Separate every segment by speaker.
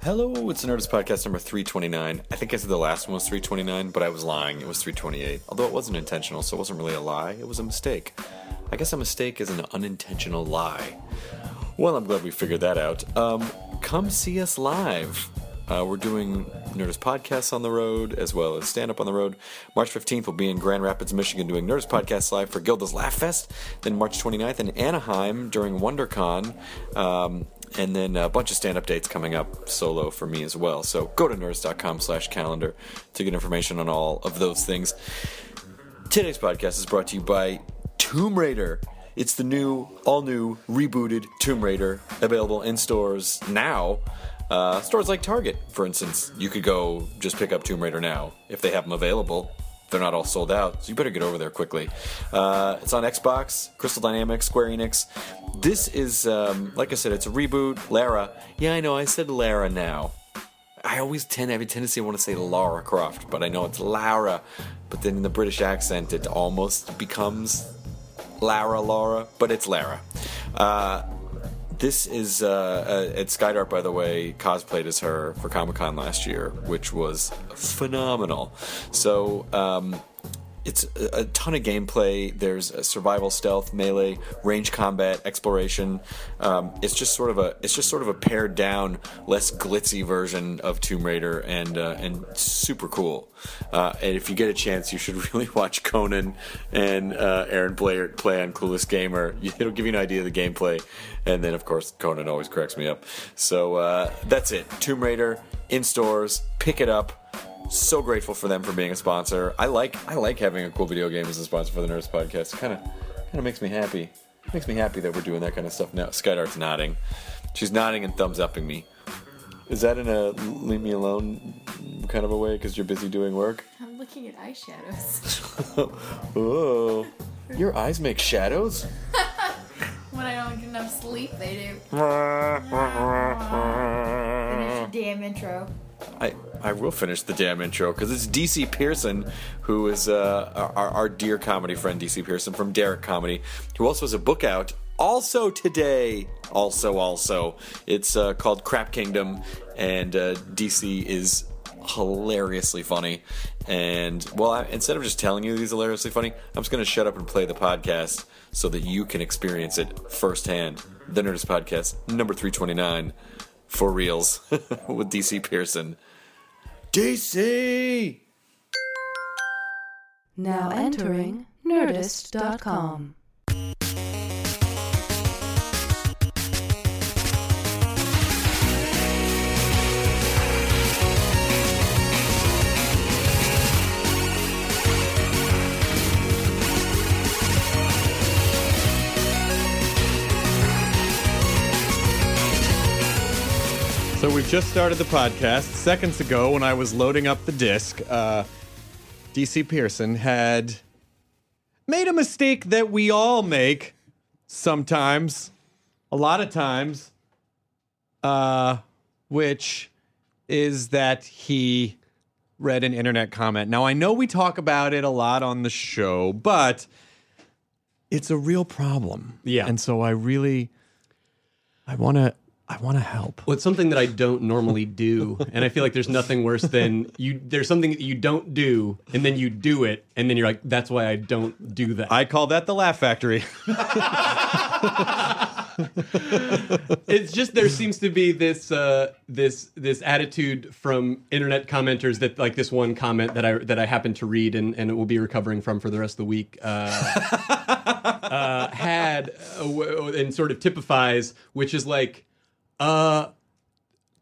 Speaker 1: Hello, it's Nerdist Podcast number 329. I think I said the last one was 329, but I was lying. It was 328. Although it wasn't intentional, so it wasn't really a lie, it was a mistake. I guess a mistake is an unintentional lie. Well, I'm glad we figured that out. Um, come see us live. Uh, we're doing Nerdist podcasts on the road as well as stand up on the road. March 15th, we'll be in Grand Rapids, Michigan, doing Nerdist podcasts live for Gilda's Laugh Fest. Then March 29th in Anaheim during WonderCon. Um, and then a bunch of stand-up dates coming up solo for me as well. So go to nerdist.com slash calendar to get information on all of those things. Today's podcast is brought to you by Tomb Raider. It's the new, all new, rebooted Tomb Raider available in stores now. Uh, stores like Target, for instance, you could go just pick up Tomb Raider now if they have them available. They're not all sold out, so you better get over there quickly. Uh, it's on Xbox, Crystal Dynamics, Square Enix. This is, um, like I said, it's a reboot. Lara. Yeah, I know, I said Lara now. I always tend I have a tendency to want to say Lara Croft, but I know it's Lara. But then in the British accent, it almost becomes Lara Lara, but it's Lara. Uh, this is uh, uh, at Skydart, by the way, cosplayed as her for Comic Con last year, which was phenomenal. So um, it's a, a ton of gameplay. There's a survival, stealth, melee, range combat, exploration. Um, it's just sort of a it's just sort of a pared down, less glitzy version of Tomb Raider, and uh, and super cool. Uh, and if you get a chance, you should really watch Conan and uh, Aaron Blair play on Clueless Gamer. It'll give you an idea of the gameplay. And then, of course, Conan always cracks me up. So uh, that's it. Tomb Raider in stores. Pick it up. So grateful for them for being a sponsor. I like I like having a cool video game as a sponsor for the Nerds Podcast. Kind of kind of makes me happy. Makes me happy that we're doing that kind of stuff now. Skydart's nodding. She's nodding and thumbs upping me. Is that in a leave me alone kind of a way because you're busy doing work?
Speaker 2: I'm looking at eyeshadows
Speaker 1: Oh, your eyes make shadows.
Speaker 2: when I don't get enough sleep. They do. Finish the damn intro.
Speaker 1: I, I will finish the damn intro because it's DC Pearson, who is uh, our, our dear comedy friend, DC Pearson from Derek Comedy, who also has a book out also today. Also, also. It's uh, called Crap Kingdom, and uh, DC is hilariously funny. And, well, I, instead of just telling you he's hilariously funny, I'm just going to shut up and play the podcast so that you can experience it firsthand. The Nerdist Podcast, number 329 for reals with DC Pearson. DC!
Speaker 3: Now entering Nerdist.com.
Speaker 4: So we've just started the podcast. Seconds ago, when I was loading up the disc, uh, DC Pearson had made a mistake that we all make sometimes, a lot of times, uh, which is that he read an internet comment. Now I know we talk about it a lot on the show, but it's a real problem.
Speaker 5: Yeah.
Speaker 4: and so I really, I want to, I want to help.
Speaker 5: Well, it's something that I don't normally do, and I feel like there's nothing worse than you. There's something that you don't do, and then you do it, and then you're like, "That's why I don't do that."
Speaker 4: I call that the Laugh Factory.
Speaker 5: it's just there seems to be this uh, this this attitude from internet commenters that like this one comment that I that I happened to read and and it will be recovering from for the rest of the week uh, uh, had uh, w- and sort of typifies, which is like, uh,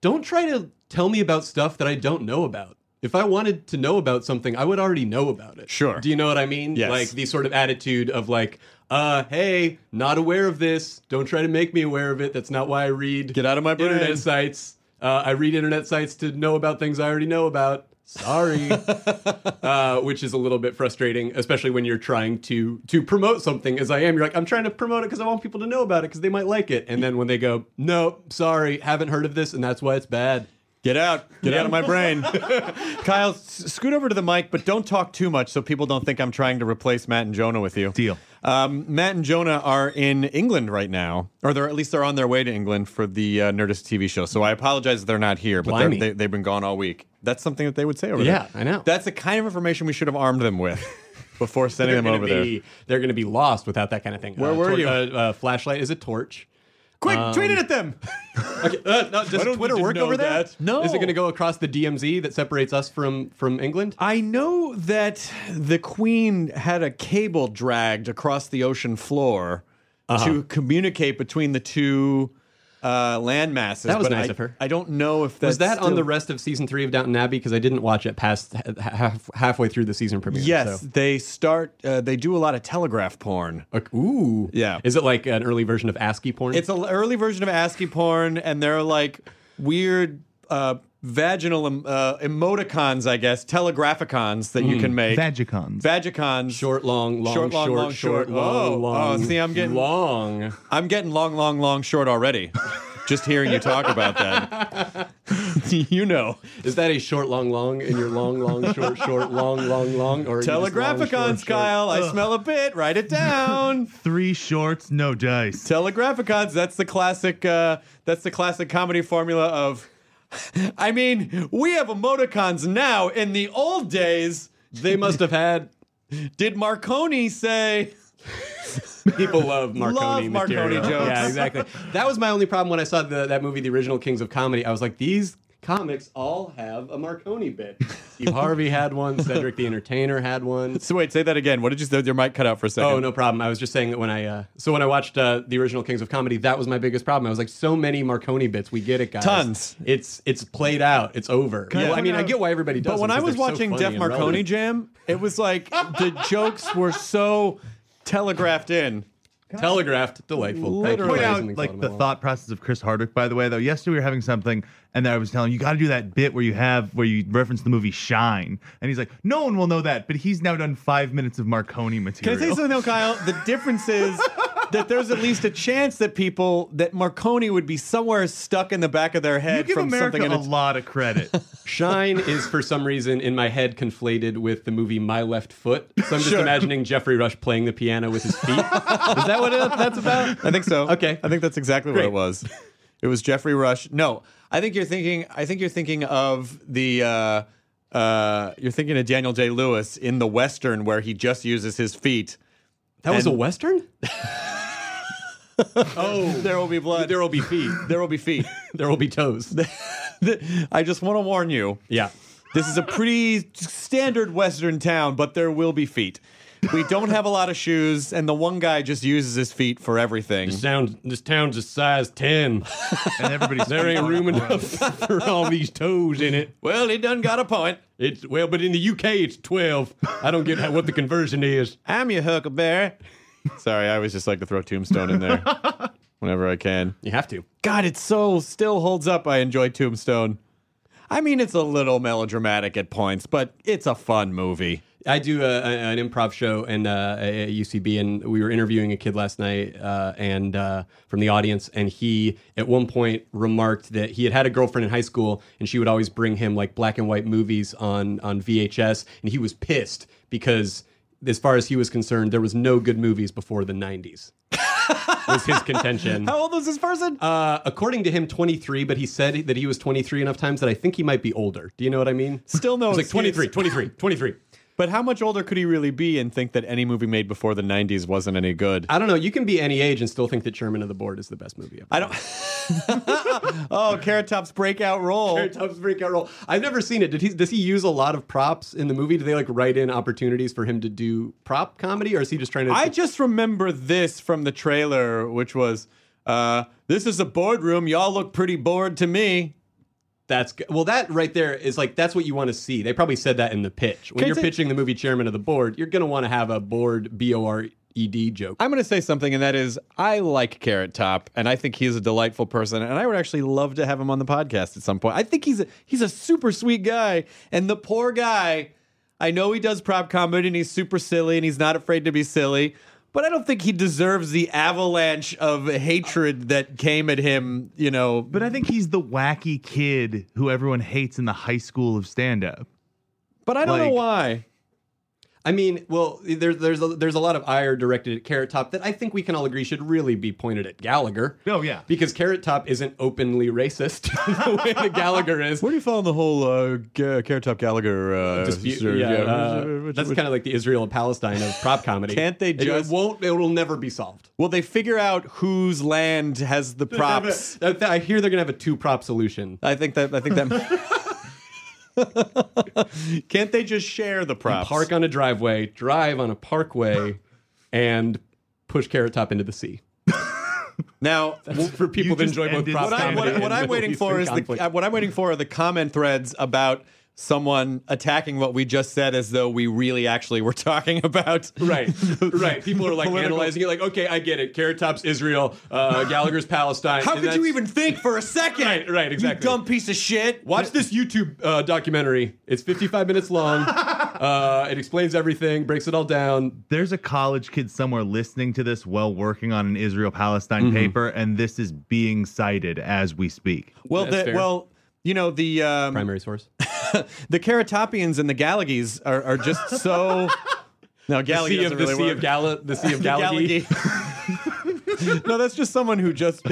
Speaker 5: don't try to tell me about stuff that I don't know about. If I wanted to know about something, I would already know about it.
Speaker 4: Sure.
Speaker 5: Do you know what I mean?
Speaker 4: Yes.
Speaker 5: Like the sort of attitude of like, uh, hey, not aware of this. Don't try to make me aware of it. That's not why I read.
Speaker 4: Get out of my brain.
Speaker 5: Internet sites. Uh, I read internet sites to know about things I already know about. Sorry, uh, which is a little bit frustrating, especially when you're trying to to promote something. As I am, you're like, I'm trying to promote it because I want people to know about it because they might like it. And then when they go, no, sorry, haven't heard of this, and that's why it's bad.
Speaker 4: Get out. Get out of my brain. Kyle, s- scoot over to the mic, but don't talk too much so people don't think I'm trying to replace Matt and Jonah with you.
Speaker 6: Deal.
Speaker 4: Um, Matt and Jonah are in England right now, or they're at least they're on their way to England for the uh, Nerdist TV show. So I apologize if they're not here, but they're,
Speaker 5: Blimey.
Speaker 4: they, they've been gone all week. That's something that they would say over
Speaker 5: Yeah,
Speaker 4: there.
Speaker 5: I know.
Speaker 4: That's the kind of information we should have armed them with before sending them
Speaker 5: gonna
Speaker 4: over
Speaker 5: be,
Speaker 4: there.
Speaker 5: They're going to be lost without that kind of thing.
Speaker 4: Where were
Speaker 5: tor-
Speaker 4: you?
Speaker 5: Uh, uh, flashlight is a torch.
Speaker 4: Quick, tweet it
Speaker 5: um,
Speaker 4: at them.
Speaker 5: Uh, no, does
Speaker 4: Why don't
Speaker 5: Twitter
Speaker 4: you
Speaker 5: work
Speaker 4: know
Speaker 5: over there?
Speaker 4: that? No.
Speaker 5: Is it going to go across the DMZ that separates us from from England?
Speaker 4: I know that the Queen had a cable dragged across the ocean floor
Speaker 5: Uh-huh.
Speaker 4: to communicate between the two uh, land masses.
Speaker 5: That was
Speaker 4: but
Speaker 5: nice
Speaker 4: I,
Speaker 5: of her.
Speaker 4: I don't know if that's
Speaker 5: Was that on
Speaker 4: still-
Speaker 5: the rest of season three of Downton Abbey? Because I didn't watch it past ha- half, halfway through the season premiere.
Speaker 4: Yes,
Speaker 5: so-
Speaker 4: they start. Uh, they do a lot of telegraph porn.
Speaker 5: Like, ooh.
Speaker 4: Yeah.
Speaker 5: Is it like an early version of ASCII porn?
Speaker 4: It's an early version of ASCII porn, and they're like weird uh, vaginal em- uh, emoticons, I guess, telegraphicons that you
Speaker 5: Hmm.
Speaker 4: can make.
Speaker 6: Vagicons.
Speaker 4: Vagicons.
Speaker 5: short, long, long,
Speaker 4: Short,
Speaker 5: short,
Speaker 4: long,
Speaker 5: short,
Speaker 4: long, short.
Speaker 5: long,
Speaker 4: Oh,
Speaker 5: long.
Speaker 4: oh, see, I'm getting-
Speaker 5: long.
Speaker 4: I'm getting long, long, long short already. Just hearing you talk about that. you know.
Speaker 5: Is that a short, long, long in your long, long, short, short, long, long, long? Or are you just long,
Speaker 4: Telegraphicons,
Speaker 5: short, short?
Speaker 4: Kyle. I smell a bit. Write it down.
Speaker 6: Three shorts, no dice.
Speaker 4: Telegraphicons. That's the classic. Uh, that's the classic comedy formula of. I mean, we have emoticons now. In the old days,
Speaker 5: They must have had.
Speaker 4: did Marconi say?
Speaker 5: People love Marconi.
Speaker 4: Love Marconi
Speaker 5: material.
Speaker 4: jokes.
Speaker 5: Yeah, exactly. That was my only problem when I saw the, that movie, the original Kings of Comedy. I was like, these comics all have a Marconi bit. Steve Harvey had one. Cedric the Entertainer had one.
Speaker 4: So wait, say that again. What did you say? Your mic cut out for a second.
Speaker 5: Oh, no problem. I was just saying that when I uh, so when I watched uh, the original Kings of Comedy, that was my biggest problem. I was like, so many Marconi bits. We get it, guys.
Speaker 4: Tons.
Speaker 5: It's it's played out. It's over.
Speaker 6: I
Speaker 5: Well, I
Speaker 6: point
Speaker 5: mean, I
Speaker 6: out-
Speaker 5: get why everybody does.
Speaker 4: But
Speaker 5: it
Speaker 4: when I was
Speaker 5: because they're so
Speaker 4: watching
Speaker 5: funny
Speaker 4: Def
Speaker 5: and
Speaker 4: Marconi
Speaker 5: relevant.
Speaker 4: Jam, it was like the jokes were so telegraphed in.
Speaker 5: telegraphed, delightful. Thank you.
Speaker 6: Point
Speaker 5: Guys,
Speaker 6: out,
Speaker 5: something's
Speaker 6: like
Speaker 5: on
Speaker 6: the
Speaker 5: wall.
Speaker 6: thought process of Chris Hardwick. By the way, though, yesterday we were having something, and I was telling him, you got to do that bit where you have where you reference the movie Shine, and he's like, no one will know that, but he's now done five minutes of Marconi
Speaker 4: Can I
Speaker 6: material.
Speaker 4: tell you something though, Kyle? The difference is that there's at least a chance that people that Marconi would be somewhere stuck in the back of their
Speaker 6: You
Speaker 4: head
Speaker 6: give
Speaker 4: from
Speaker 6: America
Speaker 4: something. in
Speaker 6: a
Speaker 4: its-
Speaker 6: lot of credit.
Speaker 5: Shine is for some reason in my head conflated with the movie My Left Foot. So I'm just imagining Jeffrey Rush playing the piano with his feet. is that what it- that's about?
Speaker 4: I think so.
Speaker 5: Okay.
Speaker 4: I think that's exactly what
Speaker 5: Great.
Speaker 4: it was. It was Jeffrey Rush. No, I think you're thinking. I think you're thinking of the. Uh, uh, you're thinking of Daniel J. Lewis in the western where he just uses his feet.
Speaker 5: That was a
Speaker 4: And-
Speaker 5: western. oh,
Speaker 4: There will be blood.
Speaker 5: there will be feet.
Speaker 4: There will be feet.
Speaker 5: There will be toes.
Speaker 4: I just want to warn you.
Speaker 5: Yeah.
Speaker 4: This is a pretty standard Western town, but there will be feet. We don't have a lot of shoes, and the one guy just uses his feet for everything.
Speaker 5: Sounds, this town's a size 10.
Speaker 6: and everybody's
Speaker 5: There ain't room enough for all these toes in it.
Speaker 4: Well, he done got a point.
Speaker 5: It's well, but in the UK it's 12. I don't get how, what the conversion is.
Speaker 4: I'm your huckleberry. Sorry, I always just like to throw Tombstone in there whenever I can.
Speaker 5: You have to.
Speaker 4: God, it so still holds up. I enjoy Tombstone. I mean, it's a little melodramatic at points, but it's a fun movie.
Speaker 5: I do a, a- an improv show and uh, at UCB, and we were interviewing a kid last night, uh, and uh, from the audience, and he at one point remarked that he had had a girlfriend in high school, and she would always bring him like black and white movies on on VHS, and he was pissed because, as far as he was concerned, there was no good movies before the '90s. was his contention.
Speaker 4: How old is this person?
Speaker 5: Uh, according to him, 23, but he said that he was 23 enough times that I think he might be older. Do you know what I mean?
Speaker 4: Still no
Speaker 5: He's like
Speaker 4: excuse.
Speaker 5: 23, 23, 23.
Speaker 4: But how much older could he really be and think that any movie made before the 90s wasn't any good?
Speaker 5: I don't know. You can be any age and still think that Chairman of the Board is the best movie ever.
Speaker 4: I don't. oh, Carrot Top's breakout role.
Speaker 5: Terry Tubbs breakout role. I've never seen it. Did he? Does he use a lot of props in the movie? Do they like write in opportunities for him to do prop comedy, or is he just trying to?
Speaker 4: I just remember this from the trailer, which was, uh, "This is a boardroom. Y'all look pretty bored to me."
Speaker 5: that's g- well, that right there is like that's what you want to see. They probably said that in the pitch when
Speaker 4: Can I
Speaker 5: you're
Speaker 4: say-
Speaker 5: pitching the movie Chairman of the Board. You're gonna want to have a board B O R E D joke.
Speaker 4: I'm going to say something, and that is, I like Carrot Top, and I think he's a delightful person, and I would actually love to have him on the podcast at some point. I think he's a, he's a super sweet guy, and the poor guy, I know he does prop comedy, and he's super silly, and he's not afraid to be silly, but I don't think he deserves the avalanche of hatred that came at him. You know,
Speaker 6: But I think he's the wacky kid who everyone hates in the high school of stand up.
Speaker 4: but I don't know
Speaker 6: like-
Speaker 4: why.
Speaker 5: I mean, well, there's there's a, there's a lot of ire directed at Carrot Top that I think we can all agree should really be pointed at Gallagher.
Speaker 6: Oh, yeah.
Speaker 5: because Carrot Top isn't openly racist the way that Gallagher is.
Speaker 4: Where do you fall on the whole uh, Ga- Carrot Top Gallagher uh,
Speaker 5: dispute.
Speaker 4: sir-
Speaker 5: yeah, uh,
Speaker 4: which-
Speaker 5: that's
Speaker 4: which-
Speaker 5: kind of like the Israel and Palestine of prop comedy.
Speaker 4: Can't they
Speaker 5: It-
Speaker 4: just-
Speaker 5: It won't. It will never be solved.
Speaker 4: Will they figure out whose land has the props?
Speaker 5: I I hear they're gonna have a two prop solution.
Speaker 4: I think that I think that. Can't they just share the props?
Speaker 5: Park on a driveway, drive on a parkway, and push Carrot Top into the sea.
Speaker 4: now, wh-
Speaker 5: For people
Speaker 6: You
Speaker 5: that
Speaker 6: just
Speaker 5: enjoy both
Speaker 6: ended
Speaker 5: prop
Speaker 4: what, I,
Speaker 5: comedy.
Speaker 4: what,
Speaker 5: and
Speaker 4: what I'm
Speaker 5: Middle
Speaker 4: waiting for
Speaker 5: Eastern
Speaker 4: is
Speaker 5: conflict.
Speaker 4: the uh, what I'm waiting for are the comment threads about someone attacking what we just said as though we really actually were talking about
Speaker 5: Right, right. People are like
Speaker 4: Political-
Speaker 5: analyzing it, like, okay, I get it. Carrot Top's Israel, uh, Gallagher's Palestine.
Speaker 4: How
Speaker 5: and
Speaker 4: could you
Speaker 5: that's-
Speaker 4: even think for a second?
Speaker 5: Right, right, exactly.
Speaker 4: You dumb piece of shit.
Speaker 5: Watch this YouTube uh, documentary. It's 55 minutes long. Uh, it explains everything, breaks it all down.
Speaker 6: There's a college kid somewhere listening to this while working on an Israel Palestine
Speaker 4: Mm-hmm.
Speaker 6: paper, and this is being cited as we speak.
Speaker 4: Well,
Speaker 5: That's
Speaker 4: the,
Speaker 5: fair.
Speaker 4: well, you know the um,
Speaker 5: Primary source.
Speaker 4: the Keratopians and the Gallaghies are, are just so. No,
Speaker 5: The
Speaker 4: Gallagher
Speaker 5: sea
Speaker 4: doesn't
Speaker 5: of the
Speaker 4: really
Speaker 5: sea
Speaker 4: work.
Speaker 5: of Gala, the sea of Gallagher.
Speaker 4: Gallagher. no, that's just someone who just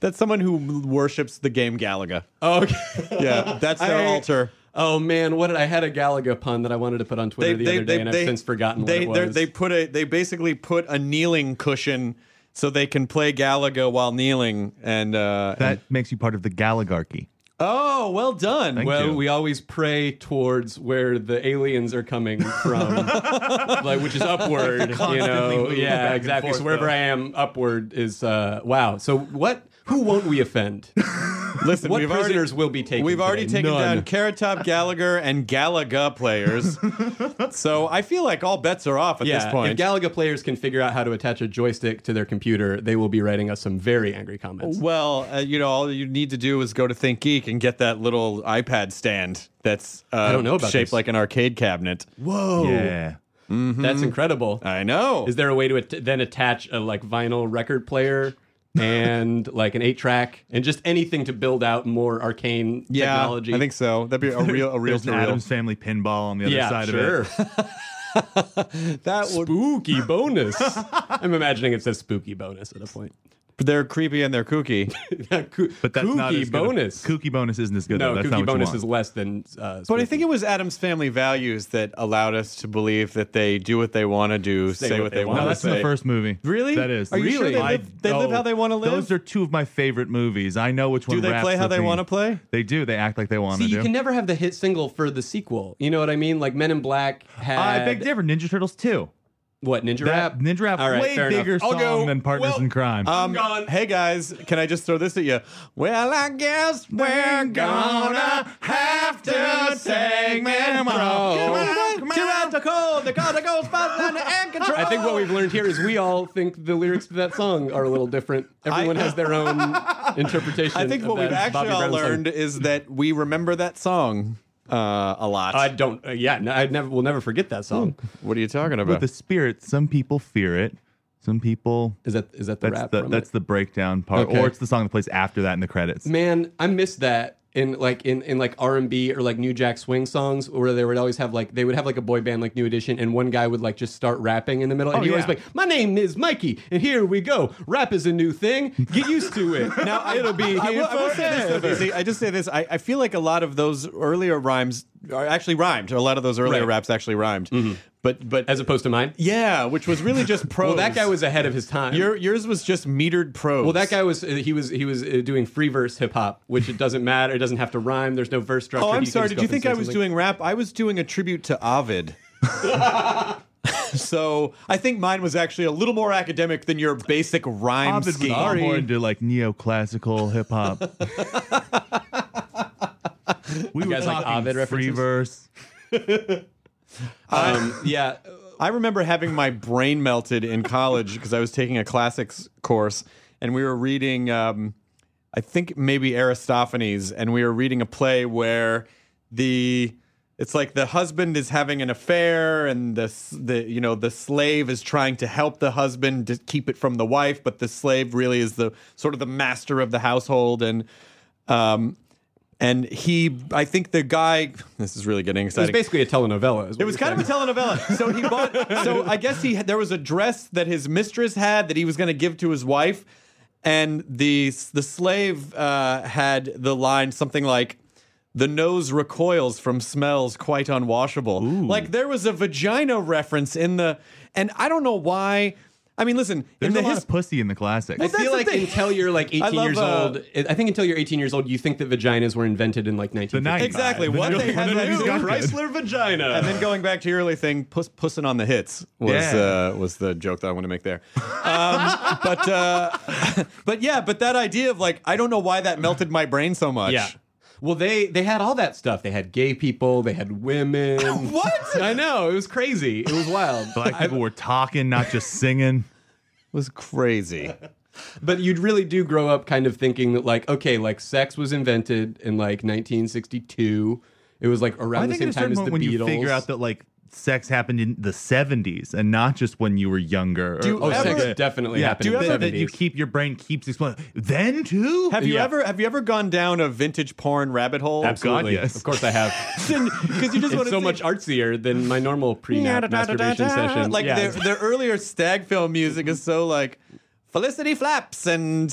Speaker 4: that's someone who worships the game Galaga.
Speaker 5: Oh, okay.
Speaker 4: Yeah, that's their
Speaker 5: I-
Speaker 4: altar.
Speaker 5: Oh man, what did I had a Galaga pun that I wanted to put on Twitter the other day, and I've since forgotten
Speaker 4: they,
Speaker 5: what
Speaker 4: they're-
Speaker 5: it was.
Speaker 4: They put a they basically put a kneeling cushion so they can play Galaga while kneeling and uh
Speaker 6: That
Speaker 4: and-
Speaker 6: makes you part of the Galagarchy.
Speaker 4: oh well done
Speaker 6: Thank
Speaker 4: well
Speaker 5: well,
Speaker 6: you.
Speaker 5: we always pray towards where the aliens are coming from, like which is upward. You
Speaker 6: Constantly
Speaker 5: know,
Speaker 6: moving back
Speaker 5: yeah,
Speaker 6: and
Speaker 5: exactly. so
Speaker 6: forth,
Speaker 5: wherever
Speaker 6: though.
Speaker 5: I am, upward is uh, wow. So what? Who won't we offend?
Speaker 4: listen
Speaker 5: what
Speaker 4: we've
Speaker 5: prisoners
Speaker 4: already,
Speaker 5: will be taken?
Speaker 4: We've already
Speaker 5: today?
Speaker 4: taken
Speaker 5: None.
Speaker 4: down Carrot Top Gallagher and Galaga players. so I feel like all bets are off at
Speaker 5: Yeah,
Speaker 4: this point.
Speaker 5: if Galaga players can figure out how to attach a joystick to their computer, they will be writing us some very angry comments.
Speaker 4: Well, uh, you know, all you need to do is go to Think Geek and get that little iPad stand that's uh,
Speaker 5: don't know about
Speaker 4: shaped
Speaker 5: this.
Speaker 4: like an arcade cabinet.
Speaker 5: Whoa,
Speaker 6: Yeah.
Speaker 4: Mm-hmm.
Speaker 5: that's incredible.
Speaker 4: I know.
Speaker 5: Is there a way to at- then attach a like vinyl record player and like an eight track and just anything to build out more arcane
Speaker 4: yeah,
Speaker 5: technology?
Speaker 4: I think so. That'd be a real, a real
Speaker 6: There's
Speaker 4: to
Speaker 6: an
Speaker 4: real.
Speaker 6: Adams Family pinball on the other
Speaker 5: Yeah,
Speaker 6: side
Speaker 5: sure.
Speaker 6: of it.
Speaker 4: That would.
Speaker 5: spooky bonus. I'm imagining it says spooky bonus at a point.
Speaker 4: They're creepy and they're kooky.
Speaker 6: But that's
Speaker 5: kooky
Speaker 6: not as good.
Speaker 5: bonus.
Speaker 6: Kooky bonus isn't as good.
Speaker 5: no,
Speaker 6: though. That's
Speaker 5: kooky
Speaker 6: not what you
Speaker 5: bonus
Speaker 6: want.
Speaker 5: is less than. Uh,
Speaker 4: But I think it was Adam's family values that allowed us to believe that they do what they want to do, say, what they, want
Speaker 6: No,
Speaker 4: to
Speaker 6: that's
Speaker 4: say.
Speaker 6: in the first movie.
Speaker 4: Really?
Speaker 6: That is.
Speaker 4: Are you sure
Speaker 6: Really?
Speaker 4: they live-
Speaker 6: I-
Speaker 4: they live how they wanna live?
Speaker 6: Those are two of my favorite movies. I know which one.
Speaker 4: do they
Speaker 6: wraps
Speaker 4: play how
Speaker 6: the
Speaker 4: they
Speaker 6: theme.
Speaker 4: want to play?
Speaker 6: They do. They act like they want
Speaker 5: See,
Speaker 6: to
Speaker 5: you
Speaker 6: do.
Speaker 5: can never have the hit single for the sequel. You know what I mean? Like Men in Black had
Speaker 6: uh, big difference. Ninja Turtles too.
Speaker 5: what Ninja
Speaker 6: That-
Speaker 5: Rap?
Speaker 6: Ninja Rap,
Speaker 5: All right,
Speaker 6: way
Speaker 5: fair enough.
Speaker 6: bigger
Speaker 4: I'll
Speaker 6: song
Speaker 4: go,
Speaker 6: than Partners
Speaker 4: well,
Speaker 6: in Crime.
Speaker 4: Um, Hey guys, can I just throw this at you? Well, I guess we're gonna have to segment from Tyrantical, the Cosmical Spotlight and Control.
Speaker 5: I think what we've learned here is we all think the lyrics to that song are a little different. Everyone
Speaker 4: I-
Speaker 5: has their own interpretation.
Speaker 4: I think
Speaker 5: of
Speaker 4: what we've
Speaker 5: that
Speaker 4: actually
Speaker 5: Bobby
Speaker 4: all
Speaker 5: Brown song.
Speaker 4: learned is that we remember that song uh, a lot.
Speaker 5: I don't. Uh, yeah, no, I never. We'll never forget that song.
Speaker 4: what are you talking
Speaker 6: With
Speaker 4: about?
Speaker 6: the spirit, some people fear it. Some people.
Speaker 5: Is that is that the
Speaker 6: That's
Speaker 5: rap?
Speaker 6: the
Speaker 5: from
Speaker 6: that's
Speaker 5: it?
Speaker 6: the breakdown part,
Speaker 5: Okay.
Speaker 6: or it's the song that plays after that in the credits.
Speaker 5: man. I missed that in like in, in like R and B or like New Jack Swing songs where they would always have like they would have like a boy band like New Edition and one guy would like just start rapping in the middle and
Speaker 6: Oh,
Speaker 5: he always
Speaker 6: yeah.
Speaker 5: like my name is Mikey and here we go rap is a new thing get used to it now it'll be
Speaker 4: I
Speaker 5: here
Speaker 4: will, I will say this, though,
Speaker 5: forever.
Speaker 4: Daisy. I just say this. I, I feel like a lot of those earlier rhymes are actually rhymed. A lot of those earlier
Speaker 5: Right. Mm-hmm.
Speaker 4: raps actually rhymed. But but
Speaker 5: as opposed to mine
Speaker 4: yeah, which was really just prose.
Speaker 5: well that guy was ahead of his time
Speaker 4: Your, yours was just metered prose.
Speaker 5: Well, that guy was uh, he was he was uh, doing free verse hip hop, which it doesn't matter. It doesn't have to rhyme. There's no verse structure.
Speaker 4: Oh, I'm
Speaker 5: can
Speaker 4: sorry. Did
Speaker 5: just go
Speaker 4: you
Speaker 5: up and
Speaker 4: think
Speaker 5: say
Speaker 4: I was
Speaker 5: something.
Speaker 4: doing rap? I was doing a tribute to Ovid. so I think mine was actually a little more academic than your basic rhyme
Speaker 6: Ovid was a
Speaker 4: scheme.
Speaker 6: lot more into like neoclassical hip hop. we were
Speaker 5: guys like
Speaker 6: talking
Speaker 5: Ovid
Speaker 6: free
Speaker 5: references?
Speaker 6: verse.
Speaker 5: Um, yeah, uh,
Speaker 4: I remember having my brain melted in college because I was taking a classics course and we were reading, um, I think maybe Aristophanes, and we were reading a play where the it's like the husband is having an affair and the s- the you know the slave is trying to help the husband to keep it from the wife, but the slave really is the sort of the master of the household and. Um, and he, I think the guy. This is really getting
Speaker 5: it was
Speaker 4: exciting.
Speaker 5: basically a telenovela.
Speaker 4: It was kind of a telenovela. So he bought. so I guess he had- there was a dress that his mistress had that he was going to give to his wife, and the the slave uh, had the line something like. The nose recoils from smells quite unwashable. Like there was a vagina reference in the, and I don't know why. I mean, listen,
Speaker 6: There's
Speaker 4: in the
Speaker 6: a lot
Speaker 4: his-
Speaker 6: of pussy in the classics.
Speaker 5: I
Speaker 4: that's
Speaker 5: feel
Speaker 4: the
Speaker 5: like
Speaker 4: thing.
Speaker 5: until you're like 18
Speaker 4: love,
Speaker 5: years
Speaker 4: uh,
Speaker 5: old, I think until you're 18 years old, you think that vaginas were invented in like 1950s.
Speaker 6: the 90s.
Speaker 4: Exactly. What they had to do-
Speaker 5: Chrysler vagina.
Speaker 4: and then going back to your early thing, puss, pussing on the hits was
Speaker 6: Yeah.
Speaker 4: uh, was the joke that I want to make there. Um, but uh, but yeah, but that idea of like I don't know why that melted my brain so much.
Speaker 5: yeah. Well, they they had all that stuff. They had gay people. They had women.
Speaker 4: What?
Speaker 5: I know. It was crazy. It was wild.
Speaker 6: Black people were talking, not just singing.
Speaker 4: was crazy.
Speaker 5: But you'd really do grow up kind of thinking that like, okay, like sex was invented in like 1962. It was like around
Speaker 6: I
Speaker 5: the
Speaker 6: think at
Speaker 5: same
Speaker 6: a
Speaker 5: time
Speaker 6: certain
Speaker 5: as the
Speaker 6: point when
Speaker 5: Beatles.
Speaker 6: you figure out that like sex happened in the 70s and not just when you were younger. or-
Speaker 4: Do you
Speaker 5: oh,
Speaker 6: or
Speaker 5: sex
Speaker 6: something.
Speaker 5: definitely
Speaker 6: yeah,
Speaker 5: happened
Speaker 6: do you
Speaker 5: in
Speaker 6: ever
Speaker 5: the 70s.
Speaker 6: that you keep your brain keeps exploring? Then too.
Speaker 4: Have you
Speaker 5: Yeah.
Speaker 4: ever have you ever gone down a vintage porn rabbit hole?
Speaker 5: Absolutely.
Speaker 6: yes.
Speaker 5: Of course I have.
Speaker 4: Because you just want to
Speaker 5: it's so
Speaker 4: see-
Speaker 5: much artsier than my normal pre masturbation session.
Speaker 4: Like
Speaker 5: yeah.
Speaker 4: their, their earlier stag film music is so like Felicity Flaps and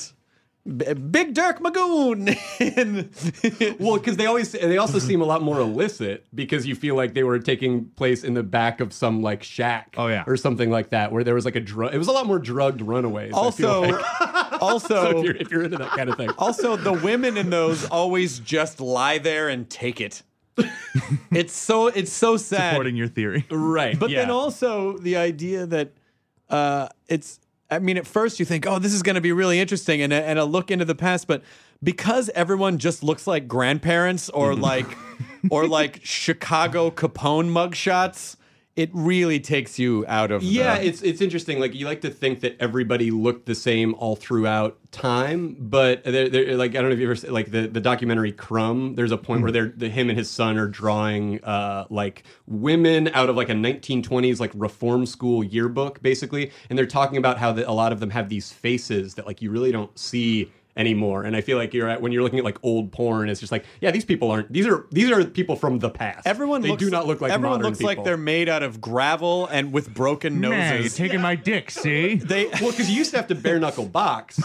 Speaker 4: B- Big Dirk Magoon. and
Speaker 5: well, because they always they also seem a lot more illicit because you feel like they were taking place in the back of some like shack,
Speaker 6: Oh, yeah.
Speaker 5: or something like that, where there was like a drug. It was a lot more drugged runaways. I feel
Speaker 4: also,
Speaker 5: like. if,
Speaker 4: also,
Speaker 5: you're, if you're into that kind of thing,
Speaker 4: also, the women in those always just lie there and take it. it's so it's so sad.
Speaker 6: supporting your theory.
Speaker 5: right?
Speaker 4: But then
Speaker 5: yeah.
Speaker 4: also the idea that uh, it's, I mean, at first you think, oh, this is going to be really interesting and a, and a look into the past. But because everyone just looks like grandparents or like, or like Chicago Capone mugshots, it really takes you out of
Speaker 5: Yeah,
Speaker 4: the-
Speaker 5: it's it's interesting. Like you like to think that everybody looked the same all throughout time, but they're, they're, like I don't know if you ever s- like the, the documentary Crumb. There's a point
Speaker 4: Mm.
Speaker 5: where they're the, him and his son are drawing uh, like women out of like a 1920s like reform school yearbook, basically, and they're talking about how the, a lot of them have these faces that like you really don't see anymore and i feel like you're at when you're looking at like old porn it's just like yeah these people aren't these are these are people from the past
Speaker 4: Everyone
Speaker 5: they
Speaker 4: looks,
Speaker 5: do not look like
Speaker 4: everyone
Speaker 5: modern
Speaker 4: looks like
Speaker 5: people.
Speaker 4: they're made out of gravel and with broken
Speaker 6: Man, you're
Speaker 4: noses.
Speaker 6: taking my dick. See,
Speaker 4: they
Speaker 5: Well, because you used to have to bare knuckle box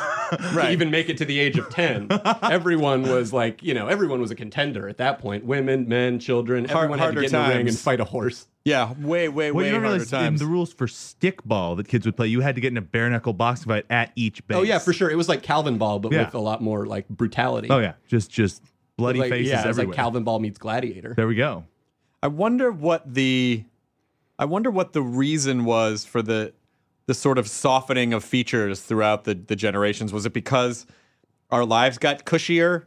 Speaker 4: Right.
Speaker 5: to even make it to the age of 10. everyone was like, you know, everyone was a contender at that point. Women, men, children,
Speaker 4: Har-
Speaker 5: everyone had to
Speaker 4: harder
Speaker 5: get in the ring
Speaker 4: times.
Speaker 5: and fight a horse.
Speaker 4: yeah, way way
Speaker 6: Well,
Speaker 4: way
Speaker 6: you don't
Speaker 4: harder
Speaker 6: realize in
Speaker 4: times.
Speaker 6: the rules for stickball that kids would play, you had to get in a bare knuckle boxing fight at each base.
Speaker 5: Oh, yeah, for sure. It was like Calvin Ball, but
Speaker 6: Yeah.
Speaker 5: with a lot more like brutality.
Speaker 6: Oh yeah, just just bloody
Speaker 5: Like,
Speaker 6: faces
Speaker 5: yeah, it was
Speaker 6: everywhere.
Speaker 5: like Calvin Ball meets Gladiator.
Speaker 6: there we go.
Speaker 4: I wonder what the I wonder what the reason was for the the sort of softening of features throughout the, the generations. Was it because our lives got cushier?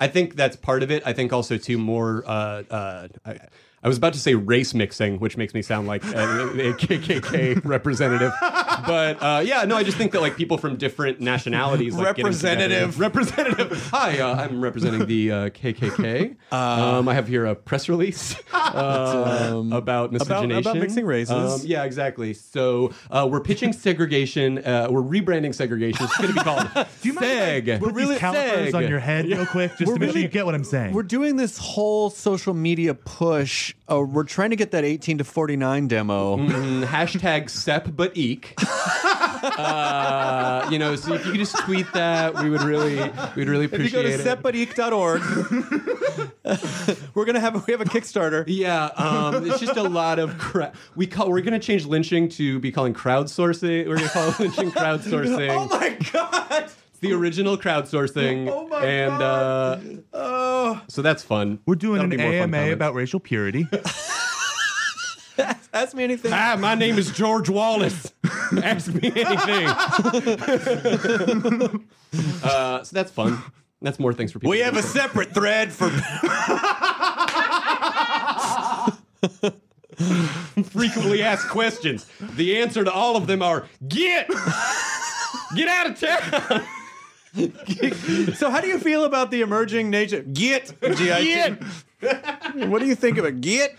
Speaker 5: I think that's part of it. I think also too more. Uh, uh, I, I was about to say race mixing, which makes me sound like a, a KKK representative. but uh, yeah, no, I just think that like people from different nationalities, like, getting together-
Speaker 4: Representative.
Speaker 5: representative. Hi, uh, I'm representing the uh, KKK. um, I have here a press release
Speaker 6: uh,
Speaker 5: um, about miscegenation,
Speaker 4: about mixing races.
Speaker 5: Um, yeah, exactly. So uh, we're pitching segregation. Uh, we're rebranding segregation. It's going to be called
Speaker 6: Do you mind
Speaker 5: Seg.
Speaker 6: if I put
Speaker 5: We're really
Speaker 6: these calipers
Speaker 5: Seg.
Speaker 6: on your head real quick just
Speaker 4: We're
Speaker 6: to make
Speaker 4: really-
Speaker 6: sure you get what I'm saying?
Speaker 4: We're doing this whole social media push. Uh, we're trying to get that 18 to 49 demo.
Speaker 5: Mm, hashtag sep but eek. uh, you know, so if you could just tweet that, we would really, we'd really
Speaker 4: If you go
Speaker 5: appreciate
Speaker 4: to
Speaker 5: it.
Speaker 4: setbuteek.org, we're gonna have we have a Kickstarter.
Speaker 5: yeah, um, it's just a lot of crap. We call we're gonna change lynching to be calling crowdsourcing. We're gonna call it lynching crowdsourcing.
Speaker 4: Oh my god!
Speaker 5: It's the original crowdsourcing.
Speaker 4: Oh my
Speaker 5: and,
Speaker 4: God.
Speaker 5: Uh,
Speaker 4: Oh,
Speaker 5: so that's fun.
Speaker 6: We're doing
Speaker 5: That'll be
Speaker 6: an
Speaker 5: more fun
Speaker 6: AMA
Speaker 5: comments.
Speaker 6: about racial purity.
Speaker 4: ask me anything.
Speaker 5: Hi, my name is George Wallace. Ask me anything. uh, so that's fun. That's more things for people.
Speaker 4: We
Speaker 5: to
Speaker 4: have
Speaker 5: do.
Speaker 4: a separate thread for
Speaker 5: frequently asked questions. The answer to all of them are get get out of town.
Speaker 4: So how do you feel about the emerging nature? Git, G-I-T. What do you think of it? Git.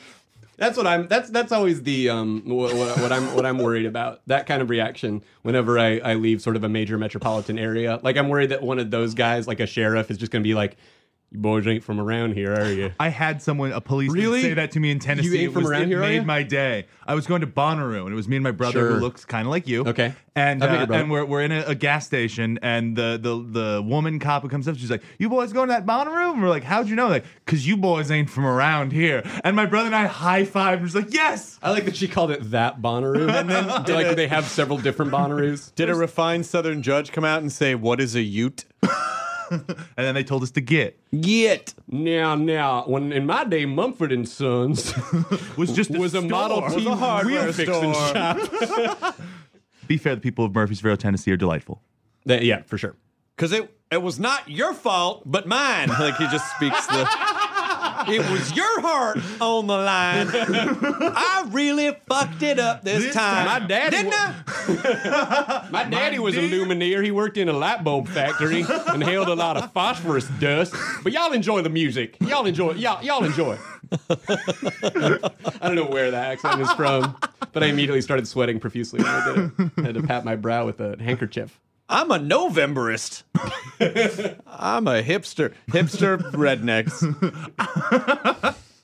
Speaker 5: That's what I'm. That's that's always the um what, what I'm what I'm worried about. That kind of reaction whenever I I leave sort of a major metropolitan area. Like I'm worried that one of those guys, like a sheriff, is just gonna be like, "You boys ain't from around here, are you?"
Speaker 6: I had someone, a policeman,
Speaker 5: Really?
Speaker 6: say that to me in Tennessee.
Speaker 5: You ain't
Speaker 6: It
Speaker 5: from
Speaker 6: was-
Speaker 5: around
Speaker 6: it
Speaker 5: here, are
Speaker 6: made
Speaker 5: you?
Speaker 6: my day. I was going to Bonnaroo, and it was me and my brother
Speaker 5: Sure.
Speaker 6: who looks kind of like you.
Speaker 5: Okay.
Speaker 6: and
Speaker 5: I've met
Speaker 6: uh,
Speaker 5: your brother.
Speaker 6: and we're, we're in a, a gas station, and the, the the woman cop who comes up, she's like, "You boys going to that Bonnaroo?" And we're like, "How'd you know?" Like, "Cause you boys ain't from around here." And my brother and I high fived. We're just like, "Yes."
Speaker 5: I like that she called it that Bonnaroo, and then like they have several different Bonnaroos.
Speaker 4: Did a refined Southern judge come out and say, "What is a Ute"?
Speaker 6: And then they told us to get
Speaker 4: Git.
Speaker 5: Now, now, when in my day, Mumford and Sons
Speaker 6: was just
Speaker 5: was a
Speaker 6: store.
Speaker 5: model
Speaker 6: Was
Speaker 5: T
Speaker 6: a
Speaker 4: hardware
Speaker 5: wheel fixing
Speaker 4: store.
Speaker 5: shop.
Speaker 6: Be fair, the people of Murfreesboro, Tennessee, are delightful.
Speaker 5: That- yeah, for sure.
Speaker 4: Because it it was not your fault, but mine. Like he just speaks the. It was your heart on the line. I really fucked it up this,
Speaker 6: This
Speaker 4: time.
Speaker 5: time. My daddy
Speaker 4: didn't
Speaker 5: wa-
Speaker 4: I?
Speaker 5: My daddy was a lumineer. He worked in a light bulb factory and held a lot of phosphorus dust. But y'all enjoy the music. Y'all enjoy. Y'all y'all enjoy. it. I don't know where that accent is from, but I immediately started sweating profusely when I did it. I had to pat my brow with a handkerchief.
Speaker 4: I'm a Novemberist. I'm a hipster. Hipster rednecks.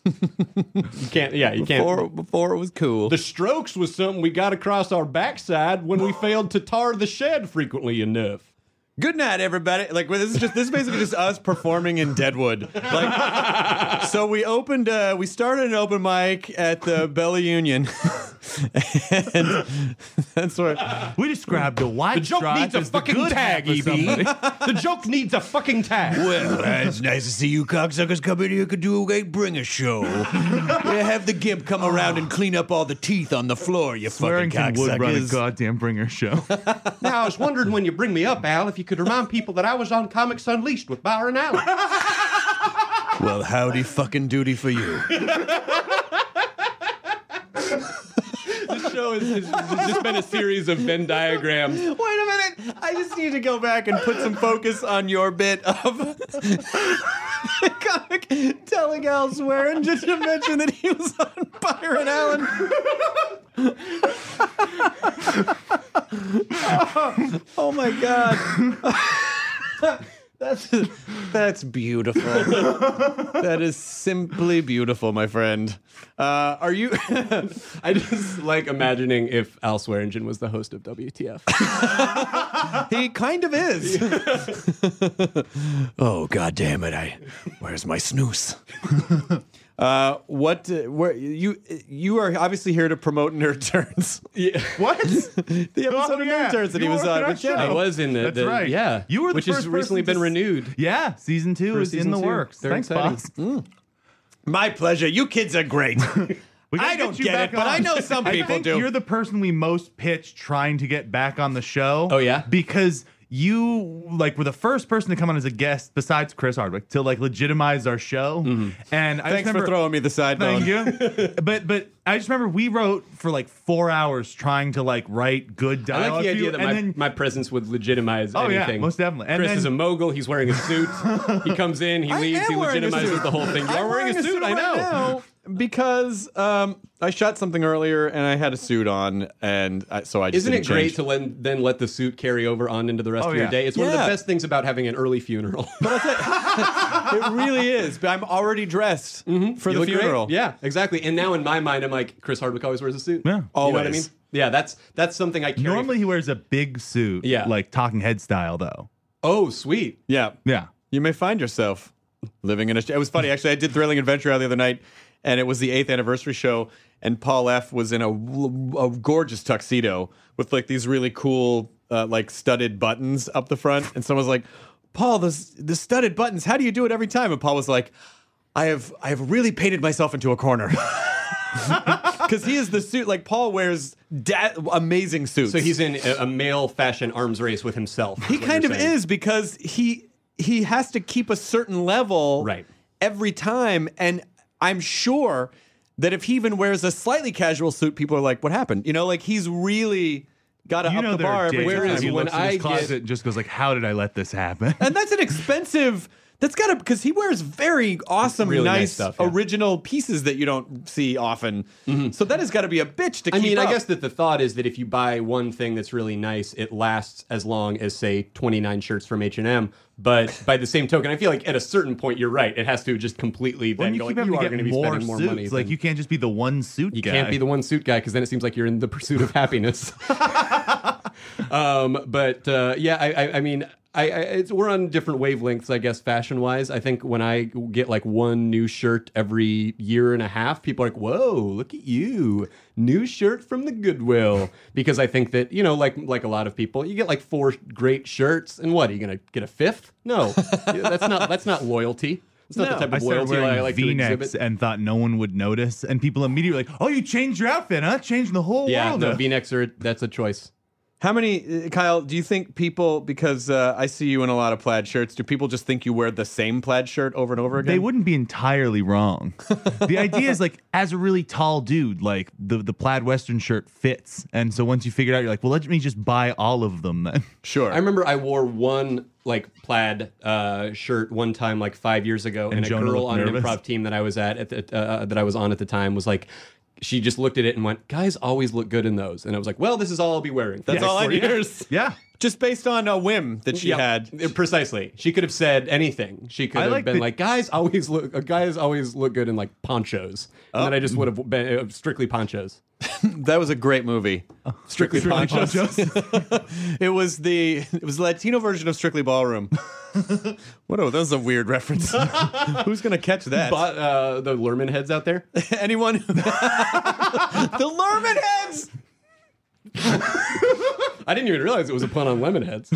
Speaker 5: You can't. Yeah, you can't.
Speaker 4: Before, before it was cool.
Speaker 5: the strokes was something we got across our backside when we failed to tar the shed frequently enough.
Speaker 4: Good night, everybody. Like well, this is just this is basically just us performing in Deadwood. Like, so we opened, uh, we started an open mic at the Bella Union, and that's where
Speaker 6: We described the white
Speaker 5: The joke
Speaker 6: stripe
Speaker 5: needs a
Speaker 6: as the
Speaker 5: fucking
Speaker 6: good
Speaker 5: tag, E
Speaker 6: half
Speaker 5: EB.
Speaker 6: of somebody.
Speaker 5: the joke needs a fucking tag.
Speaker 7: Well, uh, it's nice to see you cocksuckers come in here and do a bring a show. yeah, have the gimp come around and clean up all the teeth on the floor, you fucking
Speaker 6: Swearington would run a
Speaker 7: cocksuckers.
Speaker 6: goddamn bringer show.
Speaker 5: Now, I was wondering when you bring me up, Al, if you could remind people that I was on Comics Unleashed with Byron Allen.
Speaker 7: well, howdy fucking duty for you.
Speaker 5: this show has has- has just been a series of Venn diagrams.
Speaker 4: Wait a minute! I just need to go back and put some focus on your bit of the comic telling elsewhere, and just to mention that he was on Byron Allen. oh my god! that's that's beautiful. that is simply beautiful, my friend. Uh, are you?
Speaker 5: I just like imagining if Al Swearingen was the host of WTF.
Speaker 4: he kind of is.
Speaker 7: Oh, god damn it. I Where's my snooze?
Speaker 4: Uh, what? uh, Where you? You are obviously here to promote Nerd Turns.
Speaker 6: what? Oh,
Speaker 4: the episode of Nerd Turns that he
Speaker 6: You
Speaker 4: was
Speaker 6: were
Speaker 4: on
Speaker 6: on
Speaker 4: with
Speaker 6: that
Speaker 4: Jenny.
Speaker 6: show.
Speaker 5: was in the-
Speaker 6: That's
Speaker 5: the-
Speaker 6: right.
Speaker 5: yeah,
Speaker 6: you were the
Speaker 5: which has
Speaker 6: first person
Speaker 5: recently
Speaker 6: to
Speaker 5: been
Speaker 6: s-
Speaker 5: renewed.
Speaker 6: Yeah, season two
Speaker 5: For
Speaker 6: is
Speaker 5: season
Speaker 6: in the
Speaker 5: two.
Speaker 6: works.
Speaker 5: Very
Speaker 6: Thanks,
Speaker 5: exciting.
Speaker 6: boss.
Speaker 4: My pleasure. You kids are great.
Speaker 6: We gotta
Speaker 4: I don't
Speaker 6: you
Speaker 4: get
Speaker 6: back
Speaker 4: it, but I know some
Speaker 6: I
Speaker 4: people
Speaker 6: think
Speaker 4: do.
Speaker 6: You're the person we most pitch trying to get back on the show.
Speaker 5: Oh, yeah?
Speaker 6: because you like were the first person to come on as a guest besides Chris Hardwick to like legitimize our show.
Speaker 5: Mm-hmm.
Speaker 6: And I just
Speaker 4: Thanks for
Speaker 6: remember,
Speaker 4: throwing me the side
Speaker 6: Thank
Speaker 4: bone.
Speaker 6: you. but but I just remember we wrote for like four hours trying to like write good
Speaker 5: I like
Speaker 6: dialogue.
Speaker 5: the
Speaker 6: for you,
Speaker 5: idea that
Speaker 6: and
Speaker 5: my,
Speaker 6: then
Speaker 5: my presence would legitimize
Speaker 6: Oh, yeah,
Speaker 5: anything.
Speaker 6: most definitely. And
Speaker 5: Chris
Speaker 6: then-
Speaker 5: is a mogul. He's wearing a suit. he comes in, he
Speaker 4: I
Speaker 5: leaves,
Speaker 4: am
Speaker 5: he
Speaker 4: wearing a
Speaker 5: legitimizes
Speaker 4: suit.
Speaker 5: the whole thing. You
Speaker 4: I'm
Speaker 5: are wearing, a suit, I
Speaker 4: right
Speaker 5: know.
Speaker 4: now because um, I shot something earlier and I had a suit on, and I, so I just
Speaker 5: Isn't it
Speaker 4: didn't
Speaker 5: great
Speaker 4: change.
Speaker 5: to len- then let the suit carry over on into the rest
Speaker 6: Oh,
Speaker 5: of your
Speaker 6: yeah.
Speaker 5: day? It's one of the
Speaker 4: Yeah.
Speaker 5: best things about having an early funeral.
Speaker 4: it really is. But I'm already dressed for
Speaker 5: Mm-hmm. You
Speaker 4: the
Speaker 5: look great.
Speaker 4: funeral.
Speaker 5: Yeah, exactly. And now in my mind, I'm like, Chris Hardwick always wears a suit.
Speaker 6: Yeah.
Speaker 5: You know what I
Speaker 4: Always.
Speaker 5: mean? Yeah, that's that's something I carry.
Speaker 6: normally he wears a big suit,
Speaker 5: Yeah.
Speaker 6: like talking head style though.
Speaker 5: oh, sweet.
Speaker 4: yeah,
Speaker 6: Yeah.
Speaker 4: You may find yourself living in a. It was funny actually. I did Thrilling Adventure the other night, and it was the eighth anniversary show, and Paul F was in a, a gorgeous tuxedo with like these really cool uh, like studded buttons up the front, and someone was like, "Paul, those the studded buttons. How do you do it every time?" And Paul was like, "I have I have really painted myself into a corner." Because he is the suit, like Paul wears da- amazing suits.
Speaker 5: So he's in a, a male fashion arms race with himself.
Speaker 4: He kind of is because he he has to keep a certain level
Speaker 5: Right.
Speaker 4: every time, and I'm sure that if he even wears a slightly casual suit, people are like, "What happened?" You know, like he's really got to
Speaker 6: You
Speaker 4: up
Speaker 6: know
Speaker 4: the
Speaker 6: there
Speaker 4: bar
Speaker 6: are
Speaker 4: every
Speaker 6: days
Speaker 5: Where
Speaker 4: time.
Speaker 5: is
Speaker 6: he
Speaker 5: when
Speaker 6: looks in his
Speaker 5: I get-
Speaker 6: closet and just goes like, "How did I let this happen?"
Speaker 4: and that's an expensive. That's got to because he wears very awesome,
Speaker 5: Really nice
Speaker 4: nice,
Speaker 5: stuff, yeah. Mm-hmm.
Speaker 4: original pieces that you don't see often. So that has got to be a bitch to
Speaker 5: I
Speaker 4: keep
Speaker 5: mean,
Speaker 4: up.
Speaker 5: I guess that the thought is that if you buy one thing that's really nice, it lasts as long as say 29 shirts from H&M. But by the same token, I feel like at a certain point you're right. It has to just completely then
Speaker 6: when you
Speaker 5: go
Speaker 6: keep
Speaker 5: like,
Speaker 6: having
Speaker 5: you are
Speaker 6: to
Speaker 5: going to
Speaker 6: get
Speaker 5: be
Speaker 6: more
Speaker 5: spending more
Speaker 6: suits,
Speaker 5: money.
Speaker 6: like
Speaker 5: than-
Speaker 6: you can't just be the one suit
Speaker 5: You
Speaker 6: guy.
Speaker 5: can't be the one suit guy because then it seems like you're in the pursuit of happiness. um, but uh, yeah, I, I, I mean, I, I it's, we're on different wavelengths, I guess, fashion wise. I think when I get like one new shirt every year and a half, people are like, "Whoa, look at you! New shirt from the Goodwill." Because I think that you know, like like a lot of people, you get like four great shirts, and what are you gonna get a fifth? No, that's not that's not loyalty. It's not
Speaker 4: No.
Speaker 5: the type
Speaker 6: I
Speaker 5: of
Speaker 6: started
Speaker 5: loyalty I
Speaker 6: wearing
Speaker 5: like to
Speaker 6: V-necks
Speaker 5: exhibit.
Speaker 6: and thought no one would notice, and people immediately were like, "Oh, you changed your outfit, huh? Changing the whole
Speaker 5: Yeah,
Speaker 6: world."
Speaker 5: no,
Speaker 6: up."
Speaker 5: V-necks are that's a choice.
Speaker 4: How many, uh, Kyle? Do you think people? Because uh, I see you in a lot of plaid shirts. Do people just think you wear the same plaid shirt over and over again?
Speaker 6: they wouldn't be entirely wrong. the idea is like, as a really tall dude, like the the plaid western shirt fits, and so once you figure it out, you're like, "Well, let me just buy all of them then."
Speaker 4: Sure.
Speaker 5: I remember I wore one like plaid uh, shirt one time like five years ago, and, a
Speaker 6: Jonah
Speaker 5: girl
Speaker 6: looked
Speaker 5: on an
Speaker 6: nervous.
Speaker 5: improv team that I was at, at the, uh, that I was on at the time was like. She just looked at it and went, "Guys always look good in those." And I was like, "Well, this is all I'll be wearing." for
Speaker 4: That's
Speaker 5: the next
Speaker 4: all I
Speaker 5: 40
Speaker 4: need.
Speaker 5: years."
Speaker 6: Yeah.
Speaker 4: just based on a whim that she
Speaker 5: Yeah,
Speaker 4: had.
Speaker 5: precisely. She could have said anything. She could
Speaker 6: I
Speaker 5: have
Speaker 6: like
Speaker 5: been
Speaker 6: that-
Speaker 5: like, "Guys always look, uh, guys always look good in like ponchos," and then I just would have been uh, strictly ponchos.
Speaker 4: That was a great movie.
Speaker 5: Oh,
Speaker 4: Strictly Ponchos. it was the it was the Latino version of Strictly Ballroom. what? Oh, that was a weird reference. Who's gonna catch that?
Speaker 5: But uh, the Lerman heads out there.
Speaker 4: Anyone? the Lerman heads.
Speaker 5: I didn't even realize it was a pun on lemon heads.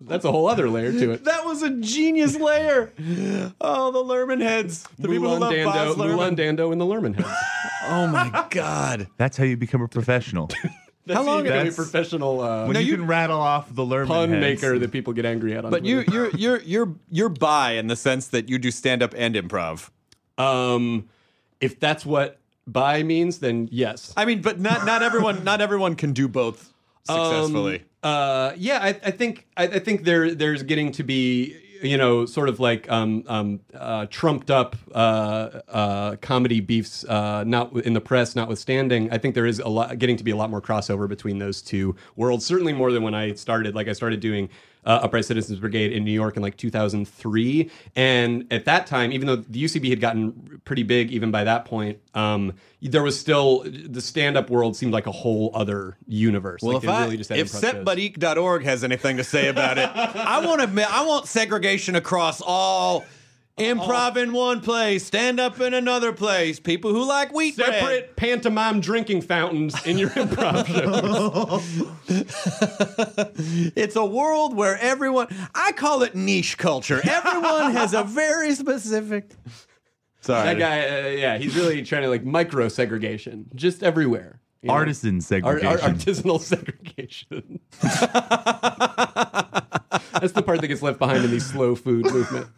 Speaker 5: That's a whole other layer to it.
Speaker 4: That was a genius layer. Oh, the Lerman heads. The people who
Speaker 5: Mulan
Speaker 4: love
Speaker 5: Dando,
Speaker 4: Boz Lerman.
Speaker 5: Mulan Dando, and the Lerman heads.
Speaker 4: Oh my God.
Speaker 6: That's how you become a professional.
Speaker 5: That's
Speaker 4: How long-
Speaker 5: you become a
Speaker 6: that's-
Speaker 5: professional uh,
Speaker 6: when you, can rattle off the Lerman
Speaker 5: pun
Speaker 6: heads.
Speaker 5: maker that people get angry at. On
Speaker 4: But you
Speaker 5: Twitter.
Speaker 4: you're you're you're you're bi in the sense that you do stand up and improv.
Speaker 5: um, if that's what buy means, then yes.
Speaker 4: I mean, but not not everyone not everyone can do both successfully.
Speaker 5: Um, uh, yeah, I, I think I, I think there there's getting to be you know sort of like um, um, uh, trumped up uh, uh, comedy beefs uh, not in the press notwithstanding. I think there is a lot getting to be a lot more crossover between those two worlds. Certainly more than when I started. Like I started doing. Uh, Upright Citizens Brigade in New York in like 2003, and at that time, even though the UCB had gotten pretty big, even by that point, um, there was still the stand-up world seemed like a whole other universe.
Speaker 4: well,
Speaker 5: Like,
Speaker 4: if
Speaker 5: they
Speaker 4: I,
Speaker 5: really just had
Speaker 4: if
Speaker 5: improv shows.
Speaker 4: setbuddyek.org has anything to say about it, I want to I want segregation across all improv in one place, stand up in another place, people who like wheat bread.
Speaker 5: separate pantomime drinking fountains in your improv shows.
Speaker 4: It's a world where everyone I call it niche culture. Everyone has a very specific Sorry.
Speaker 5: that guy, uh, yeah, he's really trying to like micro segregation, just everywhere. you know?
Speaker 6: Artisan
Speaker 5: Ar-
Speaker 6: segregation.
Speaker 5: ar- artisanal segregation. That's the part that gets left behind in the slow food movement.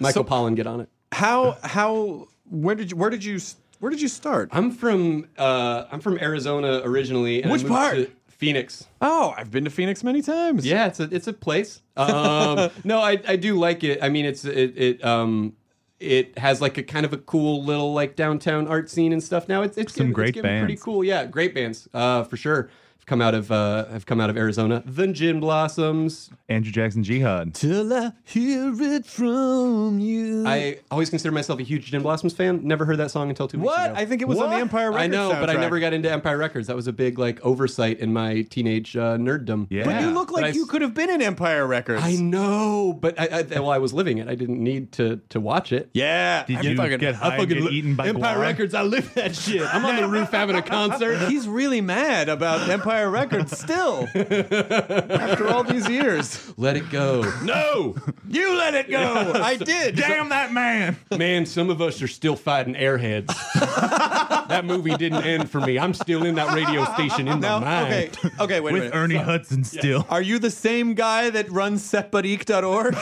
Speaker 5: Michael Pollan, get on it.
Speaker 4: How how where did you where did you s- where did you start?
Speaker 5: I'm from uh, I'm from Arizona originally. And I
Speaker 4: Which
Speaker 5: moved
Speaker 4: part?
Speaker 5: to Phoenix.
Speaker 4: Oh, I've been to Phoenix many times.
Speaker 5: Yeah, it's a it's a place. Um, no, I I do like it. I mean, it's it it um it has like a kind of a cool little like downtown art scene and stuff. Now it's it's
Speaker 6: Some
Speaker 5: getting-
Speaker 6: great
Speaker 5: it's getting pretty
Speaker 6: bands.
Speaker 5: cool. Yeah, great bands uh, for sure. Have come out of uh, have come out of Arizona. The Gin Blossoms.
Speaker 6: Andrew Jackson Jihad.
Speaker 7: Till I hear it from you.
Speaker 5: I always consider myself a huge Gin Blossoms fan. Never heard that song until two weeks
Speaker 4: What?
Speaker 5: ago.
Speaker 4: I think it was on the
Speaker 6: What?
Speaker 4: Empire Records.
Speaker 5: I know, but I
Speaker 4: soundtrack.
Speaker 5: never got into Empire Records. That was a big like oversight in my teenage uh, nerddom.
Speaker 6: Yeah.
Speaker 4: But you look
Speaker 5: But I
Speaker 4: like
Speaker 5: s-
Speaker 4: you could have been in Empire Records.
Speaker 5: I know, but I, I well, I was living it. I didn't need to to watch it.
Speaker 4: Yeah.
Speaker 6: Did
Speaker 4: I
Speaker 6: you
Speaker 4: fucking-
Speaker 6: get
Speaker 4: I
Speaker 6: high and
Speaker 4: fucking
Speaker 6: get
Speaker 4: li-
Speaker 6: eaten by
Speaker 4: Empire
Speaker 6: guar?
Speaker 4: Records? I live that shit.
Speaker 5: I'm on the roof having a concert.
Speaker 4: He's really mad about Empire Records still. After all these years.
Speaker 5: Let it go,
Speaker 4: No! You let it go! I did.
Speaker 6: Damn that man!
Speaker 5: man. Some of us are still fighting airheads. that movie didn't end for me. I'm still in that radio station in
Speaker 4: Now,
Speaker 5: my mind.
Speaker 4: okay. Okay, wait a
Speaker 6: With
Speaker 4: minute.
Speaker 6: Ernie Hudson still.
Speaker 4: Are you the same guy that runs setbutteek.org?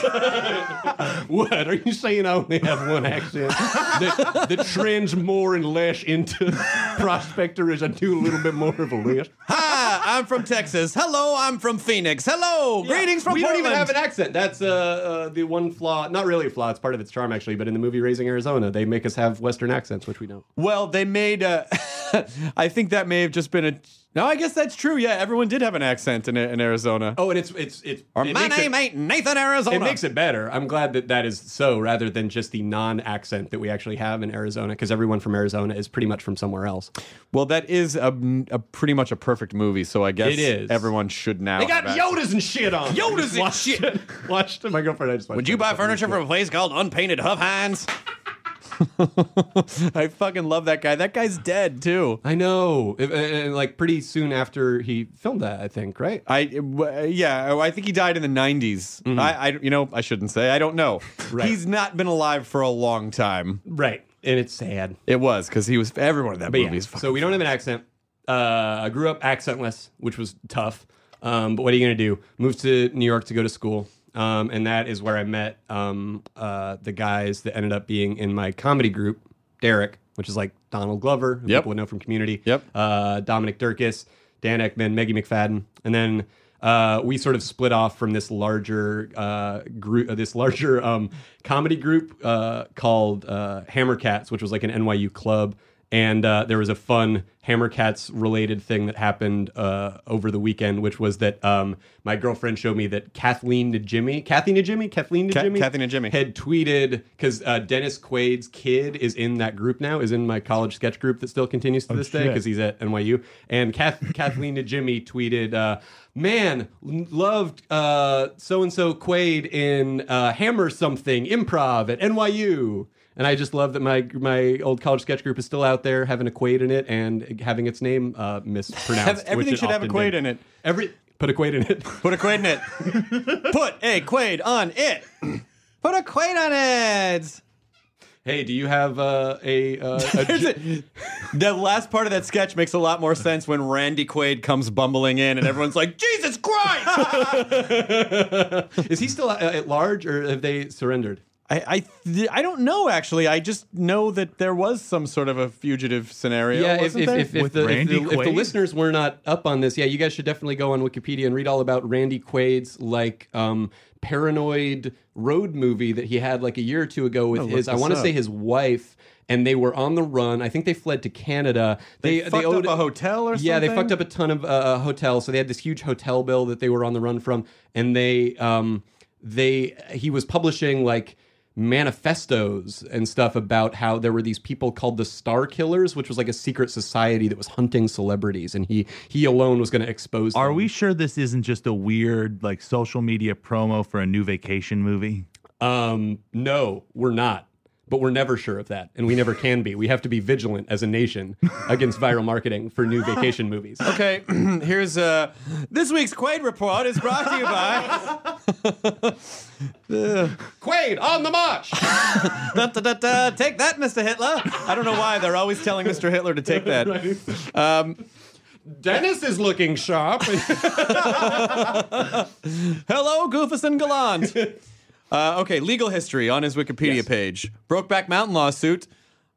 Speaker 5: What are you saying? I only have one accent. that, that trends more and less into prospector as I do a little bit more of a list.
Speaker 4: Hi, I'm from Texas. Hello, I'm from Phoenix. Hello, greetings from
Speaker 5: we
Speaker 4: Portland.
Speaker 5: don't even have an accent. That's uh, uh, the one flaw. Not really a flaw. It's part of its charm, actually. But in the movie Raising Arizona, they make us have Western accents, which we don't.
Speaker 4: Well, they made. Uh, I think that may have just been a. No, I guess that's true. Yeah, everyone did have an accent in, in Arizona.
Speaker 5: Oh, and it's it's it's.
Speaker 4: or
Speaker 5: it
Speaker 4: my
Speaker 5: makes
Speaker 4: name
Speaker 5: it,
Speaker 4: ain't Nathan Arizona.
Speaker 5: it makes it better. I'm glad that that is so, rather than just the non-accent that we actually have in Arizona, because everyone from Arizona is pretty much from somewhere else.
Speaker 4: Well, that is a, a pretty much a perfect movie. So I guess
Speaker 5: It is.
Speaker 4: everyone should now.
Speaker 5: They got
Speaker 4: have accents.
Speaker 5: Yodas and shit on.
Speaker 4: Yodas and
Speaker 5: Watched
Speaker 4: shit.
Speaker 5: it. Watched it. My girlfriend. and I just watched
Speaker 4: Would you
Speaker 5: it.
Speaker 4: buy furniture from a place called Unpainted Huff Hines? I fucking love that guy. That guy's dead too.
Speaker 5: I know. If- uh, uh, like pretty soon after he filmed that, I think. Right.
Speaker 4: I w- yeah, oh, I think he died in the 90s. I, I you know I shouldn't say I don't know.
Speaker 5: Right.
Speaker 4: He's not been alive for a long time.
Speaker 5: Right. And it's sad.
Speaker 4: It was because he was everyone in that
Speaker 5: But
Speaker 4: movie
Speaker 5: yeah,
Speaker 4: is
Speaker 5: so we don't have an accent. Uh, I grew up accentless, which was tough. Um, but what are you going to do? Moved to New York to go to school. Um, and that is where I met um, uh, the guys that ended up being in my comedy group, Derek, which is like Donald Glover, who
Speaker 4: Yep.
Speaker 5: people would know from Community.
Speaker 4: Yep.
Speaker 5: Uh, Dominic Durkis, Dan Ekman, Maggie McFadden. And then uh, we sort of split off from this larger uh, group, uh, this larger um, comedy group uh, called uh, Hammer Cats, which was like an NYU club. And uh, there was a fun Hammer Cats related thing that happened uh, over the weekend, which was that um, my girlfriend showed me that Kathleen to Jimmy, Kathleen to Jimmy, Kathleen to
Speaker 4: Ka-
Speaker 5: Jimmy,
Speaker 4: Kathleen Najimy.
Speaker 5: had tweeted because uh, Dennis Quaid's kid is in that group now, is in my college sketch group that still continues
Speaker 4: Oh,
Speaker 5: to this day
Speaker 6: shit.
Speaker 5: because he's at NYU. And Kath- Kathleen and Jimmy tweeted, uh, "Man, l- loved so and so Quaid in uh, Hammer something improv at NYU." And I just love that my my old college sketch group is still out there having a Quaid in it and having its name uh, mispronounced. which
Speaker 4: everything
Speaker 5: it
Speaker 4: should have a
Speaker 5: often
Speaker 4: Quaid
Speaker 5: did.
Speaker 4: in it.
Speaker 5: Every put a Quaid in it.
Speaker 4: Put a Quaid in it. Put a Quaid on it. Put a Quaid on it.
Speaker 5: hey, do you have uh, a, uh, a
Speaker 4: There's a- the last part of that sketch makes a lot more sense when Randy Quaid comes bumbling in and everyone's like, Jesus Christ!
Speaker 5: Is he still at, at large, or have they surrendered?
Speaker 4: I, I, th- I don't know, actually. I just know that there was some sort of a fugitive scenario.
Speaker 5: if,
Speaker 4: wasn't
Speaker 5: if,
Speaker 4: there?
Speaker 5: if, if,
Speaker 6: With
Speaker 5: the, if,
Speaker 6: Randy
Speaker 5: the, if the
Speaker 6: Quaid?
Speaker 5: listeners were not up on this, yeah, you guys should definitely go on Wikipedia and read all about Randy Quaid's like um, paranoid road movie that he had like a year or two ago with his, I
Speaker 4: this
Speaker 5: want to
Speaker 4: up.
Speaker 5: say his wife, and they were on the run. I think they fled to Canada. They,
Speaker 4: fucked up a hotel or
Speaker 5: Yeah, they
Speaker 4: something?
Speaker 5: fucked up a ton of uh, hotels. So they had this huge hotel bill that they were on the run from, and they um, they he was publishing like manifestos and stuff about how there were these people called the Star Killers, which was like a secret society that was hunting celebrities, and he he alone was going to expose.
Speaker 6: Are
Speaker 5: them.
Speaker 6: we sure this isn't just a weird like social media promo for a new vacation movie?
Speaker 5: Um, no, we're not. But we're never sure of that, and we never can be. We have to be vigilant as a nation against viral marketing for new vacation movies.
Speaker 4: Okay, here's uh, this week's Quaid report is brought to you by
Speaker 5: Quaid on the march.
Speaker 4: da, da, da, da, take that, Mr. Hitler. I don't know why they're always telling Mr. Hitler to take that. Um,
Speaker 5: Dennis is looking sharp.
Speaker 4: Hello, Goofus and Gallant. uh, okay, legal history on his Wikipedia page. Brokeback Mountain lawsuit.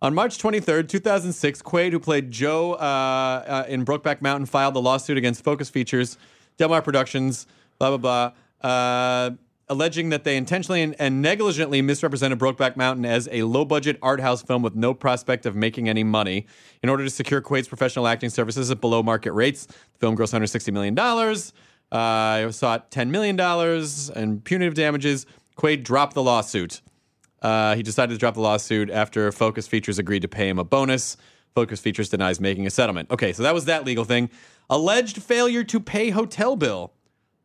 Speaker 4: On March 23rd, 2006, Quaid, who played Joe uh, uh, in Brokeback Mountain, filed the lawsuit against Focus Features, Delmar Productions, blah, blah, blah, uh, alleging that they intentionally and, and negligently misrepresented Brokeback Mountain as a low budget art house film with no prospect of making any money. In order to secure Quaid's professional acting services at below market rates, the film grossed $160 million. Uh, sought $10 million in punitive damages. Quaid dropped the lawsuit. Uh, he decided to drop the lawsuit after Focus Features agreed to pay him a bonus. Focus Features denies making a settlement. Okay, so that was that legal thing. Alleged failure to pay hotel bill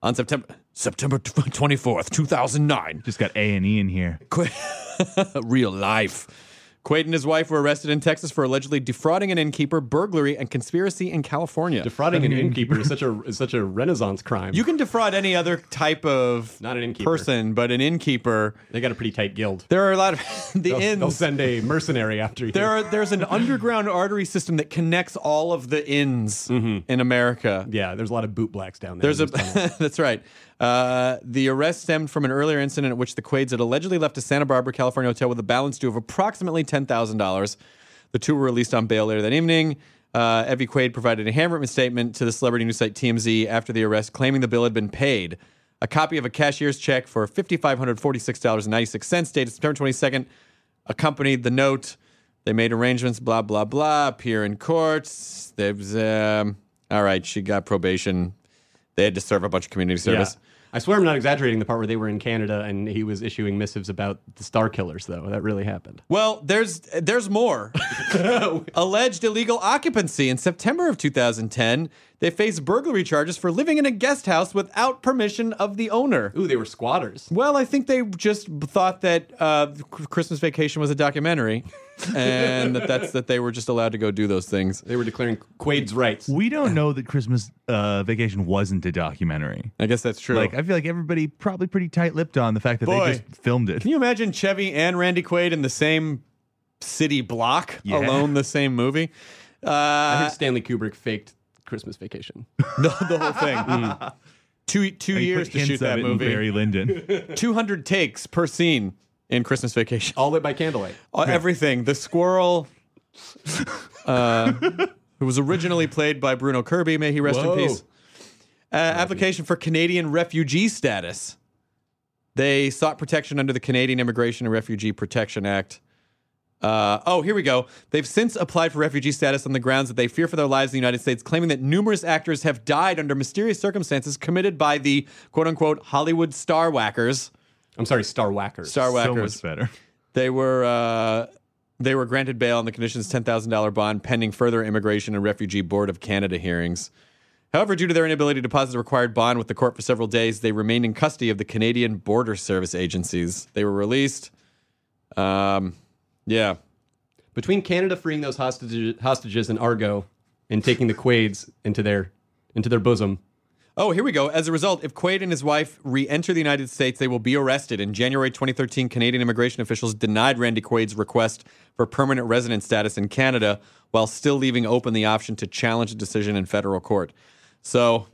Speaker 4: on September September twenty fourth, two thousand nine.
Speaker 6: Just got A and E in here.
Speaker 4: Real life. Quaid and his wife were arrested in Texas for allegedly defrauding an innkeeper, burglary, and conspiracy in California.
Speaker 5: Defrauding an innkeeper is such a is such a renaissance crime.
Speaker 4: You can defraud any other type of
Speaker 5: Not an innkeeper.
Speaker 4: person, but an innkeeper.
Speaker 5: they got a pretty tight guild.
Speaker 4: There are a lot of the
Speaker 5: They'll, they'll
Speaker 4: inns.
Speaker 5: send a mercenary after you.
Speaker 4: there are there's an underground artery system that connects all of the inns
Speaker 5: Mm-hmm.
Speaker 4: in America.
Speaker 5: yeah, there's a lot of bootblacks down there.
Speaker 4: There's a
Speaker 5: in these tunnels.
Speaker 4: that's right. Uh, the arrest stemmed from an earlier incident in which the Quades had allegedly left a Santa Barbara, California hotel with a balance due of approximately ten thousand dollars. The two were released on bail later that evening. Uh, Evie Quaid provided a handwritten statement to the celebrity news site TMZ after the arrest, claiming the bill had been paid. A copy of a cashier's check for fifty-five hundred forty-six dollars and ninety-six cents, dated September twenty-second, accompanied the note. They made arrangements, blah blah blah. Appear in courts. There was um, all right. She got probation. They had to serve a bunch of community
Speaker 5: Yeah.
Speaker 4: service.
Speaker 5: I swear I'm not exaggerating the part where they were in Canada and he was issuing missives about the Star Killers, though. That really happened.
Speaker 4: Well, there's there's more. Alleged illegal occupancy in September of 2010. They faced burglary charges for living in a guest house without permission of the owner.
Speaker 5: Ooh, they were squatters.
Speaker 4: Well, I think they just thought that uh, Christmas Vacation was a documentary, and that that's that they were just allowed to go do those things.
Speaker 5: They were declaring Quaid's rights.
Speaker 6: We don't know that Christmas uh, Vacation wasn't a documentary.
Speaker 4: I guess that's true.
Speaker 6: Like I feel like everybody probably pretty tight-lipped on the fact that
Speaker 4: Boy.
Speaker 6: they just filmed it.
Speaker 4: Can you imagine Chevy and Randy Quaid in the same city block,
Speaker 6: Yeah.
Speaker 4: alone the same movie?
Speaker 5: I
Speaker 4: Uh,
Speaker 5: heard Stanley Kubrick faked Christmas Vacation.
Speaker 4: the, the whole thing. Two two
Speaker 6: They
Speaker 4: years
Speaker 6: Hmm. put
Speaker 4: to
Speaker 6: hints
Speaker 4: shoot
Speaker 6: of
Speaker 4: that
Speaker 6: it in
Speaker 4: movie.
Speaker 6: Barry Lyndon.
Speaker 4: Two hundred takes per scene in Christmas Vacation.
Speaker 6: Oh,
Speaker 5: All lit by candlelight.
Speaker 4: Uh, Everything. The squirrel. uh, who was originally played by Bruno Kirby, may he rest
Speaker 5: Whoa.
Speaker 4: in peace. Uh, application for Canadian refugee status. They sought protection under the Canadian Immigration and Refugee Protection Act. Uh, oh, here we go. They've since applied for refugee status on the grounds that they fear for their lives in the United States, claiming that numerous actors have died under mysterious circumstances committed by the quote unquote Hollywood star whackers.
Speaker 5: I'm sorry, Star Whackers.
Speaker 4: Star
Speaker 6: so
Speaker 4: whackers.
Speaker 6: much better.
Speaker 4: They were uh, they were granted bail on the conditions ten thousand dollar bond pending further immigration and refugee board of Canada hearings. However, due to their inability to deposit the required bond with the court for several days, they remained in custody of the Canadian Border Service agencies. They were released. Um, yeah,
Speaker 5: Between Canada freeing those hostages, hostages in Argo and taking the Quades into their into their bosom,
Speaker 4: Oh, here we go. As a result, if Quaid and his wife re enter the United States, they will be arrested. In January 2013, Canadian immigration officials denied Randy Quaid's request for permanent resident status in Canada while still leaving open the option to challenge a decision in federal court. So,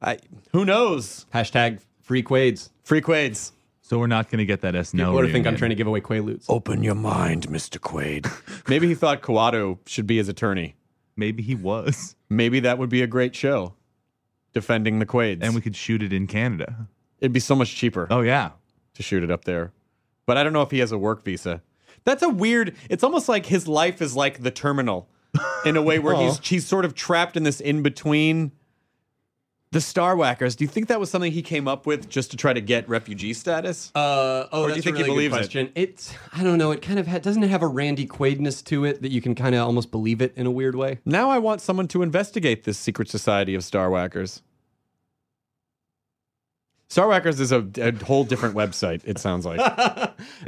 Speaker 4: I, who knows?
Speaker 5: hashtag free Quades.
Speaker 4: Free Quaids.
Speaker 6: So we're not going to get that SNL.
Speaker 5: People are think I'm
Speaker 6: reunion.
Speaker 5: trying to give away Quaaludes.
Speaker 4: Oh,
Speaker 7: Open your mind, Mr. Quaid.
Speaker 4: Maybe he thought Kawado should be his attorney.
Speaker 6: Maybe he was,
Speaker 4: Maybe that would be a great show, defending the Quaids.
Speaker 6: and we could shoot it in Canada.
Speaker 4: It'd be so much cheaper.
Speaker 6: Oh yeah,
Speaker 4: to shoot it up there. But I don't know if he has a work visa. That's a weird. It's almost like his life is like the terminal in a way where he's he's sort of trapped in this in between. The Star Whackers. Do you think that was something he came up with just to try to get refugee status?
Speaker 5: Uh, oh,
Speaker 4: Or do
Speaker 5: that's
Speaker 4: you think
Speaker 5: a
Speaker 4: he
Speaker 5: really good
Speaker 4: believes it?
Speaker 5: question. It's I don't know. It kind of ha- doesn't it have a Randy Quaidness to it that you can kind of almost believe it in a weird way.
Speaker 4: now I want someone to investigate this secret society of Star Whackers. Star Whackers is a, a whole different website. It sounds like.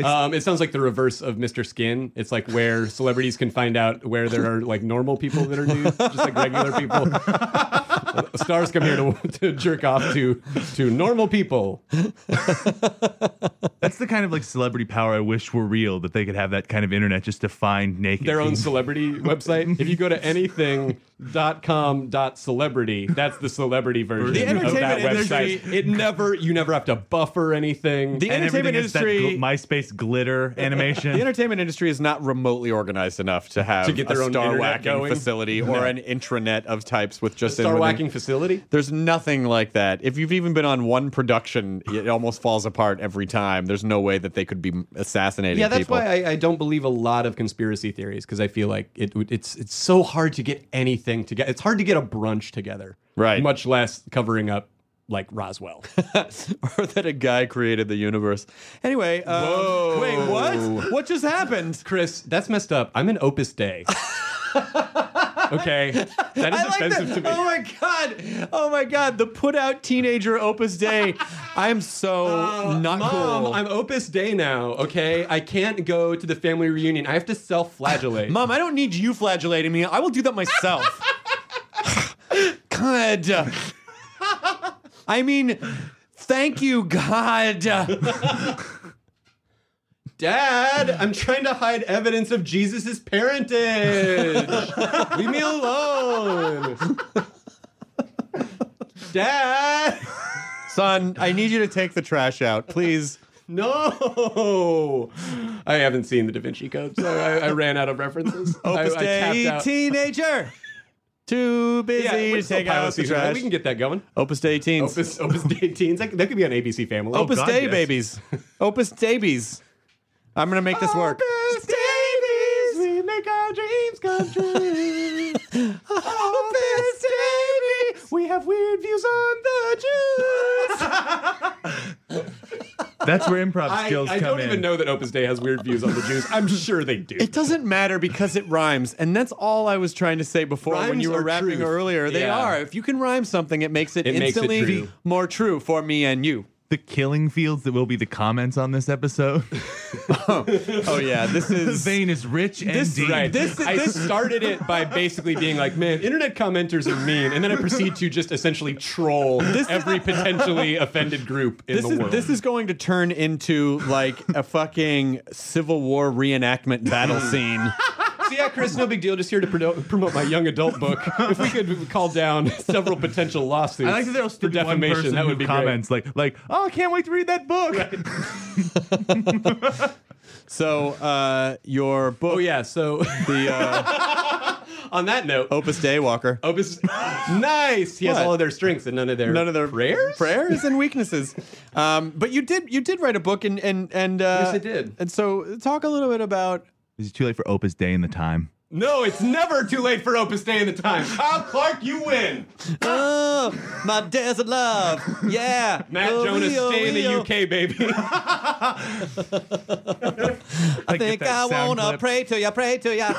Speaker 5: Um, it sounds like the reverse of Mr. Skin. It's like where celebrities can find out where there are like normal people that are nude, just like regular people. Stars come here to, to jerk off to to normal people.
Speaker 6: that's the kind of like celebrity power I wish were real. That they could have that kind of internet just to find naked.
Speaker 5: Their own
Speaker 6: people.
Speaker 5: celebrity website. If you go to anything dot com dot celebrity. That's the celebrity version
Speaker 6: The
Speaker 5: of that
Speaker 4: entertainment
Speaker 5: website.
Speaker 4: industry-
Speaker 5: It never you never have to buffer anything.
Speaker 4: The
Speaker 6: and
Speaker 4: entertainment
Speaker 6: everything is that
Speaker 4: industry-
Speaker 6: gl- MySpace glitter
Speaker 4: The
Speaker 6: animation.
Speaker 4: entertainment industry is not remotely organized enough to have
Speaker 5: To get their
Speaker 4: a
Speaker 5: own
Speaker 4: star
Speaker 5: internet
Speaker 4: whacking
Speaker 5: going?
Speaker 4: facility or an intranet of types with just in
Speaker 5: star
Speaker 4: within-
Speaker 5: whacking facility.
Speaker 4: There's nothing like that. If you've even been on one production, it almost falls apart every time. There's no way that they could be assassinating.
Speaker 5: Yeah, that's
Speaker 4: people.
Speaker 5: why I, I don't believe a lot of conspiracy theories because I feel like it would- it's it's so hard to get anything together. It's hard to get a brunch together,
Speaker 4: Right.
Speaker 5: Much less covering up like Roswell.
Speaker 4: or that a guy created the universe. Anyway, um, wait, what? What just happened?
Speaker 5: Chris, that's messed up. I'm in Opus Day. okay, that is
Speaker 4: I like
Speaker 5: offensive
Speaker 4: that.
Speaker 5: to me.
Speaker 4: Oh my god! Oh my god! The put out teenager Opus Day. I am so not
Speaker 5: Uh, Mom,
Speaker 4: cool.
Speaker 5: Um, I'm Opus Day now, okay? I can't go to the family reunion. I have to self flagellate.
Speaker 4: Mom, I don't need you flagellating me. I will do that myself. God. I mean, thank you, God.
Speaker 5: Dad, I'm trying to hide evidence of Jesus' parentage. Leave me alone. Dad,
Speaker 4: Son, I need you to take the trash out, please.
Speaker 5: no. I haven't seen the Da Vinci Code, so I, I ran out of references.
Speaker 4: Opus
Speaker 5: I, I
Speaker 4: Day
Speaker 5: tapped out.
Speaker 4: teenager. Too busy
Speaker 5: Yeah, we're
Speaker 4: to
Speaker 5: still
Speaker 4: take
Speaker 5: pilot
Speaker 4: out the
Speaker 5: season, right?
Speaker 4: trash.
Speaker 5: We can get that going.
Speaker 4: Opus Day teens.
Speaker 5: Opus, oh, Opus Day teens. That, that could be on ABC Family.
Speaker 4: Opus
Speaker 6: God,
Speaker 4: Day
Speaker 6: yes.
Speaker 4: babies. Opus Davies. I'm gonna make this work.
Speaker 5: Opus Davies, we make our dreams come true. Oh,
Speaker 4: Opus Davies.
Speaker 5: we have weird views on the Jews.
Speaker 6: That's where improv
Speaker 5: I,
Speaker 6: skills
Speaker 5: I
Speaker 6: come
Speaker 5: don't
Speaker 6: in.
Speaker 5: even know that Opus Day has weird views on the Jews. I'm sure they do.
Speaker 4: It doesn't matter because it rhymes, and that's all I was trying to say before when
Speaker 5: Rhymes
Speaker 4: you were
Speaker 5: are
Speaker 4: rapping
Speaker 5: truth.
Speaker 4: earlier. They
Speaker 5: Yeah.
Speaker 4: are. If you can rhyme something, it makes it,
Speaker 5: It makes it
Speaker 4: instantly
Speaker 5: true.
Speaker 4: more true for me and you.
Speaker 6: the killing fields that will be the comments on this episode.
Speaker 4: Oh yeah, this is
Speaker 6: Zane is rich and
Speaker 4: This-
Speaker 6: deep.
Speaker 5: Right.
Speaker 4: This-
Speaker 5: I
Speaker 4: this-
Speaker 5: started it by basically being like, "Man, internet commenters are mean," and then I proceed to just essentially troll every potentially offended group in
Speaker 4: this
Speaker 5: the
Speaker 4: is
Speaker 5: world.
Speaker 4: this is going to turn into like a fucking Civil War reenactment battle scene.
Speaker 5: So yeah, Chris, no big deal. Just here to promote- promote my young adult book. If we could call down several potential lawsuits
Speaker 6: I like that there'll
Speaker 5: for
Speaker 6: still be one
Speaker 5: defamation,
Speaker 6: person
Speaker 5: that
Speaker 6: who
Speaker 5: would be
Speaker 6: comments like, like, oh, I can't wait to read that book.
Speaker 4: So uh, your book,
Speaker 5: great. Oh yeah. So
Speaker 4: the uh,
Speaker 5: on that note,
Speaker 4: Opus Day Walker.
Speaker 5: Opus, Oh, nice. He has
Speaker 4: What?
Speaker 5: all of their strengths and none of their
Speaker 4: none of their
Speaker 5: prayers.
Speaker 4: prayers and weaknesses. Um, but you did you did write a book and and and uh,
Speaker 5: Yes, I did.
Speaker 4: And so talk a little bit about
Speaker 6: Is it too late for Opus Day and the time?
Speaker 5: No, it's never too late for Opus Day in the time. Kyle Clark, you win.
Speaker 4: oh, my desert love. Yeah,
Speaker 5: Matt
Speaker 4: Oh,
Speaker 5: Jonas,
Speaker 4: Leo,
Speaker 5: stay in the
Speaker 4: Leo.
Speaker 5: UK, baby.
Speaker 4: I think I wanna pray to ya, pray to ya.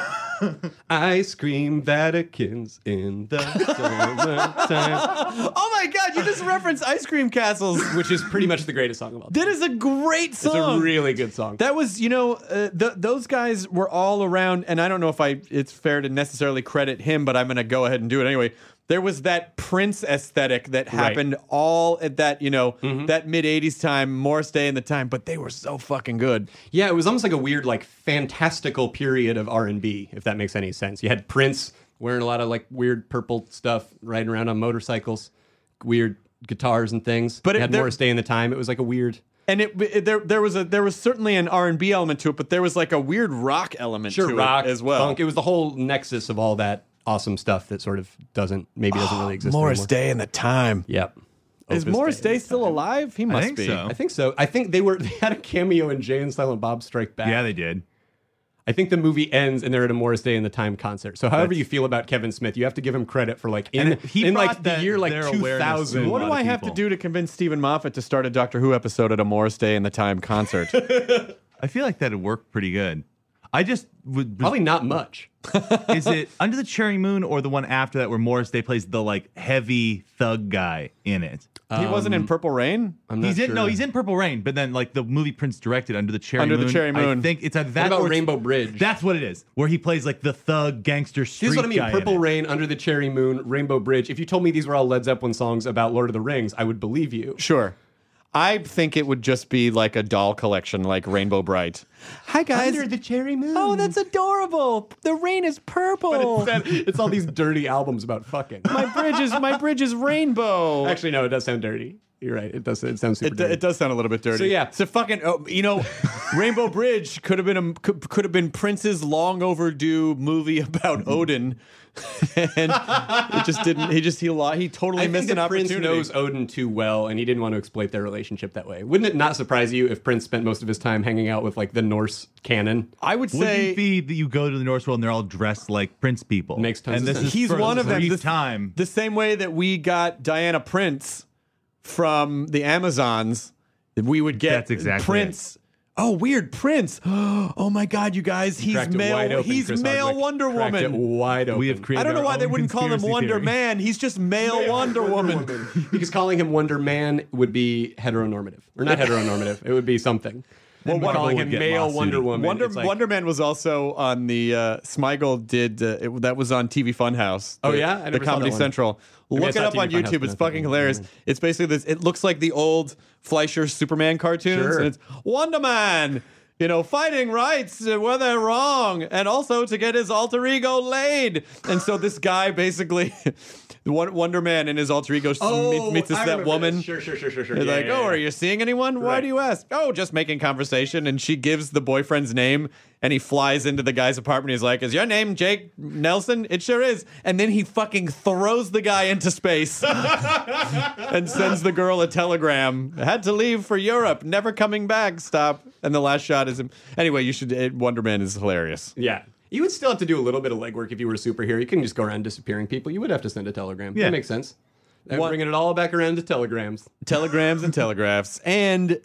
Speaker 5: I scream Vatican's in the summertime.
Speaker 4: oh my God, you just referenced Ice Cream Castles.
Speaker 5: Which is pretty much the greatest song of all time.
Speaker 4: That is a great
Speaker 5: It's
Speaker 4: song.
Speaker 5: a really good song.
Speaker 4: That was, you know, uh, th- those guys were all around, and I don't know if I it's fair to necessarily credit him, but I'm going to go ahead and do it anyway. There was that Prince aesthetic that happened all at that, you know,
Speaker 5: Mm-hmm.
Speaker 4: that mid '80s time, Morris Day and the time, but they were so fucking good.
Speaker 5: Yeah, it was almost like a weird, like fantastical period of R and B, if that makes any sense. You had Prince wearing a lot of like weird purple stuff, riding around on motorcycles, weird guitars and things.
Speaker 4: But
Speaker 5: But
Speaker 4: it-
Speaker 5: it had
Speaker 4: there-
Speaker 5: Morris Day in the time. It was like a weird.
Speaker 4: And it, it- there, there was a there was certainly an R and B element to it, but there was like a weird rock element
Speaker 5: Sure,
Speaker 4: to
Speaker 5: rock
Speaker 4: it as well.
Speaker 5: Funk. It was the whole nexus of all that awesome stuff that sort of doesn't maybe doesn't really exist.
Speaker 4: Morris
Speaker 5: anymore.
Speaker 4: Day and the time.
Speaker 5: Yep.
Speaker 4: Is
Speaker 5: Opus
Speaker 4: Morris Day
Speaker 5: Dei.
Speaker 4: still alive? He must
Speaker 6: think
Speaker 4: be.
Speaker 6: so.
Speaker 5: I think so. I think they were they had a cameo in Jay and Silent Bob Strike Back.
Speaker 6: Yeah, they did.
Speaker 5: I think the movie ends and they're at a Morris Day in the Time concert. So however you feel about Kevin Smith, you have to give him credit for like in,
Speaker 6: And he
Speaker 5: in
Speaker 6: brought
Speaker 5: like the
Speaker 6: that-
Speaker 5: year like
Speaker 6: their awareness to
Speaker 5: 2000.
Speaker 6: a
Speaker 4: What
Speaker 6: lot
Speaker 4: do
Speaker 6: of
Speaker 4: I have to
Speaker 6: people.
Speaker 4: do to convince Stephen Moffat to start a Doctor Who episode at a Morris Day and the Time concert?
Speaker 6: I feel like that'd work pretty good. I just would.
Speaker 5: Probably not much.
Speaker 6: is it Under the Cherry Moon or the one after that where Morris Day plays the like heavy thug guy in it?
Speaker 4: he wasn't in Purple Rain.
Speaker 5: I'm not
Speaker 6: He's in no,
Speaker 5: sure.
Speaker 6: he's in Purple Rain, but then like the movie Prince directed Under the Cherry
Speaker 4: Under
Speaker 6: Moon.
Speaker 4: the Cherry Moon.
Speaker 6: I think it's either that
Speaker 5: about
Speaker 6: or it's-
Speaker 5: Rainbow Bridge?
Speaker 6: That's what it is, where he plays like the thug gangster street
Speaker 5: This is what I mean.
Speaker 6: guy in
Speaker 5: Purple
Speaker 6: it.
Speaker 5: Rain, Under the Cherry Moon, Rainbow Bridge. If you told me these were all Led Zeppelin songs about Lord of the Rings, I would believe you.
Speaker 4: Sure. I think it would just be like a doll collection, like Rainbow Bright. Hi guys.
Speaker 5: Under the cherry moon.
Speaker 4: Oh, that's adorable. The rain is purple.
Speaker 5: But it's, that- it's all these dirty albums about fucking.
Speaker 4: my bridge is my bridge is rainbow.
Speaker 5: Actually, no, it does sound dirty. You're right. It does. It sounds super
Speaker 4: It,
Speaker 5: dirty.
Speaker 4: it does sound a little bit dirty.
Speaker 5: So, yeah.
Speaker 4: it's a fucking. Oh, you know, Rainbow Bridge could have been a could, could have been Prince's long overdue movie about Odin, and it just didn't. He just he lo- he totally
Speaker 5: I
Speaker 4: missed
Speaker 5: think that
Speaker 4: an
Speaker 5: Prince
Speaker 4: opportunity.
Speaker 5: knows Odin too well, and he didn't want to exploit their relationship that way. Wouldn't it not surprise you if Prince spent most of his time hanging out with like the Norse canon?
Speaker 4: I would
Speaker 6: Wouldn't
Speaker 4: say
Speaker 6: it be that you go to the Norse world and they're all dressed like prince people?
Speaker 5: Makes tons
Speaker 6: and
Speaker 5: of
Speaker 6: this
Speaker 5: sense.
Speaker 6: is
Speaker 4: he's
Speaker 6: for
Speaker 4: one
Speaker 6: the
Speaker 4: of them.
Speaker 6: brief
Speaker 4: The-
Speaker 6: time.
Speaker 4: The same way that we got Diana Prince from the Amazons, that we would get
Speaker 6: That's exactly
Speaker 4: Prince. Oh, weird Prince. Oh my God, you guys, he's
Speaker 5: Cracked it wide
Speaker 4: male.
Speaker 5: open,
Speaker 4: He's
Speaker 5: Chris
Speaker 4: male
Speaker 5: Hardwick.
Speaker 4: Wonder
Speaker 5: Cracked it
Speaker 4: Woman.
Speaker 5: wide open.
Speaker 6: we have created.
Speaker 4: I don't know
Speaker 6: our
Speaker 4: why they
Speaker 6: own
Speaker 4: wouldn't call him
Speaker 6: conspiracy
Speaker 4: Wonder
Speaker 6: theory.
Speaker 4: Man. He's just male, Wonder, Woman.
Speaker 5: because calling him Wonder Man would be heteronormative, or not heteronormative. It would be something. Well,
Speaker 6: Marvel
Speaker 5: calling
Speaker 6: would
Speaker 5: him
Speaker 6: get
Speaker 5: male
Speaker 6: lawsuited.
Speaker 5: Wonder Woman.
Speaker 4: Wonder,
Speaker 5: it's like-
Speaker 4: Wonder Man was also on the uh, Smigel did uh, it, that was on TV Funhouse.
Speaker 5: Oh,
Speaker 4: the-
Speaker 5: yeah? I
Speaker 4: the
Speaker 5: never saw
Speaker 4: Comedy
Speaker 5: that one.
Speaker 4: Central.
Speaker 5: Maybe I
Speaker 4: Look it
Speaker 5: saw
Speaker 4: up
Speaker 5: TV
Speaker 4: on
Speaker 5: Funhouse,
Speaker 4: YouTube. It's
Speaker 5: but not that
Speaker 4: fucking
Speaker 5: one.
Speaker 4: hilarious. It's basically this. It looks like the old Fleischer Superman cartoons,
Speaker 5: Sure.
Speaker 4: and it's Wonder Man. You know, fighting rights uh, where they're wrong, and also to get his alter ego laid. And so this guy basically, Won- Wonder Man and his alter ego s-
Speaker 5: Oh,
Speaker 4: meets
Speaker 5: I
Speaker 4: this, that
Speaker 5: remember
Speaker 4: woman.
Speaker 5: Sure, sure, sure, sure, sure.
Speaker 4: They're
Speaker 5: Yeah,
Speaker 4: like,
Speaker 5: yeah,
Speaker 4: oh,
Speaker 5: yeah.
Speaker 4: are you seeing anyone? Why
Speaker 5: Right.
Speaker 4: do you ask? Oh, just making conversation. And she gives the boyfriend's name, and he flies into the guy's apartment. He's like, is your name Jake Nelson? It sure is. And then he fucking throws the guy into space and sends the girl a telegram. Had to leave for Europe. Never coming back. Stop. And the last shot is him. Anyway, you should. It, Wonder Man is hilarious.
Speaker 5: Yeah. You would still have to do a little bit of legwork if you were a superhero. You couldn't just go around disappearing people. You would have to send a telegram.
Speaker 6: Yeah.
Speaker 5: That makes sense. And
Speaker 4: What-
Speaker 5: bringing it all back around to telegrams.
Speaker 4: Telegrams and telegraphs. And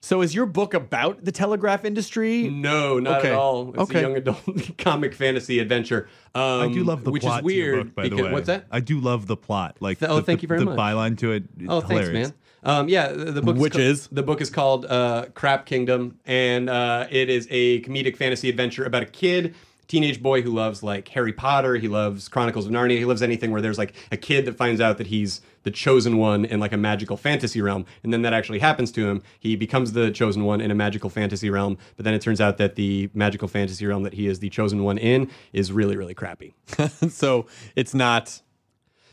Speaker 4: so is your book about the telegraph industry?
Speaker 5: No, not
Speaker 4: Okay.
Speaker 5: at all. It's
Speaker 4: Okay.
Speaker 5: a young adult comic fantasy adventure. Um,
Speaker 6: I do love the
Speaker 5: which
Speaker 6: plot
Speaker 5: is weird
Speaker 6: to your book, by
Speaker 5: because
Speaker 6: the way.
Speaker 5: what's that?
Speaker 6: I do love the plot. Like,
Speaker 5: Th- oh,
Speaker 6: the,
Speaker 5: thank
Speaker 6: the-
Speaker 5: you very
Speaker 6: the
Speaker 5: much.
Speaker 6: byline to it. it's
Speaker 5: Oh,
Speaker 6: hilarious.
Speaker 5: thanks, man. Um, yeah, the, the book
Speaker 4: Which
Speaker 5: ca-
Speaker 4: is?
Speaker 5: the book is called uh, Crap Kingdom, and uh, it is a comedic fantasy adventure about a kid, teenage boy who loves like Harry Potter. He loves Chronicles of Narnia. He loves anything where there's like a kid that finds out that he's the chosen one in like a magical fantasy realm, and then that actually happens to him. He becomes the chosen one in a magical fantasy realm, but then it turns out that the magical fantasy realm that he is the chosen one in is really really crappy. Mm.
Speaker 4: so it's not.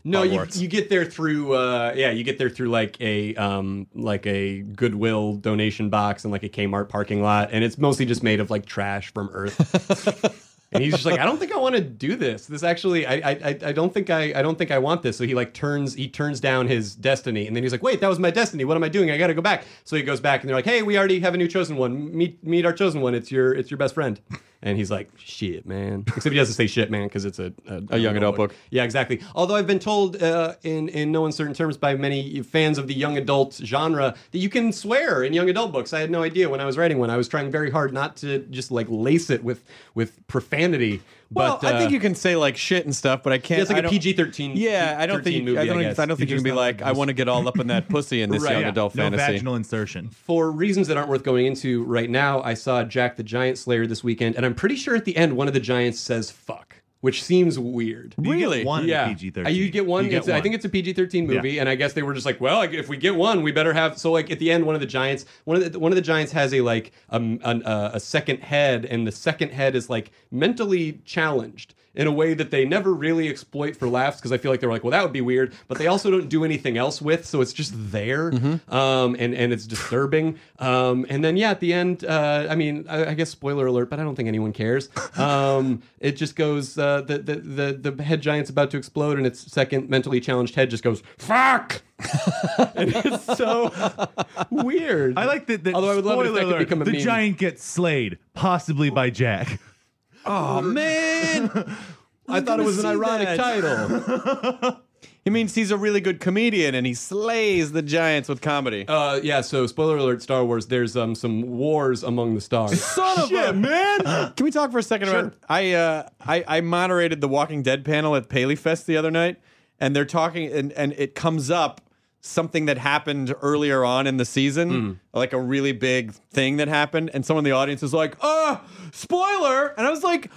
Speaker 5: No, you,
Speaker 4: Hogwarts.
Speaker 5: you get there through uh, yeah, you get there through like a um, like a Goodwill donation box and like a Kmart parking lot, and it's mostly just made of like trash from Earth. and he's just like, I don't think I want to do this. This actually, I, I I- I don't think I I don't think I want this. So he like turns he turns down his destiny, and then he's like, wait, that was my destiny. What am I doing? I got to go back. So he goes back, and they're like, hey, we already have a new chosen one. Meet meet our chosen one. It's your it's your best friend. And he's like, shit, man. Except he doesn't say shit, man, because it's a, a,
Speaker 4: A young adult book.
Speaker 5: yeah, exactly. Although I've been told uh, in in no uncertain terms by many fans of the young adult genre that you can swear in young adult books. I had no idea when I was writing one. I was trying very hard not to just like lace it with with profanity.
Speaker 4: Well,
Speaker 5: but
Speaker 4: I think
Speaker 5: uh,
Speaker 4: you can say like shit and stuff, but I can't.
Speaker 5: Yeah, it's like
Speaker 4: I
Speaker 5: a
Speaker 4: don't-
Speaker 5: PG-13
Speaker 4: Yeah, I don't
Speaker 5: 13
Speaker 4: think.
Speaker 5: movie,
Speaker 4: I
Speaker 5: I
Speaker 4: don't.
Speaker 5: guess.
Speaker 4: I don't think you
Speaker 6: You're
Speaker 4: can be
Speaker 6: just
Speaker 4: like,
Speaker 6: not-
Speaker 4: I want to get all up in that pussy in this
Speaker 5: Right,
Speaker 4: young
Speaker 5: yeah.
Speaker 4: adult
Speaker 6: no
Speaker 4: fantasy.
Speaker 6: vaginal insertion.
Speaker 5: for reasons that aren't worth going into right now, I saw Jack the Giant Slayer this weekend, and I'm pretty sure at the end one of the giants says "fuck," which seems weird.
Speaker 6: You get
Speaker 4: Really?
Speaker 6: one in
Speaker 5: yeah,
Speaker 6: PG-13.
Speaker 5: Uh, You get one. it's, I think it's a PG thirteen movie,
Speaker 6: Yeah.
Speaker 5: and I guess they were just like, well, if we get one, we better have. So like at the end, one of the giants, one of the one of the giants has a like um, an, uh, a second head, and the second head is like mentally challenged in a way that they never really exploit for laughs because I feel like they were like, well, that would be weird, but they also don't do anything else with, so it's just there,
Speaker 6: Mm-hmm.
Speaker 5: um, and and it's disturbing. Um, and then yeah, at the end, uh, I mean, I, I guess spoiler alert, but I don't think anyone cares. Um, it just goes uh, the, the the the head giant's about to explode, and its second mentally challenged head just goes fuck, and it's so weird.
Speaker 6: I like that. that
Speaker 5: Although I would love it if
Speaker 6: spoiler
Speaker 5: that could
Speaker 6: alert,
Speaker 5: become a
Speaker 6: the
Speaker 5: meme.
Speaker 6: giant gets slayed, possibly by Jack.
Speaker 4: oh man,
Speaker 5: I thought it was an
Speaker 4: see
Speaker 5: ironic
Speaker 4: that.
Speaker 5: title.
Speaker 4: he means he's a really good comedian and he slays the giants with comedy.
Speaker 5: Uh, yeah, so spoiler alert, Star Wars. There's um some wars among the stars.
Speaker 4: Son of a man! Can we talk for a second
Speaker 5: Sure.
Speaker 4: about? I uh, I I moderated the Walking Dead panel at Paley Fest the other night, and they're talking, and and it comes up something that happened earlier on in the
Speaker 5: Hmm.
Speaker 4: season, like a really big thing that happened, and someone in the audience was like, "Uh, spoiler!" And I was like.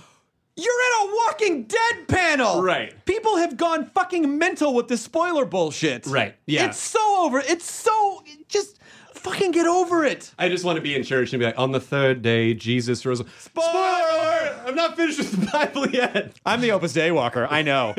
Speaker 4: You're at a Walking Dead panel,
Speaker 5: Right.
Speaker 4: People have gone fucking mental with this spoiler bullshit,
Speaker 5: Right, yeah.
Speaker 4: It's so over. It's so just Fucking get over it.
Speaker 5: I just want to be in church and be like, on the third day, Jesus rose. Spoiler! alert! I'm not finished with the Bible yet.
Speaker 4: I'm the Opus Dei walker. I know.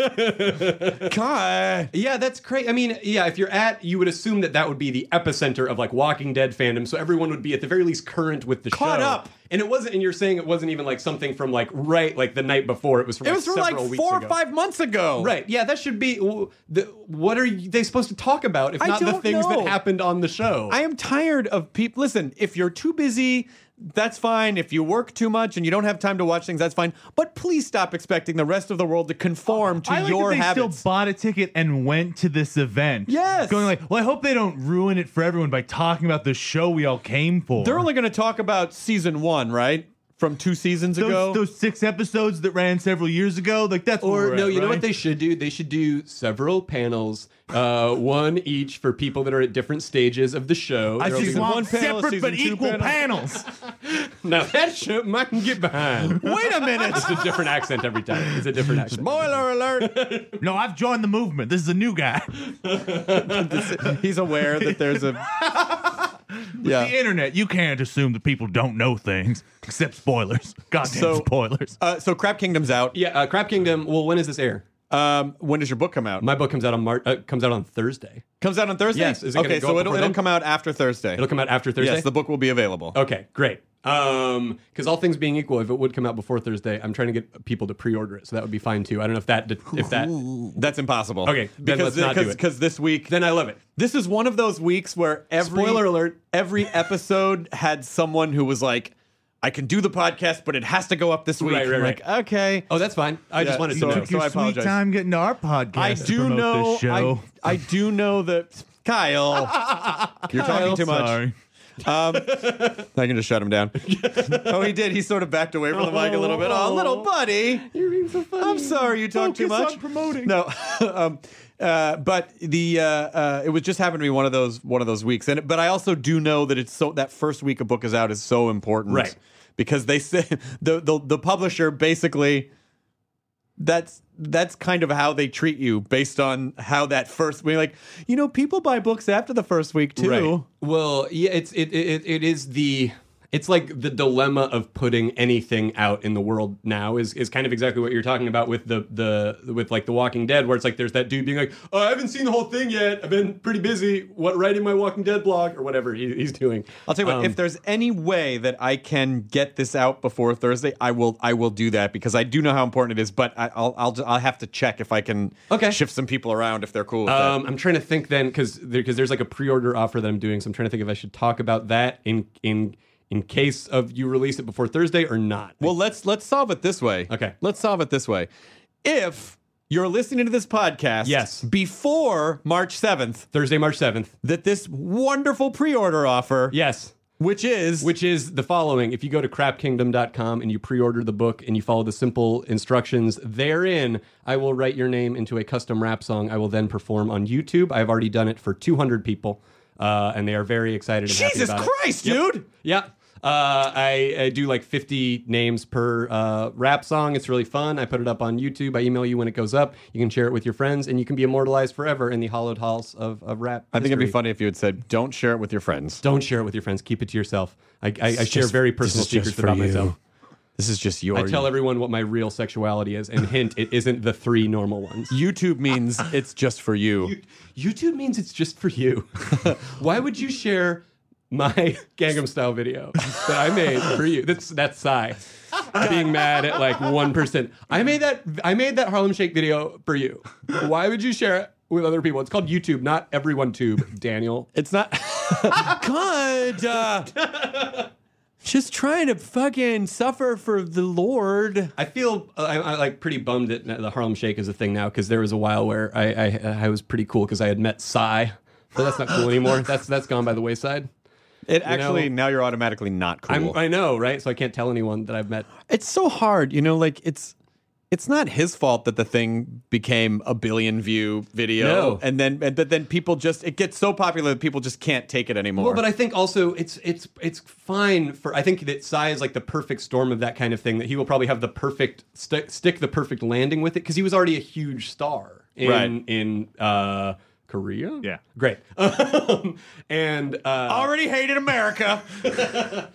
Speaker 4: Kai.
Speaker 5: Yeah, that's crazy. I mean, yeah, if you're at, you would assume that that would be the epicenter of like Walking Dead fandom, so everyone would be at the very least current with the
Speaker 4: Caught
Speaker 5: show.
Speaker 4: up.
Speaker 5: And it wasn't, and you're saying it wasn't even like something from like right, like the night before. It was from
Speaker 4: It
Speaker 5: like,
Speaker 4: was from like
Speaker 5: several weeks
Speaker 4: four or
Speaker 5: ago.
Speaker 4: five months ago.
Speaker 5: Right. Yeah, that should be. w- The, what are you, they supposed to talk about if
Speaker 4: I
Speaker 5: not the
Speaker 4: don't
Speaker 5: things
Speaker 4: know.
Speaker 5: that happened on the show?
Speaker 4: I am tired of people. Listen, if you're too busy, that's fine. If you work too much and you don't have time to watch things, that's fine. But please stop expecting the rest of the world to conform to
Speaker 6: I like
Speaker 4: your
Speaker 6: that they
Speaker 4: habits.
Speaker 6: still bought a ticket and went to this event.
Speaker 4: Yes.
Speaker 6: Going like, well, I hope they don't ruin it for everyone by talking about the show we all came for.
Speaker 4: They're only going to talk about season one, right? From two seasons ago.
Speaker 6: those, those six episodes that ran several years ago. Like that's where
Speaker 5: Or
Speaker 6: we're
Speaker 5: no,
Speaker 6: at,
Speaker 5: you know
Speaker 6: right?
Speaker 5: what they should do? They should do several panels, uh, one each for people that are at different stages of the show.
Speaker 6: I
Speaker 5: There'll
Speaker 6: just
Speaker 5: be-
Speaker 4: one
Speaker 6: want
Speaker 4: panel,
Speaker 6: separate
Speaker 4: season
Speaker 6: but
Speaker 4: two
Speaker 6: equal
Speaker 4: panel.
Speaker 6: panels.
Speaker 5: now that show I can get behind.
Speaker 4: Wait a minute.
Speaker 5: it's a different accent every time. It's a different accent.
Speaker 4: Spoiler alert.
Speaker 6: no, I've joined the movement. This is a new guy.
Speaker 4: He's aware that there's a.
Speaker 6: The internet. You can't assume that people don't know things except spoilers. Goddamn
Speaker 4: So-
Speaker 6: spoilers.
Speaker 4: Uh, so Crap Kingdom's out.
Speaker 5: Yeah, uh, Crap Kingdom. Well, when does this air?
Speaker 4: Um, when does your book come out?
Speaker 5: My book comes out on Mar- uh, comes out on Thursday.
Speaker 4: comes out on Thursday.
Speaker 5: Yes, is it gonna
Speaker 4: okay,
Speaker 5: go
Speaker 4: so
Speaker 5: up
Speaker 4: it'll,
Speaker 5: before
Speaker 4: it'll
Speaker 5: then?
Speaker 4: come out after Thursday.
Speaker 5: It'll come out after Thursday.
Speaker 4: Yes, the book will be available.
Speaker 5: Okay, great. Um, because all things being equal, if it would come out before Thursday, I'm trying to get people to pre-order it, so that would be fine too. I don't know if that if that.
Speaker 4: That's impossible.
Speaker 5: Oh. Okay, then
Speaker 4: because
Speaker 5: let's not do
Speaker 4: because-
Speaker 5: it.
Speaker 4: 'cause this week
Speaker 5: Then I love it.
Speaker 4: This is one of those weeks where every
Speaker 5: Spoiler alert.
Speaker 4: every episode had someone who was like, I can do the podcast, but it has to go up this week.
Speaker 5: Right, right,
Speaker 4: I'm
Speaker 5: right.
Speaker 4: Like, okay.
Speaker 5: Oh, that's fine. I
Speaker 4: Yeah,
Speaker 5: just wanted
Speaker 4: so-
Speaker 5: to know.
Speaker 6: Took your
Speaker 4: I
Speaker 6: sweet
Speaker 4: apologize.
Speaker 6: time getting to our podcast.
Speaker 4: I
Speaker 6: to
Speaker 4: do
Speaker 6: promote
Speaker 4: know
Speaker 6: This show.
Speaker 4: I, I do know that Kyle. You're talking too much.
Speaker 6: Sorry.
Speaker 4: I can just shut him down. oh, he did. He sort of backed away from the mic a little bit. Oh, little buddy. You're being so funny. I'm sorry you talked too
Speaker 6: Focus
Speaker 4: much.
Speaker 6: on promoting.
Speaker 4: No. um, uh, but the uh, uh, it was just happened to be one of those one of those weeks, and but I also do know that it's so that first week a book is out is so important,
Speaker 5: Right.
Speaker 4: Because they say the the, the publisher basically that's that's kind of how they treat you based on how that first week like you know people buy books after the first week too
Speaker 5: Right. Well, yeah, it's it, it it is the it's like the dilemma of putting anything out in the world now is is kind of exactly what you're talking about with the the with like The Walking Dead, where it's like there's that dude being like, oh, I haven't seen the whole thing yet. I've been pretty busy. What writing my Walking Dead blog or whatever he, he's doing.
Speaker 4: I'll tell you what.
Speaker 5: Um,
Speaker 4: if there's any way that I can get this out before Thursday, I will. I will do that because I do know how important it is. But I, I'll, I'll. I'll have to check if I can.
Speaker 5: Okay.
Speaker 4: Shift some people around if they're cool with
Speaker 5: Um, I'm trying to think then because because there's like a pre-order offer that I'm doing, so I'm trying to think if I should talk about that in in in case of you release it before Thursday or not.
Speaker 4: that. Well, let's let's solve it this way.
Speaker 5: Okay.
Speaker 4: Let's solve it this way. If you're listening to this podcast,
Speaker 5: Yes.
Speaker 4: before March seventh,
Speaker 5: Thursday, March seventh.
Speaker 4: that this wonderful pre-order offer,
Speaker 5: Yes.
Speaker 4: which is
Speaker 5: which is the following if you go to crapkingdom.com and you pre-order the book and you follow the simple instructions therein i will write your name into a custom rap song i will then perform on youtube i've already done it for 200 people uh, and they are very excited and happy
Speaker 4: Jesus
Speaker 5: about it.
Speaker 4: Christ,
Speaker 5: Yep.
Speaker 4: dude!
Speaker 5: yeah uh, I, I do like 50 names per uh, rap song. It's really fun. I put it up on YouTube. I email you when it goes up. You can share it with your friends, and you can be immortalized forever in the hollowed halls of, of rap.
Speaker 4: I think it'd be
Speaker 5: history.
Speaker 4: funny if you had said, "Don't share it with your friends."
Speaker 5: Don't share it with your friends. Keep it to yourself. I, I, I share
Speaker 4: just-
Speaker 5: very
Speaker 4: this
Speaker 5: personal
Speaker 4: is just
Speaker 5: secrets
Speaker 4: for
Speaker 5: about
Speaker 4: you.
Speaker 5: myself.
Speaker 4: This is just your.
Speaker 5: I tell everyone what my real sexuality is, and hint, it isn't the three normal ones.
Speaker 4: YouTube means it's just for you.
Speaker 5: YouTube means it's just for you. Why would you share my Gangnam Style video that I made for you? That's that's Psy being mad at like one person. I made that I made that Harlem Shake video for you. Why would you share it with other people? It's called YouTube, not everyone tube. Daniel,
Speaker 4: It's not. God. uh, just trying to fucking suffer for the Lord.
Speaker 5: I feel uh, I, I like pretty bummed that the Harlem Shake is a thing now because there was a while where I I, I was pretty cool because I had met Psy, but that's not cool anymore. That's that's gone by the wayside.
Speaker 4: It
Speaker 5: actually-
Speaker 4: now you're automatically not cool.
Speaker 5: I'm, I know, right? So I can't tell anyone that I've met.
Speaker 4: it's so hard, you know. Like it's, it's not his fault that the thing became a billion view video,
Speaker 5: No.
Speaker 4: and then and, but then people just it gets so popular that people just can't take it anymore.
Speaker 5: Well, but I think also it's it's it's fine for. I think that Psy is like the perfect storm of that kind of thing. That he will probably have the perfect sti- stick, the perfect landing with it because he was already a huge star in
Speaker 4: Right.
Speaker 5: in uh, Korea.
Speaker 6: Yeah.
Speaker 5: great. Um, and uh,
Speaker 7: Already hated America.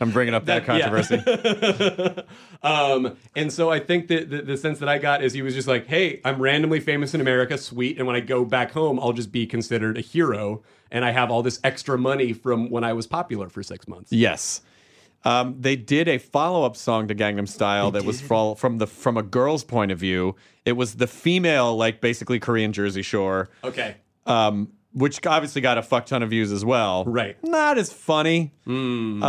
Speaker 4: I'm bringing up that,
Speaker 5: yeah.
Speaker 4: controversy.
Speaker 5: um, and so I think that the, the sense that I got is he was just like, "Hey, I'm randomly famous in America, sweet, and when I go back home, I'll just be considered a hero, and I have all this extra money from when I was popular for six months."
Speaker 4: Yes. Um, they did a follow-up song to Gangnam Style that was from, from the from a girl's point of view. It was the female, like basically Korean Jersey Shore,
Speaker 5: Okay,
Speaker 4: um, which obviously got a fuck ton of views as well.
Speaker 5: Right. Hmm.
Speaker 4: Not as funny because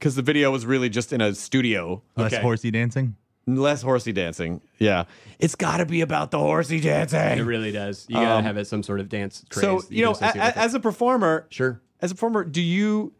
Speaker 4: the video was really just in a studio,
Speaker 6: Less
Speaker 5: Okay.
Speaker 6: horsey dancing.
Speaker 4: less horsey dancing. Yeah, it's got to be about the horsey
Speaker 5: it
Speaker 4: dancing.
Speaker 5: really does. You gotta have it some sort of dance. Craze
Speaker 4: So
Speaker 5: that
Speaker 4: you know,
Speaker 5: can
Speaker 4: a,
Speaker 5: associate with
Speaker 4: a-
Speaker 5: it.
Speaker 4: as a performer,
Speaker 5: sure.
Speaker 4: as a performer, do you?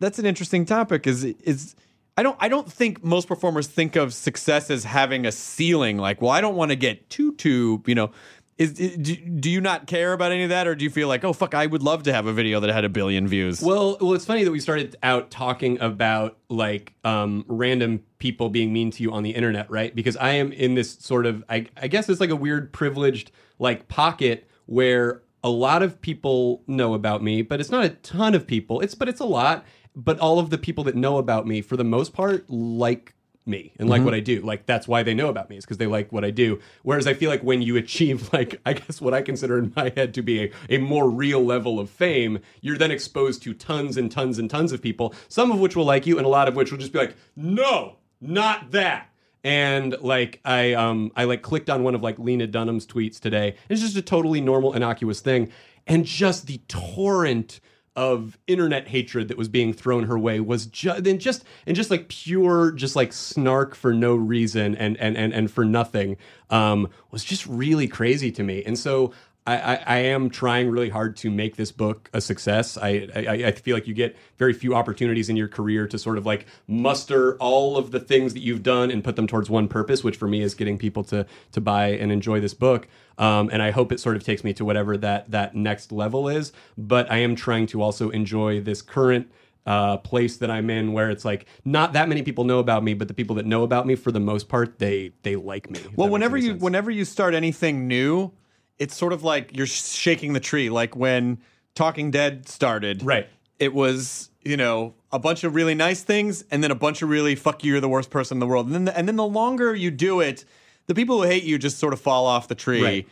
Speaker 4: That's an interesting topic. Is is I don't I don't think most performers think of success as having a ceiling. Like, well, I don't want to get too too. You know, is, is- do, do you not care about any of that, or do you feel like, oh fuck, I would love to have a video that had a billion views?
Speaker 5: Well, well, it's funny that we started out talking about like um, random people being mean to you on the internet, right? Because I am in this sort of, I, I guess it's like a weird privileged like pocket where a lot of people know about me, but it's not a ton of people. It's but it's a lot. But all of the people that know about me, for the most part, like me and like what I do. Like that's why they know about me is because they like what I do. Whereas I feel like when you achieve like I guess what I consider in my head to be a, a more real level of fame, you're then exposed to tons and tons and tons of people, some of which will like you and a lot of which will just be like, "No, not that." And like I um I like clicked on one of like Lena Dunham's tweets today. It's just a totally normal innocuous thing and just the torrent of internet hatred that was being thrown her way was just and just and just like pure just like snark for no reason and and and, and for nothing um was just really crazy to me and so I, I, I am trying really hard to make this book a success. I, I I feel like you get very few opportunities in your career to sort of like muster all of the things that you've done and put them towards one purpose, which for me is getting people to to buy and enjoy this book. Um, and I hope it sort of takes me to whatever that that next level is. But I am trying to also enjoy this current uh, place that I'm in, where it's like not that many people know about me, but the people that know about me, for the most part, they they like me. if
Speaker 4: Well,
Speaker 5: that makes
Speaker 4: whenever
Speaker 5: any
Speaker 4: you
Speaker 5: sense.
Speaker 4: whenever you start anything new, it's sort of like you're sh- shaking the tree. Like when Talking Dead started,
Speaker 5: Right.
Speaker 4: It was you know a bunch of really nice things, and then a bunch of really fuck you, you're the worst person in the world. And then the, and then the longer you do it, the people who hate you just sort of fall off the tree,
Speaker 5: Right.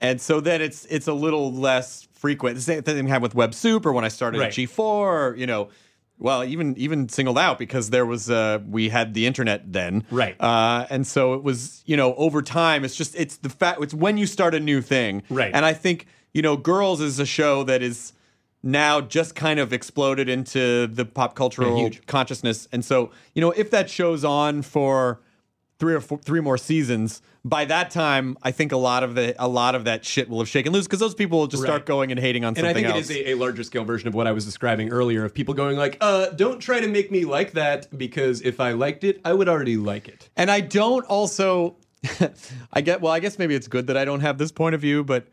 Speaker 4: and so then it's it's a little less frequent. The same thing happened with Web Soup or when I started
Speaker 5: Right.
Speaker 4: G4, or, you know. Well, even even singled out because there was uh, we had the internet then,
Speaker 5: Right.
Speaker 4: uh, and so it was, you know, over time, it's just, it's the fact, it's when you start a new thing.
Speaker 5: Right.
Speaker 4: And I think, you know, Girls is a show that is now just kind of exploded into the pop cultural
Speaker 5: huge.
Speaker 4: consciousness. And so, you know, if that show's on for three or four, three more seasons, by that time, I think a lot of the, a lot of that shit will have shaken loose because those people will just start
Speaker 5: Right.
Speaker 4: going and hating on
Speaker 5: and I
Speaker 4: something
Speaker 5: think
Speaker 4: else.
Speaker 5: it is a, a larger scale version of what I was describing earlier of people going like, uh, don't try to make me like that because if I liked it, I would already like it.
Speaker 4: And I don't also I get well, I guess maybe it's good that I don't have this point of view, but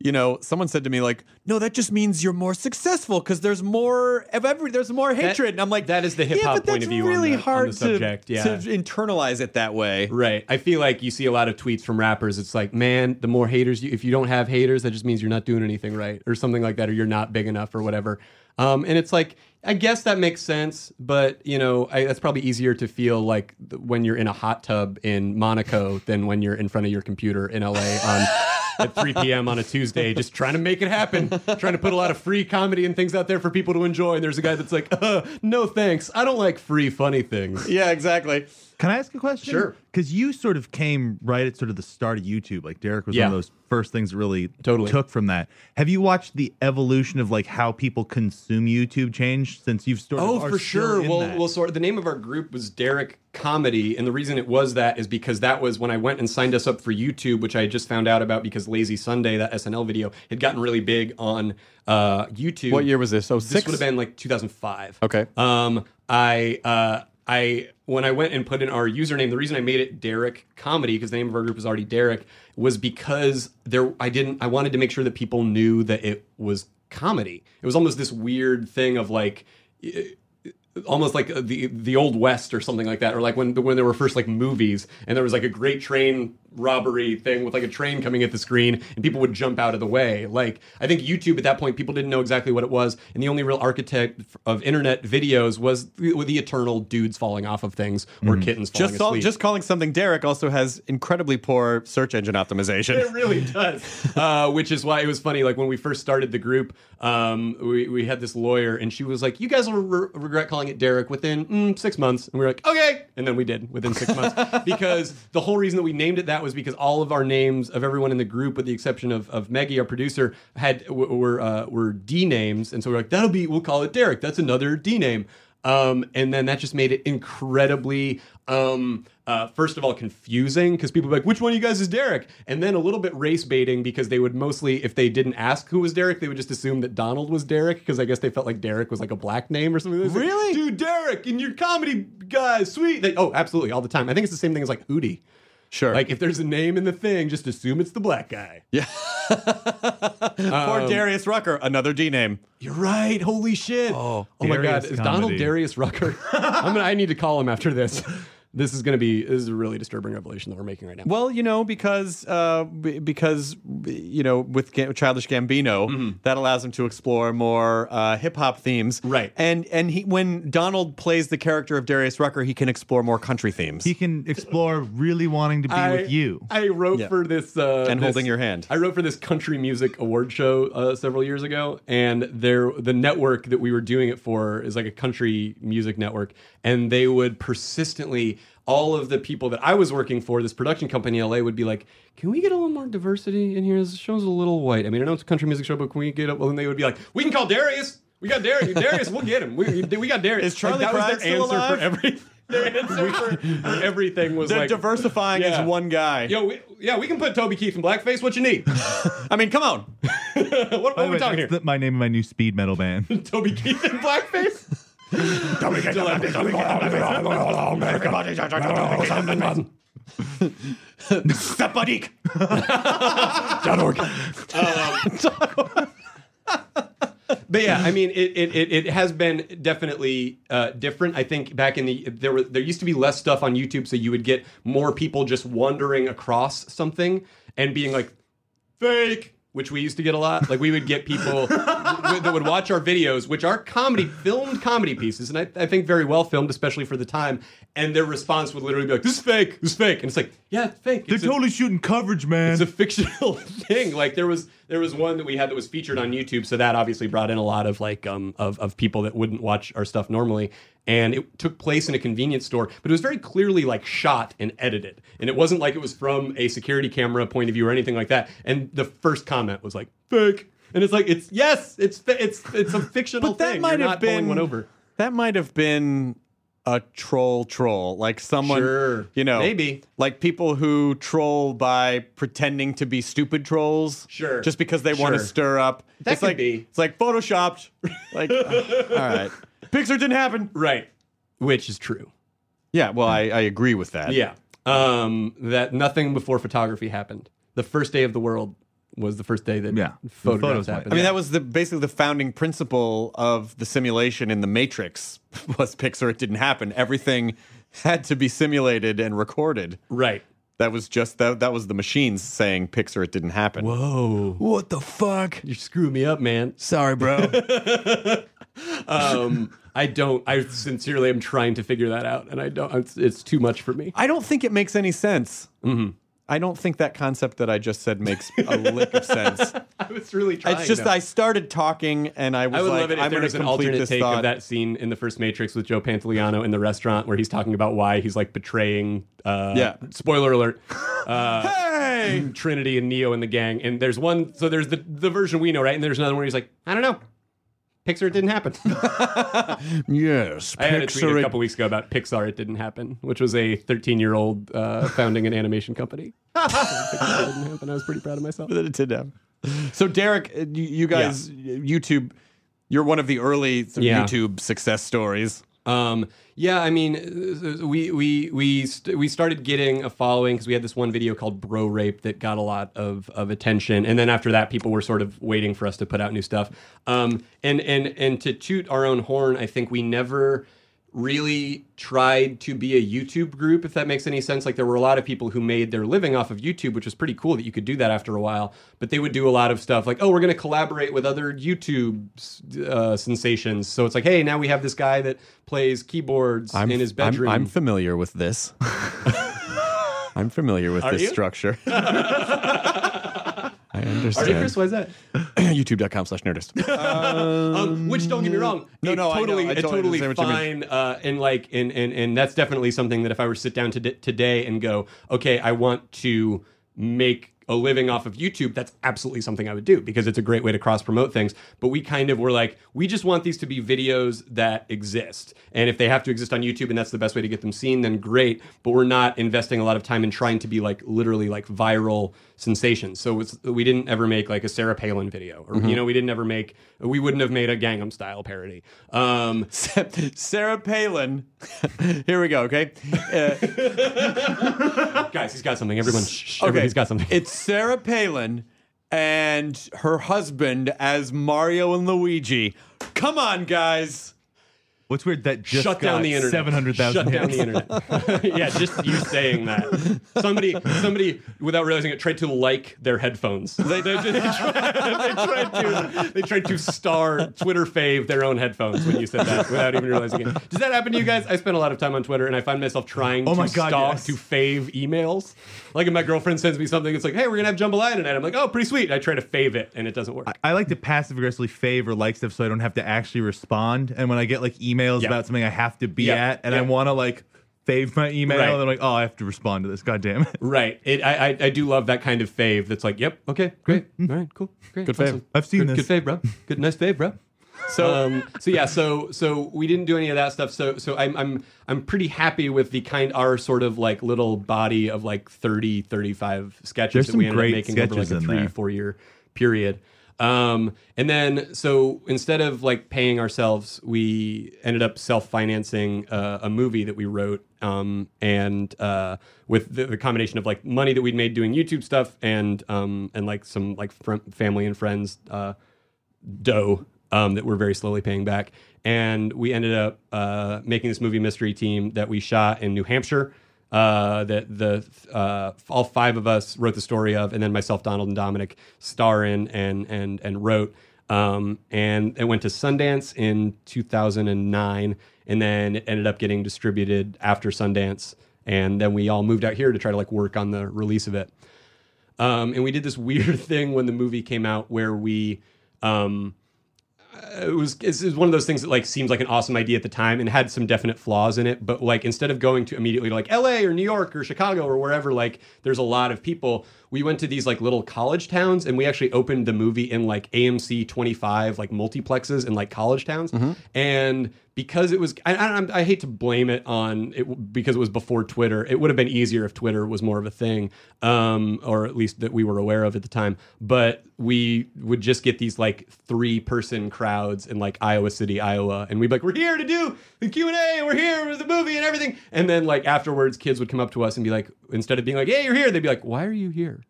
Speaker 4: you know, someone said to me like, "No, that just means you're more successful because there's more of every there's more hatred." and I'm like,
Speaker 5: that is the
Speaker 4: yeah,
Speaker 5: hip-hop
Speaker 4: but
Speaker 5: point
Speaker 4: that's
Speaker 5: of view on
Speaker 4: really
Speaker 5: the- on
Speaker 4: hard
Speaker 5: the subject,
Speaker 4: to,
Speaker 5: yeah.
Speaker 4: to internalize it that way.
Speaker 5: Right. I feel like you see a lot of tweets from rappers. It's like, man, the more haters you, if you don't have haters, that just means you're not doing anything right or something like that, or you're not big enough or whatever. Um, and it's like, I guess that makes sense, but you know, I, that's probably easier to feel like th- when you're in a hot tub in Monaco than when you're in front of your computer in LA on at 3 p.m. on a Tuesday, just trying to make it happen, trying to put a lot of free comedy and things out there for people to enjoy. And there's a guy that's like, uh, no thanks, I don't like free funny things.
Speaker 4: Yeah, exactly.
Speaker 6: Can I ask a question?
Speaker 5: Sure.
Speaker 6: Because you sort of came right at sort of the start of YouTube. Like Derek was
Speaker 5: Yeah.
Speaker 6: one of those first things that really
Speaker 5: Totally.
Speaker 6: took from that. Have you watched the evolution of like how people consume YouTube change since you've sort
Speaker 5: Oh,
Speaker 6: of are
Speaker 5: for
Speaker 6: still
Speaker 5: sure.
Speaker 6: in
Speaker 5: Well,
Speaker 6: that?
Speaker 5: well, sort the name of our group was Derek Comedy, and the reason it was that is because that was when I went and signed us up for YouTube, which I had just found out about because Lazy Sunday, that SNL video, had gotten really big on uh, YouTube.
Speaker 4: What year was this? Oh,
Speaker 5: This
Speaker 4: six?
Speaker 5: would have been like 2005.
Speaker 4: Okay.
Speaker 5: Um, I uh, I when I went and put in our username, the reason I made it Derek Comedy because the name of our group was already Derek was because there I didn't I wanted to make sure that people knew that it was comedy. It was almost this weird thing of like almost like uh, the the old west or something like that or like when when there were first like movies and there was like a great train robbery thing with like a train coming at the screen and people would jump out of the way. Like I think YouTube at that point people didn't know exactly what it was and the only real architect of internet videos was the, were the eternal dudes falling off of things or kittens falling
Speaker 4: Mm-hmm. Just, all,
Speaker 5: asleep.
Speaker 4: just calling something Derek also has incredibly poor search engine
Speaker 5: It
Speaker 4: optimization.
Speaker 5: really does. uh, which is why it was funny. Like when we first started the group, um, we, we had this lawyer, and she was like, "You guys will re- regret calling it Derek within mm, six months." And we were like, "Okay," and then we did within six months because the whole reason that we named it that was because all of our names of everyone in the group, with the exception of, of Maggie, our producer, had w- were uh, were D names, and so we're like, "That'll be we'll call it Derek." That's another D name. Um, and then that just made it incredibly, um, uh, first of all, confusing because people were like, which one of you guys is Derek? And then a little bit race baiting because they would mostly, if they didn't ask who was Derek, they would just assume that Donald was Derek because I guess they felt like Derek was like a black name or something. Like really? Dude, Derek, and your comedy guy, sweet. They, oh, absolutely, all the time. I think it's the same thing as like Hootie.
Speaker 4: sure.
Speaker 5: Like if there's a name in the thing, just assume it's the black guy.
Speaker 4: yeah.
Speaker 5: um,
Speaker 4: poor Darius Rucker, another D name.
Speaker 5: You're right. Holy shit. Oh, my god.
Speaker 6: Darius
Speaker 5: Is
Speaker 6: comedy.
Speaker 5: Donald Darius Rucker? I'm gonna, I need to call him after this. This is gonna be this is a really disturbing revelation that we're making right now.
Speaker 4: Well, you know, because uh, b- because you know, with Ga- childish Gambino, that allows him to explore more uh, hip hop themes,
Speaker 5: Right.
Speaker 4: And and he when Donald plays the character of Darius Rucker, he can explore more country themes.
Speaker 6: He can explore really wanting to be with you.
Speaker 5: I wrote
Speaker 4: Yeah.
Speaker 5: for this uh,
Speaker 4: And
Speaker 5: this-
Speaker 4: holding your hand.
Speaker 5: I wrote for this country music award show uh, several years ago, and there the network that we were doing it for is like a country music network, and they would persistently all of the people that I was working for, this production company in LA, would be like, "Can we get a little more diversity in here? This show's a little white. I mean, I know it's a country music show, but can we get up?" Well, then they would be like, "We can call Darius. We got Darius. Darius, we'll get him. We, we got Darius."
Speaker 4: Is Charlie
Speaker 5: like, that
Speaker 4: Pride
Speaker 5: was their
Speaker 4: still
Speaker 5: answer
Speaker 4: alive?
Speaker 5: for everything. Their answer for, for everything was
Speaker 4: They're
Speaker 5: like
Speaker 4: diversifying
Speaker 5: Yeah.
Speaker 4: as one guy.
Speaker 5: Yo, we, yeah, we can put Toby Keith in blackface. What you need? what
Speaker 4: I mean, come on.
Speaker 5: what
Speaker 6: By
Speaker 5: are
Speaker 6: the
Speaker 5: we
Speaker 6: way,
Speaker 5: talking here?
Speaker 6: that's the- my name of my new speed metal band.
Speaker 5: Toby Keith in blackface?
Speaker 4: Sabadik.
Speaker 5: But yeah, I mean, it it, it, it has been definitely uh, different. I think back in the there were there used to be less stuff on YouTube, so you would get more people just wandering across something and being like, fake, which we used to get a lot. Like we would get people w- that would watch our videos, which are comedy, filmed comedy pieces, and I, I think very well filmed, especially for the time. And their response would literally be like, "This is fake, this is fake," and it's like, "Yeah, it's fake."
Speaker 6: They're
Speaker 5: It's a-
Speaker 6: totally shooting coverage, man.
Speaker 5: it's a fictional thing. Like there was there was one that we had that was featured on YouTube, so that obviously brought in a lot of like um of, of people that wouldn't watch our stuff normally. And it took place in a convenience store, but it was very clearly like shot and edited. And it wasn't like it was from a security camera point of view or anything like that. And the first comment was like fake. And it's like it's yes, it's fi- it's it's a fictional
Speaker 4: But that
Speaker 5: thing.
Speaker 4: might
Speaker 5: You're
Speaker 4: have
Speaker 5: not
Speaker 4: been-
Speaker 5: pulling one over.
Speaker 4: That might have been a troll troll, like someone
Speaker 5: Sure.
Speaker 4: you know,
Speaker 5: Maybe.
Speaker 4: like people who troll by pretending to be stupid trolls,
Speaker 5: Sure.
Speaker 4: just because they want to
Speaker 5: Sure.
Speaker 4: stir up.
Speaker 5: That
Speaker 4: it's
Speaker 5: could
Speaker 4: like
Speaker 5: be.
Speaker 4: it's like photoshopped. Like, uh, all right, Pixar didn't happen.
Speaker 5: Right. Which is true.
Speaker 4: Yeah, well, I, I agree with that.
Speaker 5: Yeah. Um, that nothing before photography happened. The first day of the world was the first day that
Speaker 6: Yeah.
Speaker 5: photographs
Speaker 6: Photos went-
Speaker 5: happened.
Speaker 4: I mean, that was the basically the founding principle of the simulation in the Matrix was Pixar. It didn't happen. Everything had to be simulated and recorded.
Speaker 5: right.
Speaker 4: That was just that. That was the machines saying Pixar. It didn't happen.
Speaker 5: Whoa.
Speaker 7: What the fuck?
Speaker 5: You screwed me up, man.
Speaker 7: Sorry, bro.
Speaker 5: Um, I don't. I sincerely am trying to figure that out, and I don't. It's, it's too much for me.
Speaker 4: I don't think it makes any sense. Mm-hmm. I don't think that concept that I just said makes a lick of sense.
Speaker 5: I was really trying.
Speaker 4: It's just
Speaker 5: though.
Speaker 4: I started talking and I was
Speaker 5: I would
Speaker 4: like,
Speaker 5: love it if
Speaker 4: I'm going
Speaker 5: there
Speaker 4: to
Speaker 5: was an
Speaker 4: complete
Speaker 5: alternate
Speaker 4: this
Speaker 5: take
Speaker 4: thought.
Speaker 5: of that scene in the first Matrix with Joe Pantoliano in the restaurant where he's talking about why he's like betraying. Uh,
Speaker 4: Yeah.
Speaker 5: Spoiler alert. Uh,
Speaker 4: Hey,
Speaker 5: Trinity and Neo and the gang. And there's one, so there's the, the version we know, right? And there's another one where he's like, I don't know. Pixar, it didn't happen.
Speaker 7: yes.
Speaker 5: I had a tweet
Speaker 7: Pixar
Speaker 5: a
Speaker 7: it-
Speaker 5: couple weeks ago about Pixar, it didn't happen, which was a 13 year old uh, founding an animation company. Pixar didn't happen. I was pretty proud of myself.
Speaker 4: that it did happen. So Derek, uh, you, you guys, YouTube, you're one of the early sort of
Speaker 5: Yeah.
Speaker 4: YouTube success stories.
Speaker 5: Um, yeah, I mean, uh, we we we st- we started getting a following because we had this one video called "Bro Rape" that got a lot of of attention, and then after that, people were sort of waiting for us to put out new stuff. Um, and and and to toot our own horn, I think we never really tried to be a YouTube group, if that makes any sense. Like there were a lot of people who made their living off of YouTube, which was pretty cool that you could do that after a while. But they would do a lot of stuff like, oh, we're going to collaborate with other YouTube uh, sensations. So it's like, hey, now we have this guy that plays keyboards in his bedroom.
Speaker 4: I'm, familiar with this. I'm familiar with
Speaker 5: Are
Speaker 4: this
Speaker 5: you?
Speaker 4: structure. I
Speaker 5: Are
Speaker 4: understand.
Speaker 5: you, Chris? Why is that?
Speaker 4: YouTube.com slash nerdist.
Speaker 5: Um, which don't get me wrong,
Speaker 4: no,
Speaker 5: it
Speaker 4: no, I know.
Speaker 5: totally,
Speaker 4: I
Speaker 5: it
Speaker 4: totally
Speaker 5: totally
Speaker 4: understand what you
Speaker 5: fine, uh, and like, and, and and that's definitely something that if I were to sit down to today and go, okay, I want to make a living off of YouTube, that's absolutely something I would do because it's a great way to cross promote things. But we kind of were like, we just want these to be videos that exist, and if they have to exist on YouTube and that's the best way to get them seen, then great. But we're not investing a lot of time in trying to be like literally like viral sensations. So it's, we didn't ever make like a Sarah Palin video, or you know, we didn't ever make, we wouldn't have made a Gangnam Style parody. Um,
Speaker 4: Sarah Palin. Here we go, okay? Uh,
Speaker 5: guys, he's got something. Everyone, shh, Uh, okay. everybody's got something.
Speaker 4: It's Sarah Palin and her husband as Mario and Luigi. Come on, guys.
Speaker 6: What's weird that just
Speaker 5: Shut down
Speaker 6: got
Speaker 5: the internet.
Speaker 6: Seven hundred thousand.
Speaker 5: Shut down the internet. yeah, just you saying that. Somebody, somebody, without realizing it, tried to like their headphones. They, they, they, tried, they tried to, they tried to star Twitter fave their own headphones when you said that, without even realizing it. Does that happen to you guys? I spend a lot of time on Twitter, and I find myself trying
Speaker 6: Oh
Speaker 5: to
Speaker 6: my God,
Speaker 5: stalk
Speaker 6: yes.
Speaker 5: to fave emails. Like, if my girlfriend sends me something, it's like, "Hey, we're gonna have jambalaya tonight." I'm like, "Oh, pretty sweet." I try to fave it, and it doesn't work.
Speaker 6: I like to passive aggressively favor like stuff so I don't have to actually respond. And when I get like emails
Speaker 5: Yeah.
Speaker 6: about something I have to be
Speaker 5: Yeah.
Speaker 6: at, and I
Speaker 5: Yeah.
Speaker 6: want to like fave my email,
Speaker 5: Right.
Speaker 6: and I'm like, oh, I have to respond to this. God damn it!
Speaker 5: Right. It, I, I I do love that kind of fave. That's like, yep, okay, great, all right, cool, great,
Speaker 4: Good fave.
Speaker 6: Mm-hmm. I've seen
Speaker 5: good,
Speaker 6: this.
Speaker 5: Good fave, bro. Good, nice fave, bro. So, um, so yeah, so so we didn't do any of that stuff. So so I'm I'm I'm pretty happy with the kind our sort of like little body of like 30, 35 sketches
Speaker 6: There's
Speaker 5: that we ended
Speaker 6: some great
Speaker 5: up making over like
Speaker 6: sketches
Speaker 5: a
Speaker 6: in
Speaker 5: three
Speaker 6: there.
Speaker 5: four year period. Um, and then so instead of like paying ourselves, we ended up self financing uh, a movie that we wrote. Um, and uh, with the, the combination of like money that we'd made doing YouTube stuff and um, and like some like fr- family and friends uh, dough um, that we're very slowly paying back. And we ended up uh, making this movie mystery team that we shot in New Hampshire. Uh, that the uh, all five of us wrote the story of, and then myself, Donald, and Dominic star in and and and wrote. Um, and it went to Sundance in 2009, and then it ended up getting distributed after Sundance. And then we all moved out here to try to like work on the release of it. Um, and we did this weird thing when the movie came out where we, um, uh, it was it was one of those things that like seems like an awesome idea at the time and had some definite flaws in it. But like instead of going to immediately to like L.A. or New York or Chicago or wherever, like there's a lot of people. We went to these like little college towns and we actually opened the movie in like AMC 25 like multiplexes in like college towns and. Because it was, I, I, I hate to blame it on it because it was before Twitter. It would have been easier if Twitter was more of a thing, um, or at least that we were aware of at the time. But we would just get these like three person crowds in like Iowa City, Iowa, and we'd be like, "We're here to do the Q and A, and we're here with the movie and everything." And then like afterwards, kids would come up to us and be like, instead of being like, "Hey, you're here," they'd be like, "Why are you here?"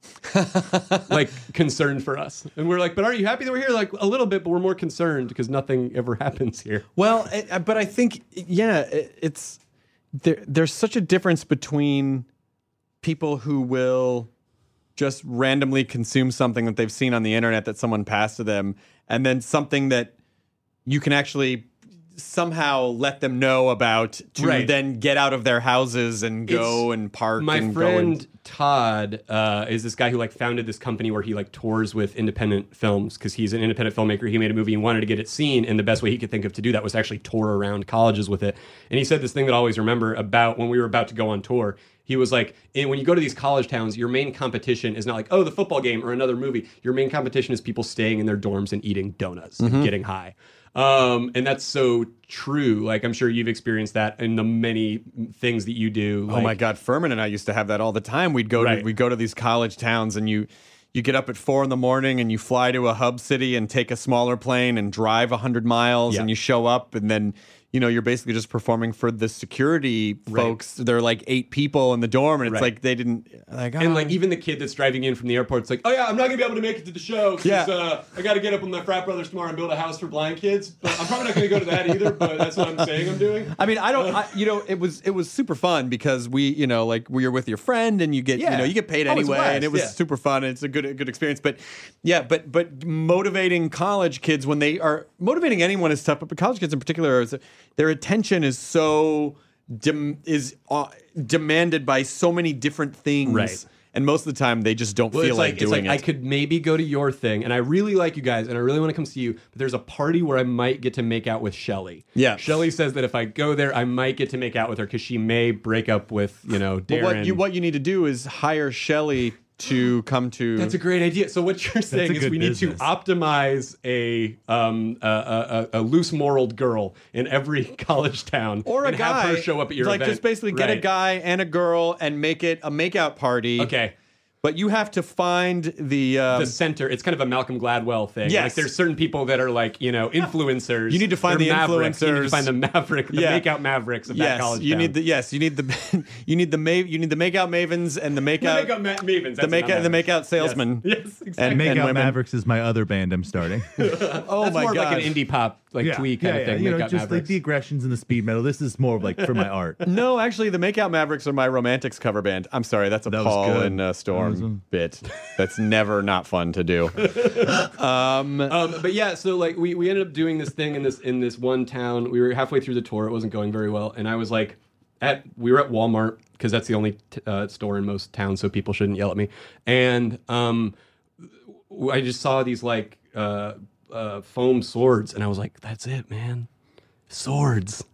Speaker 5: like concerned for us, and we're like, "But aren't you happy that we're here?" Like a little bit, but we're more concerned because nothing ever happens here.
Speaker 4: Well, I- I- but I think yeah, i- it's there. There's such a difference between people who will just randomly consume something that they've seen on the internet that someone passed to them, and then something that you can actually somehow let them know about to
Speaker 5: Right.
Speaker 4: then get out of their houses and go
Speaker 5: It's-
Speaker 4: and park.
Speaker 5: my
Speaker 4: and
Speaker 5: friend
Speaker 4: Go and,
Speaker 5: todd uh, is this guy who like founded this company where he like tours with independent films because he's an independent filmmaker he made a movie and wanted to get it seen and the best way he could think of to do that was actually tour around colleges with it and he said this thing that i always remember about when we were about to go on tour he was like "Eh, when you go to these college towns your main competition is not like oh the football game or another movie your main competition is people staying in their dorms and eating donuts
Speaker 4: Mm-hmm.
Speaker 5: and getting high um, and that's so true. Like I'm sure you've experienced that in the many things that you do.
Speaker 4: oh my God, Furman and I used to have that all the time. We'd go to
Speaker 5: Right.
Speaker 4: we'd go to these college towns, and you you get up at four in the morning and you fly to a hub city and take a smaller plane and drive hundred miles,
Speaker 5: Yeah.
Speaker 4: and you show up, and then you know, you're basically just performing for the security folks. There are like eight people in the dorm, and it's
Speaker 5: Right.
Speaker 4: like they didn't like.
Speaker 5: And
Speaker 4: "Ah."
Speaker 5: like even the kid that's driving in from the airport's like, oh yeah, I'm not gonna be able to make it to the show. 'cause,
Speaker 4: Yeah.
Speaker 5: uh, I got to get up with my frat brothers tomorrow and build a house for blind kids. But I'm probably not gonna go to that either. But that's what I'm saying I'm doing.
Speaker 4: I mean, I don't. I, you know, it was it was super fun because we, you know, like we were with your friend, and you get, you
Speaker 6: Yeah.
Speaker 4: know, you get paid
Speaker 6: Oh, it's a
Speaker 4: anyway,
Speaker 6: blast,
Speaker 4: and it was
Speaker 6: yeah.
Speaker 4: super fun. And it's a good a good experience. But yeah, but but motivating college kids when they are motivating anyone is tough, but college kids in particular, is, their attention is so dem, is uh, demanded by so many different things,
Speaker 5: Right.
Speaker 4: And most of the time, they just don't
Speaker 5: Well,
Speaker 4: feel
Speaker 5: it's
Speaker 4: like,
Speaker 5: like, it's
Speaker 4: doing
Speaker 5: like I
Speaker 4: it.
Speaker 5: could maybe go to your thing, and I really like you guys, and I really want to come see you. But there's a party where I might get to make out with Shelly.
Speaker 4: Yeah.
Speaker 5: Shelly says that if I go there, I might get to make out with her because she may break up with you know
Speaker 4: but
Speaker 5: Darren.
Speaker 4: what you what you need to do is hire Shelly to come to.
Speaker 5: That's a great idea. So what you're saying is
Speaker 6: good
Speaker 5: we need
Speaker 6: business.
Speaker 5: to optimize a um a, a, a, a loose moraled girl in every college town,
Speaker 4: or a
Speaker 5: and
Speaker 4: guy
Speaker 5: have her show up at your
Speaker 4: like
Speaker 5: event.
Speaker 4: just basically get a
Speaker 5: Right.
Speaker 4: guy and a girl and make it a makeout party.
Speaker 5: Okay.
Speaker 4: but you have to find the. Um,
Speaker 5: The center. It's kind of a Malcolm Gladwell thing.
Speaker 4: Yes.
Speaker 5: Like there's certain people that are like you know influencers.
Speaker 4: You need to find
Speaker 5: They're
Speaker 4: the
Speaker 5: mavericks. You need to
Speaker 4: influencers.
Speaker 5: find the maverick, the
Speaker 4: Yeah.
Speaker 5: makeout mavericks of that
Speaker 4: yes,
Speaker 5: college.
Speaker 4: you
Speaker 5: town.
Speaker 4: need the yes, you need the you need the ma- you need the makeout mavens and the
Speaker 5: The
Speaker 4: makeout
Speaker 5: makeout ma- mavens.
Speaker 4: the
Speaker 5: That's
Speaker 4: makeout the
Speaker 5: mavericks.
Speaker 4: makeout salesman. Oh
Speaker 5: Yes, yes, exactly.
Speaker 4: And,
Speaker 6: Make
Speaker 4: and
Speaker 6: Out
Speaker 4: women.
Speaker 6: Mavericks is my other band I'm starting.
Speaker 4: Oh
Speaker 5: That's
Speaker 4: my
Speaker 5: more of
Speaker 4: god!
Speaker 5: like an indie pop like twee kind of thing.
Speaker 6: You know,
Speaker 5: makeout
Speaker 6: just like
Speaker 5: mavericks.
Speaker 6: the aggressions and the speed metal. This is more of like for my art.
Speaker 4: no, actually, the Makeout Mavericks are my Romantics cover band. I'm sorry, that's a
Speaker 6: That was
Speaker 4: Paul
Speaker 6: good.
Speaker 4: and uh,
Speaker 6: That was
Speaker 4: Storm
Speaker 6: a-
Speaker 4: bit. That's never not fun to do.
Speaker 5: um, but yeah, so like we, we ended up doing this thing in this in this one town. We were halfway through the tour; it wasn't going very well, and I was like, at we were at Walmart because that's the only t- uh, store in most towns, so people shouldn't yell at me. And um, w- I just saw these like uh, uh, foam swords, and I was like, that's it, man, swords.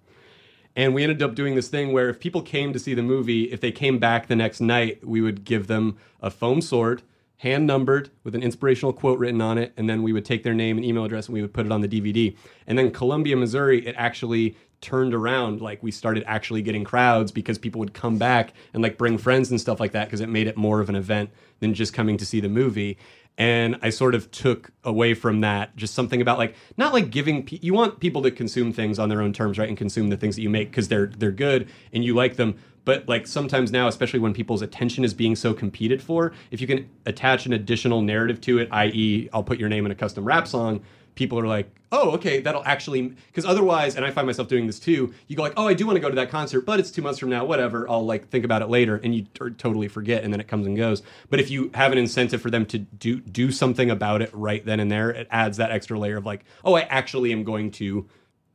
Speaker 5: And we ended up doing this thing where if people came to see the movie, if they came back the next night, we would give them a foam sword, hand numbered, with an inspirational quote written on it, and then we would take their name and email address and we would put it on the DVD. And then Columbia, Missouri, it actually turned around. Like we started actually getting crowds because people would come back and like bring friends and stuff like that because it made it more of an event than just coming to see the movie. And I sort of took away from that just something about like not like giving pe- you want people to consume things on their own terms, right? And consume the things that you make because they're they're good and you like them. But like sometimes now, especially when people's attention is being so competed for, if you can attach an additional narrative to it, i.e., I'll put your name in a custom rap song, people are like, oh, okay, that'll actually because otherwise, and I find myself doing this too. You go like, oh, I do want to go to that concert, but it's two months from now. Whatever, I'll like think about it later, and you t- totally forget, and then it comes and goes. But if you have an incentive for them to do do something about it right then and there, it adds that extra layer of like, oh, I actually am going to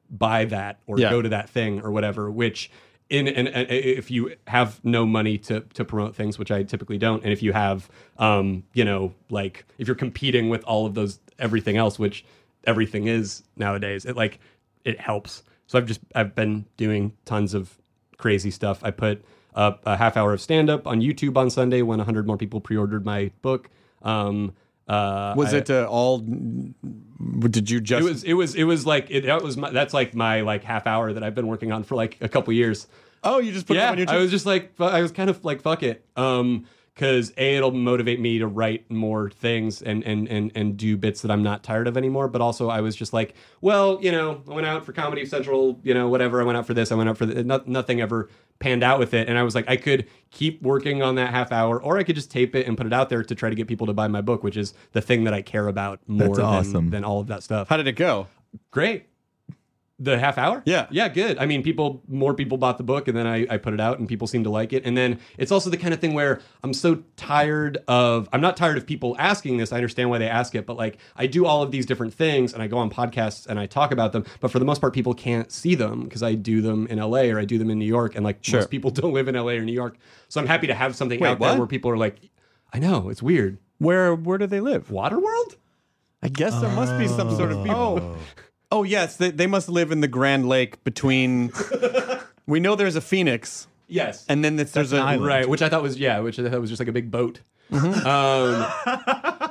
Speaker 5: buy that or
Speaker 4: Yeah.
Speaker 5: go to that thing or whatever. Which in and, and if you have no money to to promote things, which I typically don't, and if you have, um, you know, like if you're competing with all of those everything else, which everything is nowadays, it like it helps. So I've just I've been doing tons of crazy stuff. I put up a half hour of stand up on YouTube on Sunday when 100 more people pre-ordered my book. Um, uh,
Speaker 4: Was
Speaker 5: I-
Speaker 4: it uh, all? Did you just?
Speaker 5: it was it was it was like it that was my, that's like my like half hour that I've been working on for like a couple years.
Speaker 4: oh, you just put
Speaker 5: yeah,
Speaker 4: it on YouTube.
Speaker 5: I was just like fu- I was kind of like fuck it. Um cuz a it'll motivate me to write more things and and and and do bits that I'm not tired of anymore, but also I was just like, well, you know, I went out for Comedy Central, you know, whatever. I went out for this, I went out for the, no, nothing ever panned out with it and I was like I could keep working on that half hour or I could just tape it and put it out there to try to get people to buy my book, which is the thing that I care about more than,
Speaker 6: awesome.
Speaker 5: than all of that stuff
Speaker 4: How did it go?
Speaker 5: great. The half hour?
Speaker 4: Yeah.
Speaker 5: Yeah, good. I mean, people, more people bought the book and then I, I put it out and people seem to like it. And then it's also the kind of thing where I'm so tired of, I'm not tired of people asking this. I understand why they ask it, but like I do all of these different things and I go on podcasts and I talk about them. But for the most part, people can't see them because I do them in LA or I do them in New York. And like most people don't live in LA or New York. So I'm happy to have something
Speaker 4: Wait,
Speaker 5: out
Speaker 4: what?
Speaker 5: there where people are like, I know, it's weird.
Speaker 4: Where Where do they live?
Speaker 5: Waterworld?
Speaker 4: I guess there must be some sort of people. Oh, oh yes, they, they must live in the Grand Lake between. we know there's a Phoenix,
Speaker 5: Yes.
Speaker 4: and then it's, there's a
Speaker 5: Right, which I thought was yeah, which I thought was just like a big boat.
Speaker 4: Mm-hmm.
Speaker 5: Um,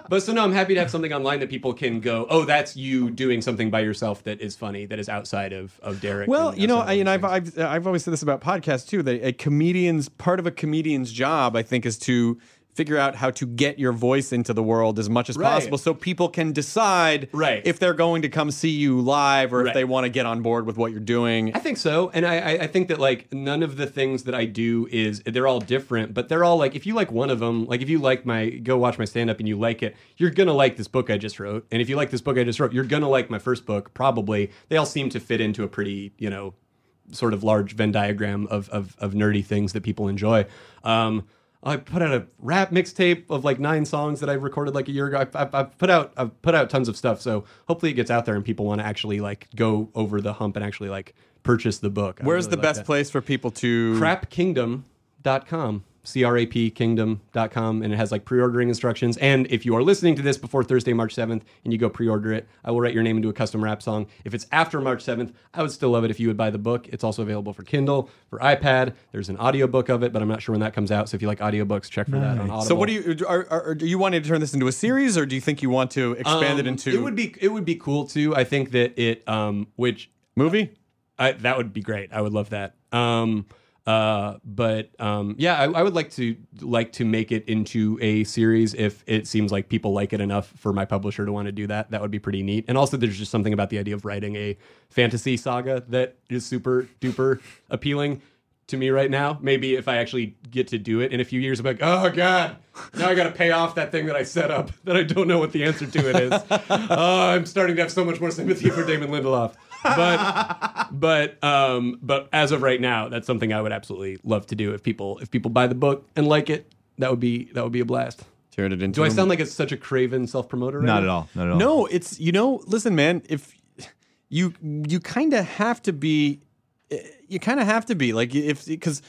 Speaker 5: but so no, I'm happy to have something online that people can go. Oh, that's you doing something by yourself that is funny, that is outside of of Derek.
Speaker 4: Well,
Speaker 5: and
Speaker 4: you know,
Speaker 5: outside of
Speaker 4: I, and
Speaker 5: all
Speaker 4: I've,
Speaker 5: these
Speaker 4: I've I've always said this about podcasts too. That a comedian's part of a comedian's job, I think, is to figure out how to get your voice into the world as much as
Speaker 5: Right.
Speaker 4: possible so people can decide
Speaker 5: Right.
Speaker 4: if they're going to come see you live or if
Speaker 5: Right.
Speaker 4: they want to get on board with what you're doing.
Speaker 5: I think so, and I, I I think that like none of the things that I do is they're all different, but they're all like if you like one of them, like if you like my go watch my stand up and you like it, you're gonna like this book I just wrote, and if you like this book I just wrote, you're gonna like my first book probably. They all seem to fit into a pretty you know sort of large Venn diagram of of, of nerdy things that people enjoy. Um, I put out a rap mixtape of like nine songs that I recorded like a year ago. I've, I've, I've put out I've put out tons of stuff, so hopefully it gets out there and people want to actually like go over the hump and actually like purchase the book. I
Speaker 4: Where's the
Speaker 5: really like
Speaker 4: best
Speaker 5: that.
Speaker 4: place for people to
Speaker 5: Crapkingdom.com. crapkingdom.com and it has like pre-ordering instructions and if you are listening to this before thursday march 7th and you go pre-order it i will write your name into a custom rap song if it's after march 7th i would still love it if you would buy the book it's also available for kindle for ipad there's an audiobook of it but i'm not sure when that comes out so if you like audiobooks check for that on audible
Speaker 4: So what do you are, are, are- do you want to turn this into a series or do you think you want to expand it
Speaker 5: Um,
Speaker 4: into
Speaker 5: it would be it would be cool too i think that it um which
Speaker 4: movie?
Speaker 5: I, that would be great. I would love that. Um, uh, but um, yeah, I, I would like to like to make it into a series if it seems like people like it enough for my publisher to want to do that. That would be pretty neat. And also, there's just something about the idea of writing a fantasy saga that is super duper appealing to me right now. Maybe if I actually get to do it in a few years, I'm like, oh god, now I got to pay off that thing that I set up that I don't know what the answer to it is. oh, I'm starting to have so much more sympathy for Damon Lindelof. But but um but as of right now, that's something I would absolutely love to do if people if people buy the book and like it, that would be that would be a blast.
Speaker 4: Turn it into
Speaker 5: Do I sound like it's such a craven self promoter?
Speaker 6: Not at all. Not at all.
Speaker 4: No, it's you know, listen man, if you you kind of have to be eh, you kind of have to be like if cuz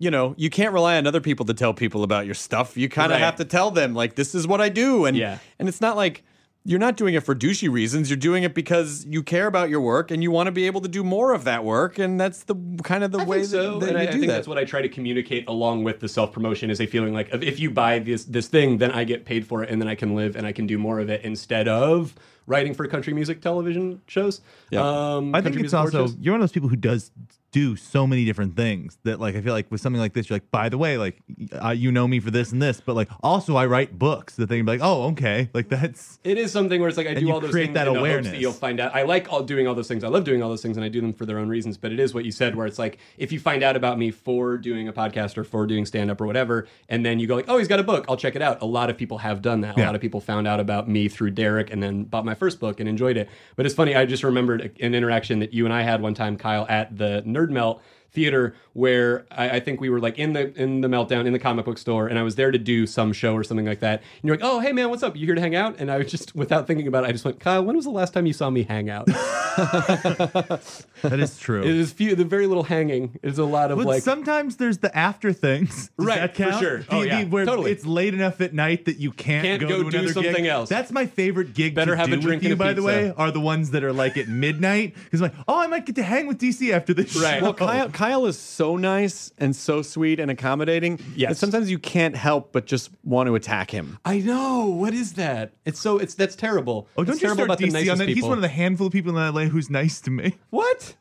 Speaker 4: you know, you can't rely on other people to tell people about your stuff. You kind of
Speaker 5: Right.
Speaker 4: have to tell them like this is what I do and
Speaker 5: Yeah.
Speaker 4: and it's not like you're not doing it for douchey reasons. You're doing it because you care about your work and you want to be able to do more of that work, and that's the kind of the
Speaker 5: I
Speaker 4: way
Speaker 5: think so,
Speaker 4: that, that
Speaker 5: and
Speaker 4: you
Speaker 5: I, I
Speaker 4: do
Speaker 5: think
Speaker 4: that.
Speaker 5: that's what I try to communicate along with the self promotion is a feeling like of if you buy this this thing, then I get paid for it, and then I can live and I can do more of it instead of writing for country music television shows.
Speaker 4: Yeah.
Speaker 5: Um,
Speaker 6: I think
Speaker 5: country music
Speaker 6: it's
Speaker 5: award
Speaker 6: also
Speaker 5: shows.
Speaker 6: you're one of those people who does do so many different things that like I feel like with something like this you're like by the way like uh, you know me for this and this but like also I write books the thing like oh okay like that's
Speaker 5: It is something where it's like I
Speaker 6: And
Speaker 5: do
Speaker 6: you
Speaker 5: all those
Speaker 6: create
Speaker 5: things
Speaker 6: that
Speaker 5: in the hopes
Speaker 6: awareness.
Speaker 5: that you'll find out. I like all doing all those things. I love doing all those things, and I do them for their own reasons. But it is what you said, where it's like if you find out about me for doing a podcast or for doing stand up or whatever, and then you go like, oh, he's got a book. I'll check it out. A lot of people have done that. A
Speaker 6: Yeah.
Speaker 5: lot of people found out about me through Derek and then bought my first book and enjoyed it. But it's funny. I just remembered an interaction that you and I had one time, Kyle, at the Nerd Melt theater where I, I think we were like in the in the meltdown in the comic book store and I was there to do some show or something like that. And you're like, oh hey man, what's up? You here to hang out? And I was just without thinking about it, I just went, Kyle, when was the last time you saw me hang out? it
Speaker 6: that is true.
Speaker 5: is few the very little hanging. It's a lot of
Speaker 6: But
Speaker 5: like
Speaker 6: sometimes there's the after things. Does
Speaker 5: Right,
Speaker 6: that
Speaker 5: for
Speaker 6: count?
Speaker 5: sure.
Speaker 6: The-
Speaker 5: Oh,
Speaker 6: the-
Speaker 5: yeah,
Speaker 6: where
Speaker 5: totally.
Speaker 6: It's late enough at night that you can't,
Speaker 5: Can't go
Speaker 6: go, to
Speaker 5: do
Speaker 6: another
Speaker 5: something
Speaker 6: gig.
Speaker 5: else.
Speaker 6: That's my favorite gig.
Speaker 5: Better
Speaker 6: to
Speaker 5: have a
Speaker 6: do
Speaker 5: drink
Speaker 6: with
Speaker 5: and
Speaker 6: you,
Speaker 5: a
Speaker 6: by the way,
Speaker 5: pizza.
Speaker 6: are the ones that are like at midnight. Because like, oh, I might get to hang with DC after this.
Speaker 5: Right.
Speaker 6: show. Oh,
Speaker 4: Well, Kyle, Kyle is so nice and so sweet and accommodating.
Speaker 5: Yes.
Speaker 4: that sometimes you can't help but just want to attack him.
Speaker 5: I know, what is that? It's so it's that's terrible.
Speaker 6: Oh,
Speaker 5: It's
Speaker 6: don't you
Speaker 5: terrible
Speaker 6: start
Speaker 5: about the
Speaker 6: DC
Speaker 5: nicest
Speaker 6: on that. He's
Speaker 5: people.
Speaker 6: one of the handful of people in LA who's nice to me.
Speaker 5: What?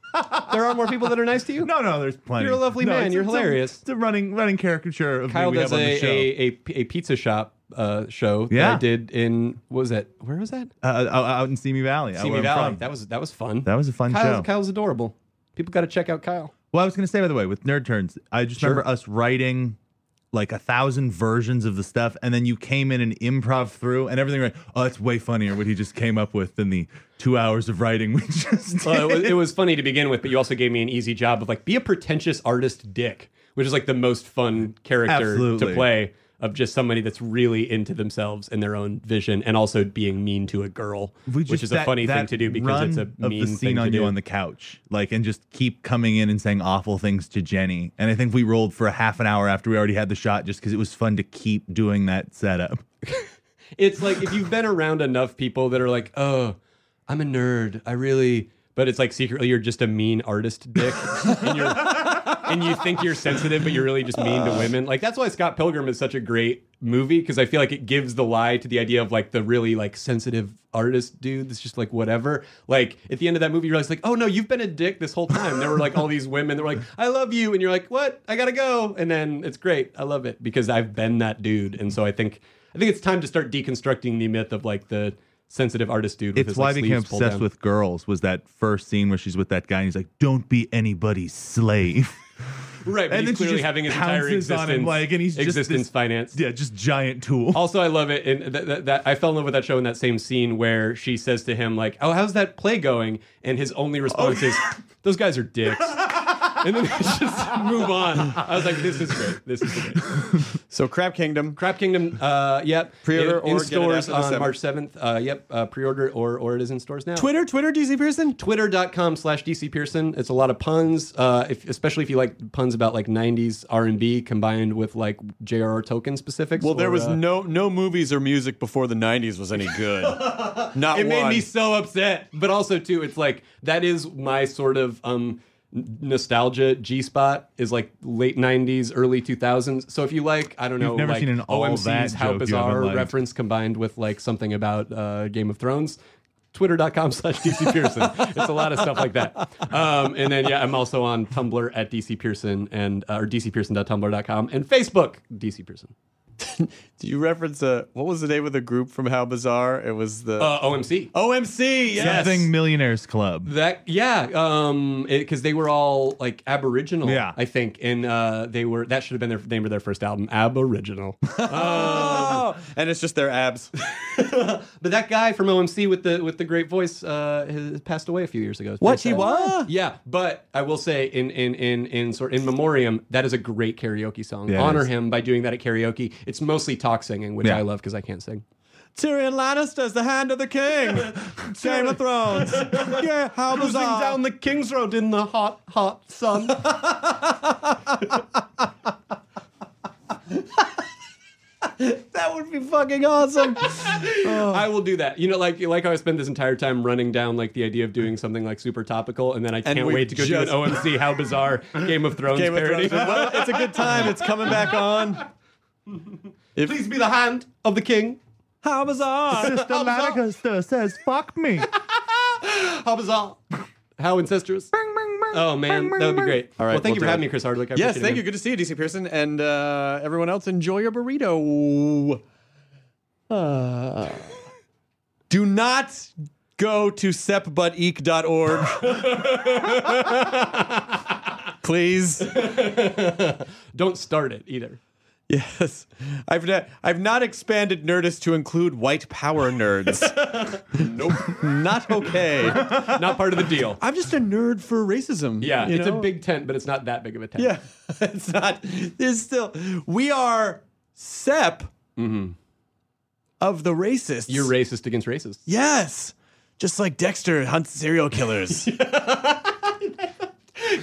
Speaker 5: there are more people that are nice to you?
Speaker 6: No, no, there's plenty.
Speaker 5: You're a lovely
Speaker 6: No,
Speaker 5: man.
Speaker 6: it's-
Speaker 5: You're
Speaker 6: it's a-
Speaker 5: hilarious.
Speaker 6: It's a running running caricature of
Speaker 5: Kyle
Speaker 6: me we
Speaker 5: does
Speaker 6: have on the
Speaker 5: a,
Speaker 6: show.
Speaker 5: a, a, a pizza shop uh, show that I
Speaker 6: Yeah.
Speaker 5: did in what was that? Where was that?
Speaker 6: uh, uh, out in Simi Valley. out where
Speaker 5: Simi
Speaker 6: I'm
Speaker 5: Valley.
Speaker 6: from.
Speaker 5: That was that was fun.
Speaker 6: That was a fun
Speaker 5: Kyle's,
Speaker 6: show.
Speaker 5: Kyle's adorable. People got to check out Kyle.
Speaker 6: Well, I was going to say, by the way, with Nerd Turns, I just remember us writing like a thousand versions of the stuff, and then you came in and improv through, and everything. Right? Oh, that's way funnier what he just came up with than the two hours of writing we just did.
Speaker 5: Well, it, was, it was funny to begin with, but you also gave me an easy job of like be a pretentious artist dick, which is like the most fun character to
Speaker 6: Absolutely.
Speaker 5: play of just somebody that's really into themselves and their own vision, and also being mean to a girl,
Speaker 6: We
Speaker 5: which
Speaker 6: just-
Speaker 5: is a
Speaker 6: that-
Speaker 5: funny thing
Speaker 6: that
Speaker 5: to do because
Speaker 6: run
Speaker 5: it's a
Speaker 6: of
Speaker 5: mean
Speaker 6: the scene
Speaker 5: thing
Speaker 6: on
Speaker 5: to
Speaker 6: you
Speaker 5: do.
Speaker 6: on the couch, like, and just keep coming in and saying awful things to Jenny. And I think we rolled for a half an hour after we already had the shot, just because it was fun to keep doing that setup.
Speaker 5: it's like if you've been around enough people that are like, oh, I'm a nerd. I really, but it's like secretly you're just a mean artist dick. and you're, and you think you're sensitive, but you're really just mean to women. Like that's why Scott Pilgrim is such a great movie because I feel like it gives the lie to the idea of like the really like sensitive artist dude that's just like whatever. Like at the end of that movie, you're like, oh no, you've been a dick this whole time. There were like all these women that were like, I love you, and you're like, what? I gotta go, and then it's great. I love it because I've been that dude, and so I think I think it's time to start deconstructing the myth of like the sensitive artist dude. With
Speaker 6: It's
Speaker 5: his,
Speaker 6: why
Speaker 5: like,
Speaker 6: I became
Speaker 5: sleeves pulled
Speaker 6: obsessed
Speaker 5: down.
Speaker 6: with girls was that first scene where she's with that guy and he's like, "Don't be anybody's slave."
Speaker 5: Right, but
Speaker 6: And then
Speaker 5: he's
Speaker 6: she
Speaker 5: clearly
Speaker 6: just
Speaker 5: having his entire
Speaker 6: pounces on him,
Speaker 5: existence,
Speaker 6: like, and he's just
Speaker 5: existence
Speaker 6: this-
Speaker 5: financed.
Speaker 6: yeah, just giant tool.
Speaker 5: Also, I love it, and th- th- that I fell in love with that show in that same scene where she says to him like, "Oh, how's that play going?" And his only response is, "Those guys are dicks." and then they just move on. I was like, "This is great. This is great."
Speaker 4: So Crab Kingdom.
Speaker 5: Crap Kingdom. Uh, yep.
Speaker 4: Pre-order
Speaker 5: in, in
Speaker 4: or get it
Speaker 5: stores
Speaker 4: after the
Speaker 5: on
Speaker 4: 7th.
Speaker 5: March seventh. Uh, yep. Uh, pre-order or or it is in stores now.
Speaker 4: Twitter, Twitter, DC Pearson.
Speaker 5: Twitter.com slash DC Pearson. It's a lot of puns, uh, if, especially if you like puns about like 90s R&B combined with like JRR token specifics.
Speaker 4: Well, there
Speaker 5: or,
Speaker 4: was
Speaker 5: uh,
Speaker 4: no no movies or music before the '90s was any good. Not one.
Speaker 5: it made me so upset but also too it's like that is my sort of um n- nostalgia g spot is like late 90s early 2000s so if you like i don't know
Speaker 6: never
Speaker 5: like
Speaker 6: seen an all
Speaker 5: omc's
Speaker 6: that
Speaker 5: how
Speaker 6: joke you haven't
Speaker 5: bizarre
Speaker 6: liked.
Speaker 5: reference combined with like something about uh game of thrones twitter.com slash dc pearson it's a lot of stuff like that um and then yeah i'm also on tumblr at dc pearson and uh, or dcpearson.tumblr.com and facebook dc pearson
Speaker 4: Do you reference a what was the name of the group from How Bizarre? It was the
Speaker 5: uh omc
Speaker 4: OMC. Yes.
Speaker 6: Something Millionaires Club.
Speaker 5: That yeah, um, because they were all like Aboriginal,
Speaker 6: Yeah.
Speaker 5: I think, and uh, they were that should have been their name of their first album, Aboriginal.
Speaker 4: Oh, and it's just their abs.
Speaker 5: but that guy from OMC with the with the great voice uh, has passed away a few years ago. It's
Speaker 4: What
Speaker 5: very
Speaker 4: he
Speaker 5: sad.
Speaker 4: was?
Speaker 5: Yeah, but I will say in in in in sort in memoriam, that is a great karaoke song.
Speaker 6: Yeah, it
Speaker 5: Honor
Speaker 6: is.
Speaker 5: him by doing that at karaoke. It's mostly talk singing, which
Speaker 6: Yeah.
Speaker 5: I love because I can't sing.
Speaker 4: Tyrion Lannister's the hand of the king. Game of Thrones. Yeah, How
Speaker 5: Cruising
Speaker 6: uh,
Speaker 4: Bizarre.
Speaker 5: down the King's Road in the hot hot sun.
Speaker 4: that would be fucking awesome.
Speaker 5: I will do that. You know, like like how I spend this entire time running down like the idea of doing something like super topical, and then I can't
Speaker 4: we
Speaker 5: wait to go
Speaker 4: just-
Speaker 5: do an OMC How Bizarre Game of Thrones
Speaker 4: Game of
Speaker 5: parody.
Speaker 4: Thrones. Well, it's a good time. It's coming back on. If,
Speaker 5: Please be the hand of the king.
Speaker 4: How Bizarre.
Speaker 6: Sister Lancaster says, "Fuck me."
Speaker 5: How bizarre. How incestuous. Oh man, that would be great.
Speaker 4: All right,
Speaker 5: well, thank
Speaker 4: we'll
Speaker 5: you
Speaker 4: do
Speaker 5: for having
Speaker 4: it.
Speaker 5: me, Chris Hardwick. I
Speaker 4: Yes,
Speaker 5: appreciate it,
Speaker 4: thank
Speaker 5: man.
Speaker 4: you. Good to see you, DC Pearson, and uh, everyone else. Enjoy your burrito. Uh, do not go to sepbuteek.org. Please.
Speaker 5: Don't start it either.
Speaker 4: Yes, I've not, I've not expanded Nerdist to include white power nerds. nope, not okay.
Speaker 5: Not part of the deal.
Speaker 4: I'm just a nerd for racism.
Speaker 5: Yeah,
Speaker 4: you
Speaker 5: it's
Speaker 4: know?
Speaker 5: a big tent, but it's not that big of a tent.
Speaker 4: Yeah, it's not. There's still. We are SEP of the racists.
Speaker 5: Mm-hmm. You're racist against racists.
Speaker 4: Yes. Just like Dexter hunts serial killers.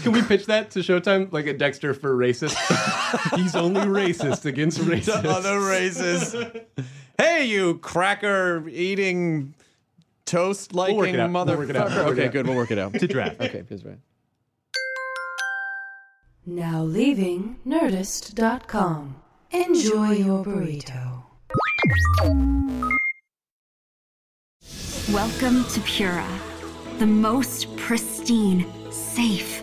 Speaker 5: Can we pitch that to Showtime? Like a Dexter for racist? He's only racist against racists.
Speaker 4: Other races. Hey, you cracker eating toast liking
Speaker 5: work it out. We'll
Speaker 4: motherfucker.
Speaker 5: work it out. We'll work it
Speaker 4: okay,
Speaker 5: out.
Speaker 4: good. We'll work it out.
Speaker 6: to draft.
Speaker 4: okay, please, right.
Speaker 3: Now leaving Nerdist.com. Enjoy your burrito.
Speaker 8: Welcome to Pura, the most pristine, safe,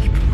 Speaker 8: he